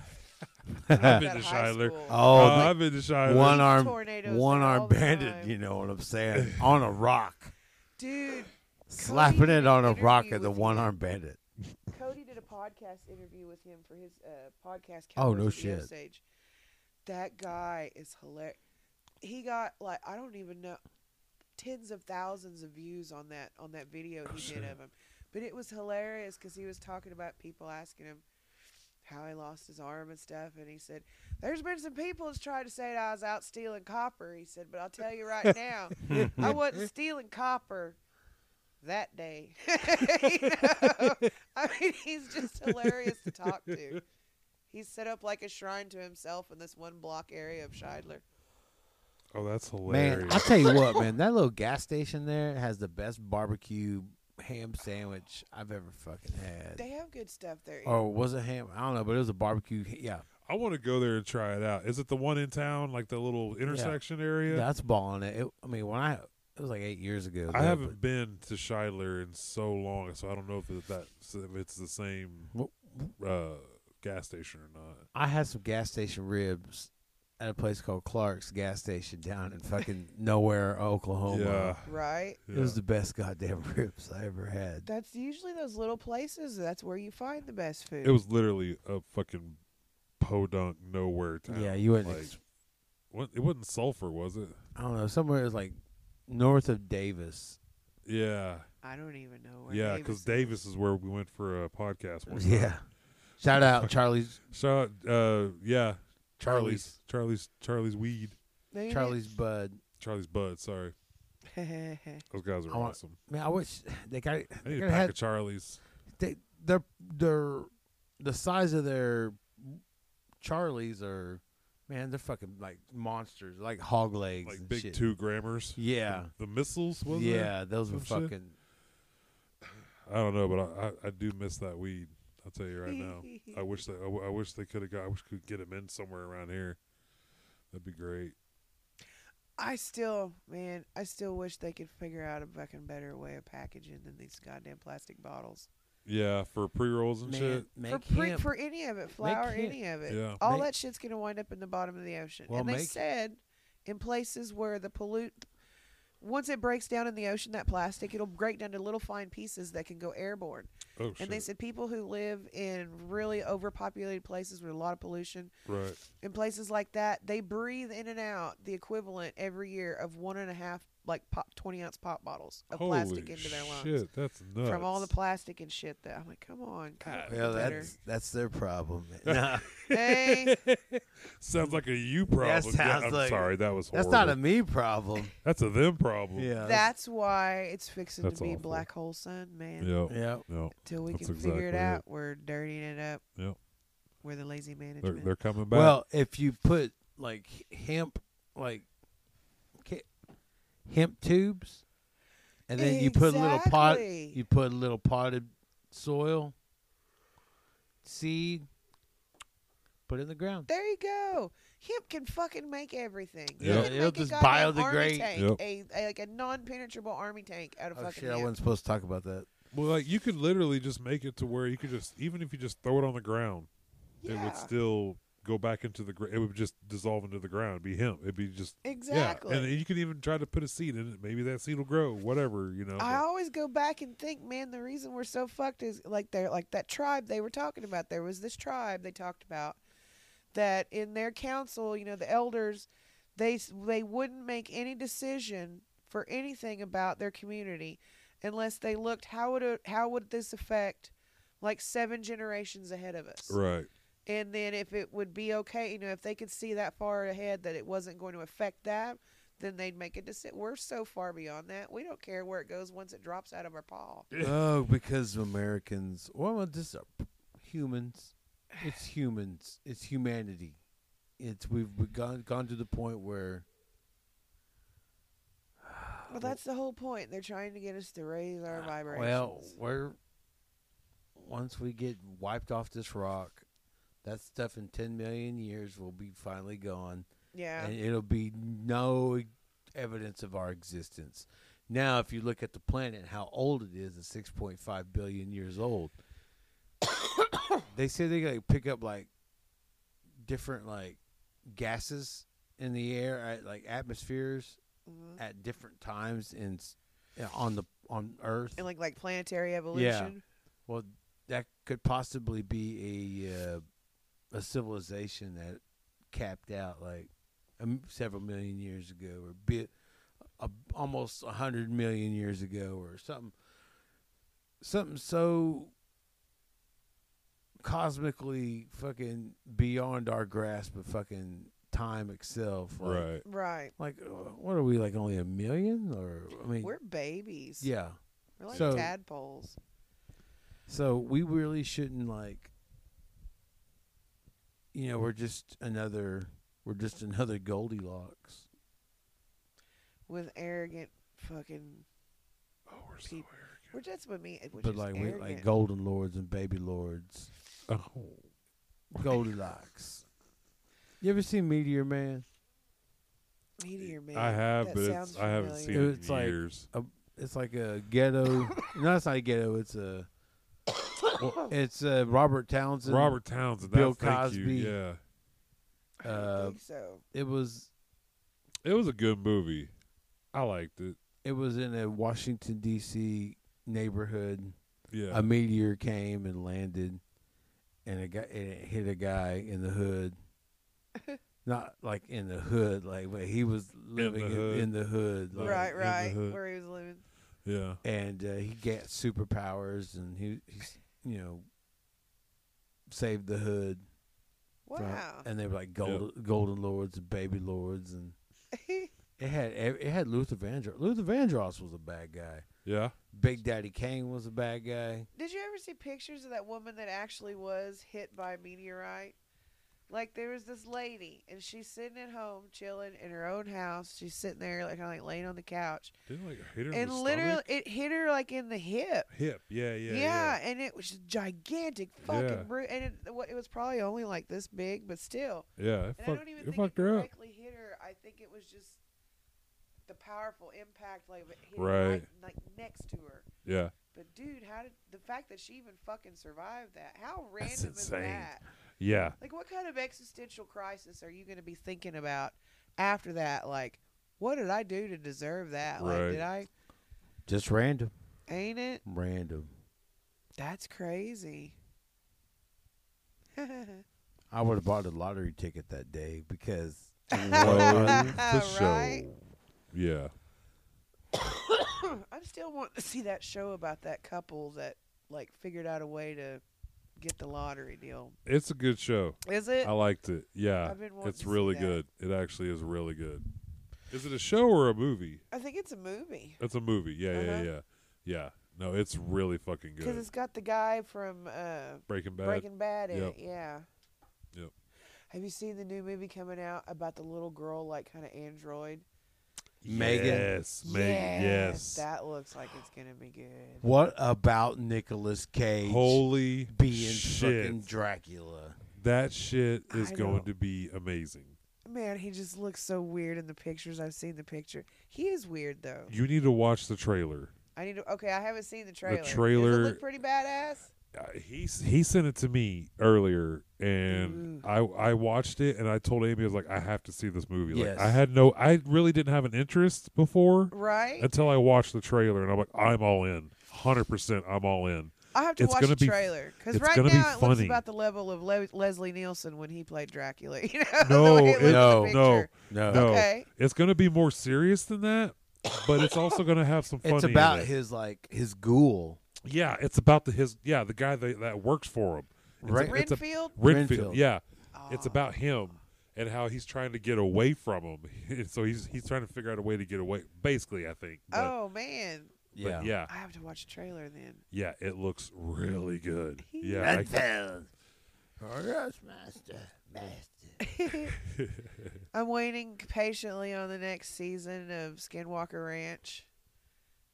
C: I've
D: Out
C: been
D: of
C: to
D: high
C: Shiler.
D: school.
B: Oh, the-
C: Uh, I've been to Shiler. (laughs)
B: one arm,
D: tornadoes
B: one
D: there all
B: arm
D: the
B: bandit.
D: time.
B: You know what I'm saying? (laughs) on a rock,
D: dude,
B: slapping
D: did
B: it
D: an
B: on a
D: interview
B: rock at the
D: with
B: one arm bandit.
D: Cody did a podcast interview with him for his uh, podcast.
B: Oh,
D: Cowboys
B: no
D: of the
B: shit.
D: Osage. That guy is hilarious. He got like I don't even know tens of thousands of views on that on that video
B: Oh,
D: he did of him, but it was hilarious because he was talking about people asking him how he lost his arm and stuff, and he said, "There's been some people that's tried to say that I was out stealing copper." He said, "But I'll tell you
B: (laughs)
D: right now, I wasn't stealing copper." That day, (laughs) You know? I mean, he's just hilarious to talk to. He's set up like a shrine to himself in this one block area of Scheidler.
C: Oh, that's hilarious.
B: Man, I tell you what, man, that little gas station there has the best barbecue ham sandwich I've ever fucking had.
D: They have good stuff there.
C: Oh.
B: Or was it ham? I don't know, but it was a barbecue. Yeah,
C: I want to go there and try it out. Is it the one in town, like the little intersection area?
B: that's balling it. it. I mean, when I it was like eight years ago.
C: I
B: though,
C: haven't been to Shiler in so long, so I don't know if it's that if it's the same
B: Wh-
C: uh, gas station or not.
B: but I had some gas station ribs at a place called Clark's gas station down in
C: (laughs)
B: fucking nowhere, Oklahoma.
C: yeah,
D: Right?
B: Oh, It was
C: yeah.
B: the best goddamn (laughs) ribs I ever had.
D: That's usually those little places. That's where you find the best food.
C: It was literally a fucking podunk nowhere town.
B: Yeah, you wouldn't.
C: Like,
B: ex-
C: wa- it wasn't sulfur, was it?
B: I don't know. Somewhere it was like north of Davis.
C: Yeah,
D: I don't even know where.
C: yeah, because
D: Davis.
C: Davis is where we went for a podcast. One time.
B: Yeah. Shout out
C: (laughs)
B: Charlie's
C: Shout out, uh, yeah,
B: Charlie's
C: Charlie's, Charlie's, Charlie's weed,
D: Maybe- (laughs)
B: Charlie's Bud.
C: Charlie's bud. Sorry, those guys are
B: I want-
C: awesome.
B: Man, I wish they got.
C: I
B: They
C: need a
B: could
C: pack
B: have
C: of Charlie's.
B: they, their their the size of their Charlies are man. They're fucking like monsters, like hog legs,
C: like
B: and
C: big
B: shit.
C: two grammars. (laughs)
B: Yeah,
C: The missiles was it?
B: yeah, those were
C: Some shit?
B: fucking.
C: I don't know, but I, I, I do miss that weed. I'll tell you right
D: (laughs)
C: now. I wish they I, w- I wish they could have got I wish could get them in somewhere around here. That'd be great.
D: I still, man, I still wish they could figure out a fucking better way of packaging than these goddamn plastic bottles.
C: Yeah, for pre rolls and
B: Man,
C: shit.
D: for
B: make
D: pre-
B: him.
D: for any of it, flour,
B: him-
D: any of it,
C: Yeah.
D: all
B: Make-
D: that shit's gonna wind up in the bottom of the ocean.
B: Well,
D: and they
B: make-
D: said, in places where the pollute, once it breaks down in the ocean, that plastic, it'll break down to little fine pieces that can go airborne.
C: Oh shit.
D: And they said people who live in really overpopulated places with a lot of pollution,
C: right.
D: in places like that, they breathe in and out the equivalent every year of one and a half like pop twenty ounce pop bottles of
C: Holy
D: plastic into their lungs
C: shit, that's nuts.
D: from all the plastic and shit. That I'm like, come on, come
C: God.
D: up with
B: Well,
D: better.
B: that's that's their (laughs) problem. Nah,
D: hey,
C: sounds like a you problem. Yeah,
B: sounds
C: I'm
B: like-
C: sorry, that was
B: that's
C: horrible.
B: not a me problem.
C: (laughs) That's a them
B: (laughs)
C: problem.
B: Yeah.
D: that's why it's fixing
C: That's
D: to be
C: awful.
D: black hole sun, man.
C: Yeah.
B: (laughs) yeah.
C: No.
D: Till we
C: That's
D: can figure it
C: exactly it.
D: out, we're dirtying it up.
C: Yep.
D: We're the lazy
C: They're,
D: management.
C: they're coming back.
B: Well, if you put like hemp, like ca- hemp tubes, and then you put a little pot,
D: Exactly.
B: you put a little potted soil, seed, put it in the ground.
D: There you go. Hemp can fucking make everything. You
C: Yeah.
D: can
B: It'll
D: make a
B: just
D: goddamn army
B: biodegrade.
D: tank, a, a like a non-penetrable army tank out of
B: Oh
D: fucking
B: shit! I
D: hemp.
B: wasn't supposed to talk about that.
C: Well, like you could literally just make it to where you could just even if you just throw it on the ground, it
D: Yeah.
C: would still go back into the gr- it would just dissolve into the ground, be him. It'd be just
D: exactly.
C: Yeah. And you could even try to put a seed in it. Maybe that seed will grow, whatever, you know.
D: I always go back and think, man, the reason we're so fucked is like they're like that tribe they were talking about. There was this tribe they talked about that in their council, you know, the elders, they s- they wouldn't make any decision for anything about their community unless they looked how would it, how would this affect like seven generations ahead of us.
C: But- right.
D: And then if it would be okay, you know, if they could see that far ahead that it wasn't going to affect that, then they'd make a decision. We're so far beyond that. We don't care where it goes once it drops out of our paw.
B: oh, because Americans. Well, this are humans.
D: (sighs)
B: It's humans. It's humanity. It's we've, we've gone gone to the point where
D: Well, that's the whole point. They're trying to get us to raise our vibrations.
B: Ah, uh, Well, we're once we get wiped off this rock, that stuff in ten million years will be finally gone,
D: yeah.
B: and it'll be no evidence of our existence. Now, if you look at the planet, and how old it is, it's six point five billion years old. (coughs) they say they like pick up like different like gases in the air, at, like atmospheres
D: Mhm.
B: at different times in s- on the on Earth.
D: And like like planetary evolution.
B: Well, that could possibly be a uh, a civilization that capped out like um, several million years ago, or bit a, almost a hundred million years ago, or something something so cosmically fucking beyond our grasp of fucking time itself. Like,
C: Right.
D: Right.
B: Like, uh, what are we like? Only a million, or I mean,
D: We're babies.
B: yeah.
D: We're like
B: so-
D: tadpoles.
B: So we really shouldn't like you know, we're just another we're just another Goldilocks.
D: With arrogant fucking
C: Oh, we're so
D: People- we're just with me. Which
B: But
D: is
B: like we
D: arrogant.
B: like golden lords and baby lords.
C: arrogant. Oh.
B: Goldilocks. You ever seen Meteor Man?
D: Meteor man.
C: I have,
D: That
C: but
D: sounds
C: it's, I haven't
D: familiar.
C: seen it
B: It's
C: in
B: like-
C: years.
B: It's like a ghetto no, it's not a ghetto, it's a it's uh Robert Townsend.
C: Robert Townsend,
B: Bill
C: that, thank you,
B: Cosby.
C: Yeah,
D: (laughs) I don't
B: uh,
D: think so.
B: it was
C: it was a good movie. I liked it.
B: it was in a Washington DC neighborhood.
C: Yeah,
B: a meteor came and landed, and it got and it hit a guy in the hood. Not like in the hood, like but he was living in in the
C: hood.
B: hood, like,
D: right,
C: in the
D: right.
C: hood.
D: Where he was living.
C: yeah.
B: and uh, he got superpowers, and he he's, you know saved the hood. from-
D: Wow.
B: and they were like gold, golden lords and baby lords, and
D: That's
B: it had ev- it had Luther Vandross. Luther Vandross was a bad guy.
C: Yeah,
B: Big Daddy Kane was a bad guy.
D: (laughs) Did you ever see pictures of that woman that actually was hit by a meteorite? Like there was this lady, and she's sitting at home chilling in her own house. She's sitting there, like kind of like laying on the couch,
C: didn't like hit her in
D: and
C: the
D: literally
C: stomach?
D: it hit her like in the hip.
C: hip. Yeah, yeah,
D: Yeah,
C: yeah.
D: and it was gigantic, fucking
C: Yeah.
D: bruise, and it, what- it was probably only like this big, but still.
C: Yeah, it
D: And I
C: fucked,
D: don't even
C: it
D: think it
C: fucked her up.
D: directly hit her. I think it was just the powerful impact, like of it hitting right,
C: Right.
D: like next to her.
C: Yeah,
D: But dude, how did the fact that she even fucking survived that? How random is
C: insane.
D: that?
C: yeah.
D: Like, what kind of existential crisis are you going to be thinking about after that? Like, what did I do to deserve that? Like, did I?
B: Just random,
D: Ain't it?
B: random.
D: That's crazy. (laughs)
B: I would have bought a lottery ticket that day because
C: Oh,
D: Right?
C: Yeah.
D: (clears throat) I'm still wanting to see that show about that couple that like figured out a way to get the lottery deal.
C: It's a good show.
D: Is (laughs) it?
C: I liked it. Yeah,
D: I've been wanting
C: it's
D: to see
C: really
D: that.
C: good. It actually is really good. Is it a show or a movie?
D: I think it's a movie
C: It's a movie. Yeah, yeah,
D: Uh-huh.
C: yeah, yeah. No, it's really fucking
D: because
C: good.
D: it's got the guy from uh,
C: Breaking Bad.
D: Breaking Bad in
C: Yep.
D: it. Yeah.
C: Yep.
D: Have you seen the new movie coming out about the little girl, like kind of android?
B: Megan.
C: Yes, Megan. Yes.
D: That looks like it's gonna be good.
B: What about Nicolas Cage
C: Holy
B: being
C: shit!
B: fucking Dracula?
C: That shit is
D: I
C: going
D: know.
C: to be amazing.
D: Man, he just looks so weird in the pictures. I've seen the picture. He is weird though.
C: You need to watch the trailer.
D: I need to. Okay, I haven't seen the trailer. Does it
C: trailer-
D: look pretty badass.
C: Uh, he s- he sent it to me earlier,
D: Ooh.
C: and I I watched it, and I told Amy I was like, I have to see this movie. Like
B: Yes.
C: I had no, I really didn't have an interest before
D: Right.
C: until I watched the trailer, and I'm like, I'm all in, hundred percent, I'm all in.
D: I have to
C: it's
D: watch
C: gonna
D: the
C: be-
D: trailer because
C: it's
D: right
C: gonna be
D: now it looks
C: funny.
D: about the level of Le- Leslie Nielsen when he played Dracula. (laughs) You know,
C: No,
D: the way it looks in the
B: no,
C: no.
D: picture.
B: No,
C: No.
D: Okay.
C: It's gonna be more serious than that, but it's also gonna have some funny.
B: (laughs) it's
C: in
B: about
C: it.
B: his like his ghoul.
C: yeah, it's about the his yeah the guy that, that works for him. It's
B: Right.
C: a, it's a,
D: Renfield.
C: Renfield,
B: Renfield.
C: yeah. It's
D: Aw.
C: about him and how he's trying to get away from him. (laughs) And so he's he's trying to figure out a way to get away. Basically, I think. But,
D: Oh man,
C: but
B: Yeah.
C: yeah,
D: I have to watch the trailer then.
C: yeah. It looks really good. Yeah, I-
B: master,
C: (laughs)
D: (laughs) I'm waiting patiently on the next season of Skinwalker Ranch.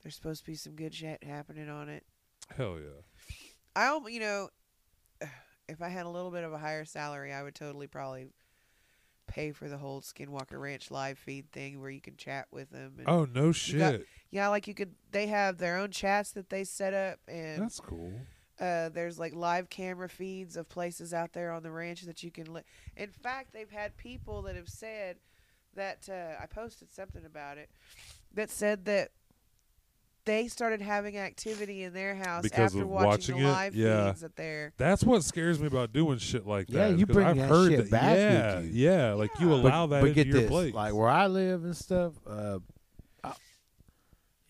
D: There's supposed to be some good shit happening on it.
C: hell yeah.
D: I, al- you know, (sighs) if I had a little bit of a higher salary, I would totally probably pay for the whole Skinwalker Ranch live feed thing where you can chat with them. And,
C: Oh no
D: You got-
C: shit.
D: Yeah, like you could. They have their own chats that they set up, and
C: That's cool.
D: uh, there's like live camera feeds of places out there on the ranch that you can. Li- In fact, they've had people that have said that uh, I posted something about it that said that they started having activity in their house
C: Because
D: after
C: of
D: watching,
C: watching
D: the
C: it?
D: live
C: Yeah.
D: feeds that they're.
C: That's what scares me about doing shit like
B: Yeah,
C: that.
B: you
C: because
B: bring
C: I've
B: that
C: heard
B: shit
C: that,
B: back with
C: yeah,
B: you.
C: Yeah, like you
D: Yeah.
C: allow that
B: but
C: into
B: get
C: your
B: this,
C: place.
B: like where I live and stuff. Uh, I,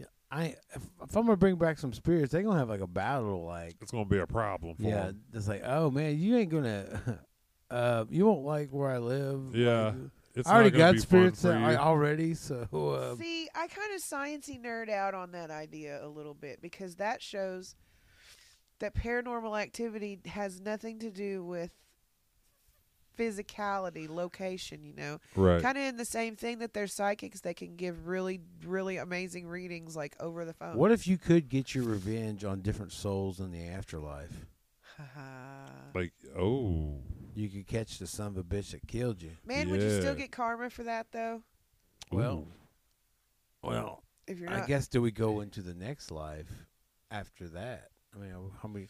B: yeah, I if, if I'm gonna bring back some spirits, they gonna have like a battle. Like,
C: it's gonna be a problem. For
B: yeah,
C: 'em.
B: it's like, oh man, you ain't gonna, (laughs) uh, you won't like where I live.
C: Yeah.
B: Like, uh,
C: It's
B: I already
C: not gonna
B: got
C: be
B: spirits
C: fun
B: that
C: for
B: I,
C: you.
B: already, so (laughs) uh,
D: See, I kind of sciency nerd out on that idea a little bit because that shows that paranormal activity has nothing to do with physicality, location, you know.
C: right.
D: Kind of in the same thing that they're psychics they can give really really amazing readings like over the phone. (laughs)
B: what if you could get your revenge on different souls in the afterlife?
C: like
B: (laughs)
C: oh,
B: You could catch the son of a bitch that killed you.
D: Man, would you still
C: Yeah.
D: get karma for that though?
B: Well,
C: Ooh.
B: well,
D: If you're
B: I
D: not
B: guess do we go into the next life after that? I mean, how many?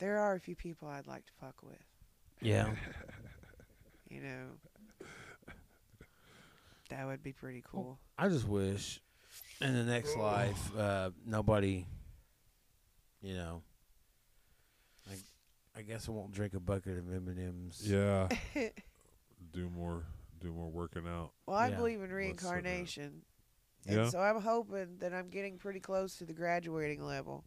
D: there are a few people I'd like to fuck with,
B: Yeah,
D: you
B: (laughs)
D: know. That would be pretty cool.
B: I just wish in the next life uh, nobody, you know, I, I guess I won't drink a bucket of M and M's.
C: yeah. do more, do more working out.
D: Well, I
B: Yeah.
D: believe in
C: that?
D: reincarnation. And
C: Yeah.
D: so I'm hoping that I'm getting pretty close to the graduating level.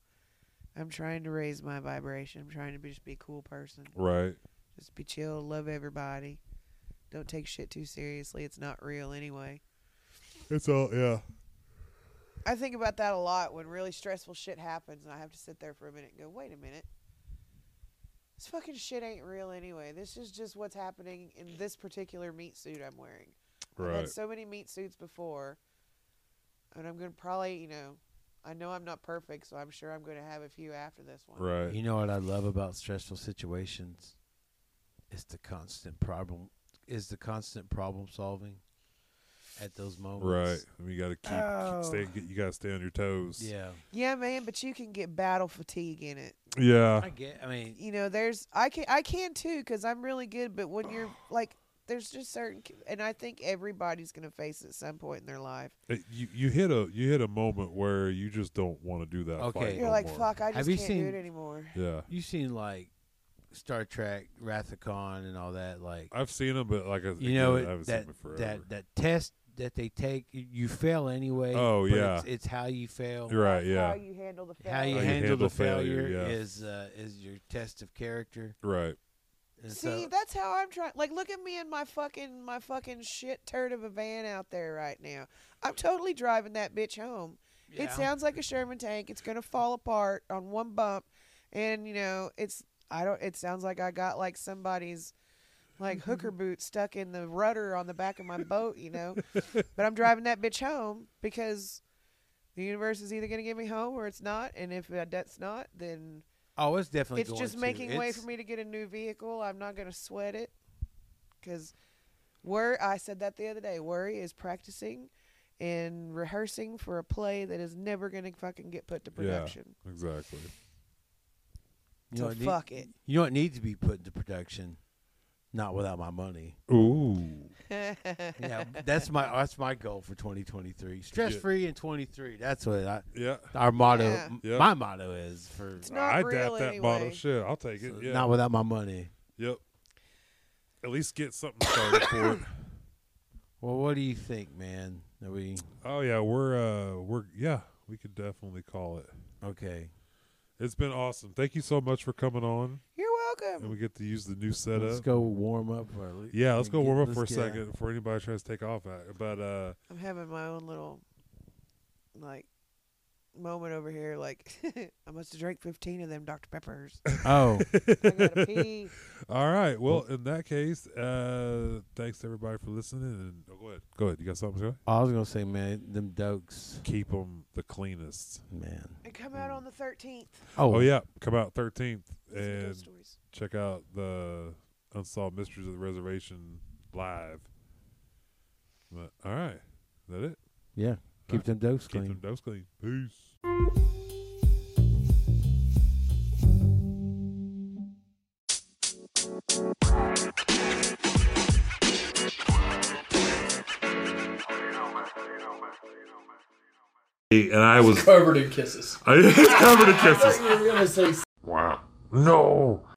D: I'm trying to raise my vibration. I'm trying to be, just be a cool person.
C: Right.
D: Just be chill, love everybody. Don't take shit too seriously. It's not real anyway.
C: It's all yeah.
D: I think about that a lot when really stressful shit happens and I have to sit there for a minute and go, wait a minute. This fucking shit ain't real anyway. This is just what's happening in this particular meat suit I'm wearing. I've
C: Right.
D: had so many meat suits before, and I'm gonna probably, you know, I know I'm not perfect, so I'm sure I'm gonna have a few after this one.
C: Right.
B: You know what I love about stressful situations? It's the constant problem. Is the constant problem solving at those
C: Right.
B: moments?
C: And you gotta keep,
D: Oh.
C: keep stay, you gotta stay on your toes.
B: Yeah.
D: Yeah, man, but you can get battle fatigue in it.
C: Yeah.
B: I get. I mean,
D: You know, there's I can I can too because I'm really good, but when
C: (sighs)
D: you're like, there's just certain, and I think everybody's gonna face it at some point in their life.
C: It- you you hit a you hit a moment where you just don't want to do that.
B: Okay.
C: fight
D: You're
C: no
D: like,
C: more.
D: fuck, I
B: Have
D: just
B: you
D: can't do
B: seen-
D: it anymore.
C: Yeah.
B: you seen like Star Trek, Rathacon, and all that. Like
C: I've seen him, but like I,
B: you know
C: again,
B: it-
C: I haven't seen
B: that
C: him forever.
B: that that test that they take, you- you fail anyway.
C: Oh,
B: but
C: yeah.
B: It's, it's how you fail.
C: You're right.
D: How
C: Yeah.
D: you handle the failure.
B: How you
C: How you
B: handle,
C: handle
B: the
C: failure,
B: failure,
C: yeah.
B: is uh, is your test of character.
C: Right.
B: And
D: See,
B: so,
D: that's how I'm trying. Like, look at me in my fucking my fucking shit turd of a van out there right now. I'm totally driving that bitch home. It
B: yeah.
D: sounds like a Sherman tank. It's gonna fall apart on one bump, and you know it's I don't. It sounds like I got like somebody's like hooker boot stuck in the rudder on the back of my boat. You know, but I'm driving that bitch home because the universe is either gonna get me home or it's not. And if uh, that's not, then
B: oh, it's definitely.
D: it's
B: going
D: just
B: to.
D: making way
B: It's-
D: for me to get a new vehicle. I'm not going to sweat it because worry. I said that the other day. Worry is practicing and rehearsing for a play that is never going to fucking get put to production. (laughs)
C: Exactly.
B: You know,
D: so
B: what need-
D: fuck it.
B: You know what needs to be put into production? Not without my
D: (laughs)
B: money.
C: Ooh.
B: Yeah, that's my that's my goal for 2023. Stress free in 23. That's what I,
C: Yeah.
B: our motto.
D: Yeah.
B: m-
C: Yeah.
B: My motto is for
D: It's not
C: I
D: real
C: adapt that
D: anyway.
C: bottle. Shit. I'll take it. Yeah.
B: not without my money.
C: yep. At least get something started
B: (coughs)
C: for it.
B: Well, what do you think, man? Are we
C: Oh yeah, we're uh we're yeah, we could definitely call it.
B: okay?
C: It's been awesome. Thank you so much for coming on.
D: You're
C: And
D: welcome.
C: we get to use the new
B: Let's
C: setup.
B: go warm up. Or at lea-
C: Yeah, let's go
B: get-
C: warm up
B: let's
C: for a
B: get-
C: second for anybody trying to take off at. But uh
D: I'm having my own little like moment over here. Like (laughs) I must have drank 15 of them Dr Peppers.
B: (laughs)
C: (laughs)
B: Oh, (laughs)
D: I gotta pee.
C: all right. Well, in that case, uh thanks everybody for listening and oh, go ahead. Go ahead. You got something to say?
B: I was gonna say, man, them dokes,
C: Keep them the cleanest.
B: man.
D: And come out on the 13th.
C: Oh yeah, come out 13th
D: Listen to
C: and
D: Ghost stories.
C: check out the Unsolved Mysteries of the Reservation live. But, all right. Is that it?
B: yeah. Keep them dokes
C: Keep
B: clean.
C: them dose clean. Peace. And I was (laughs)
A: covered in kisses. (laughs)
C: I, covered in kisses.
A: I thought you were gonna say
C: Wow. No.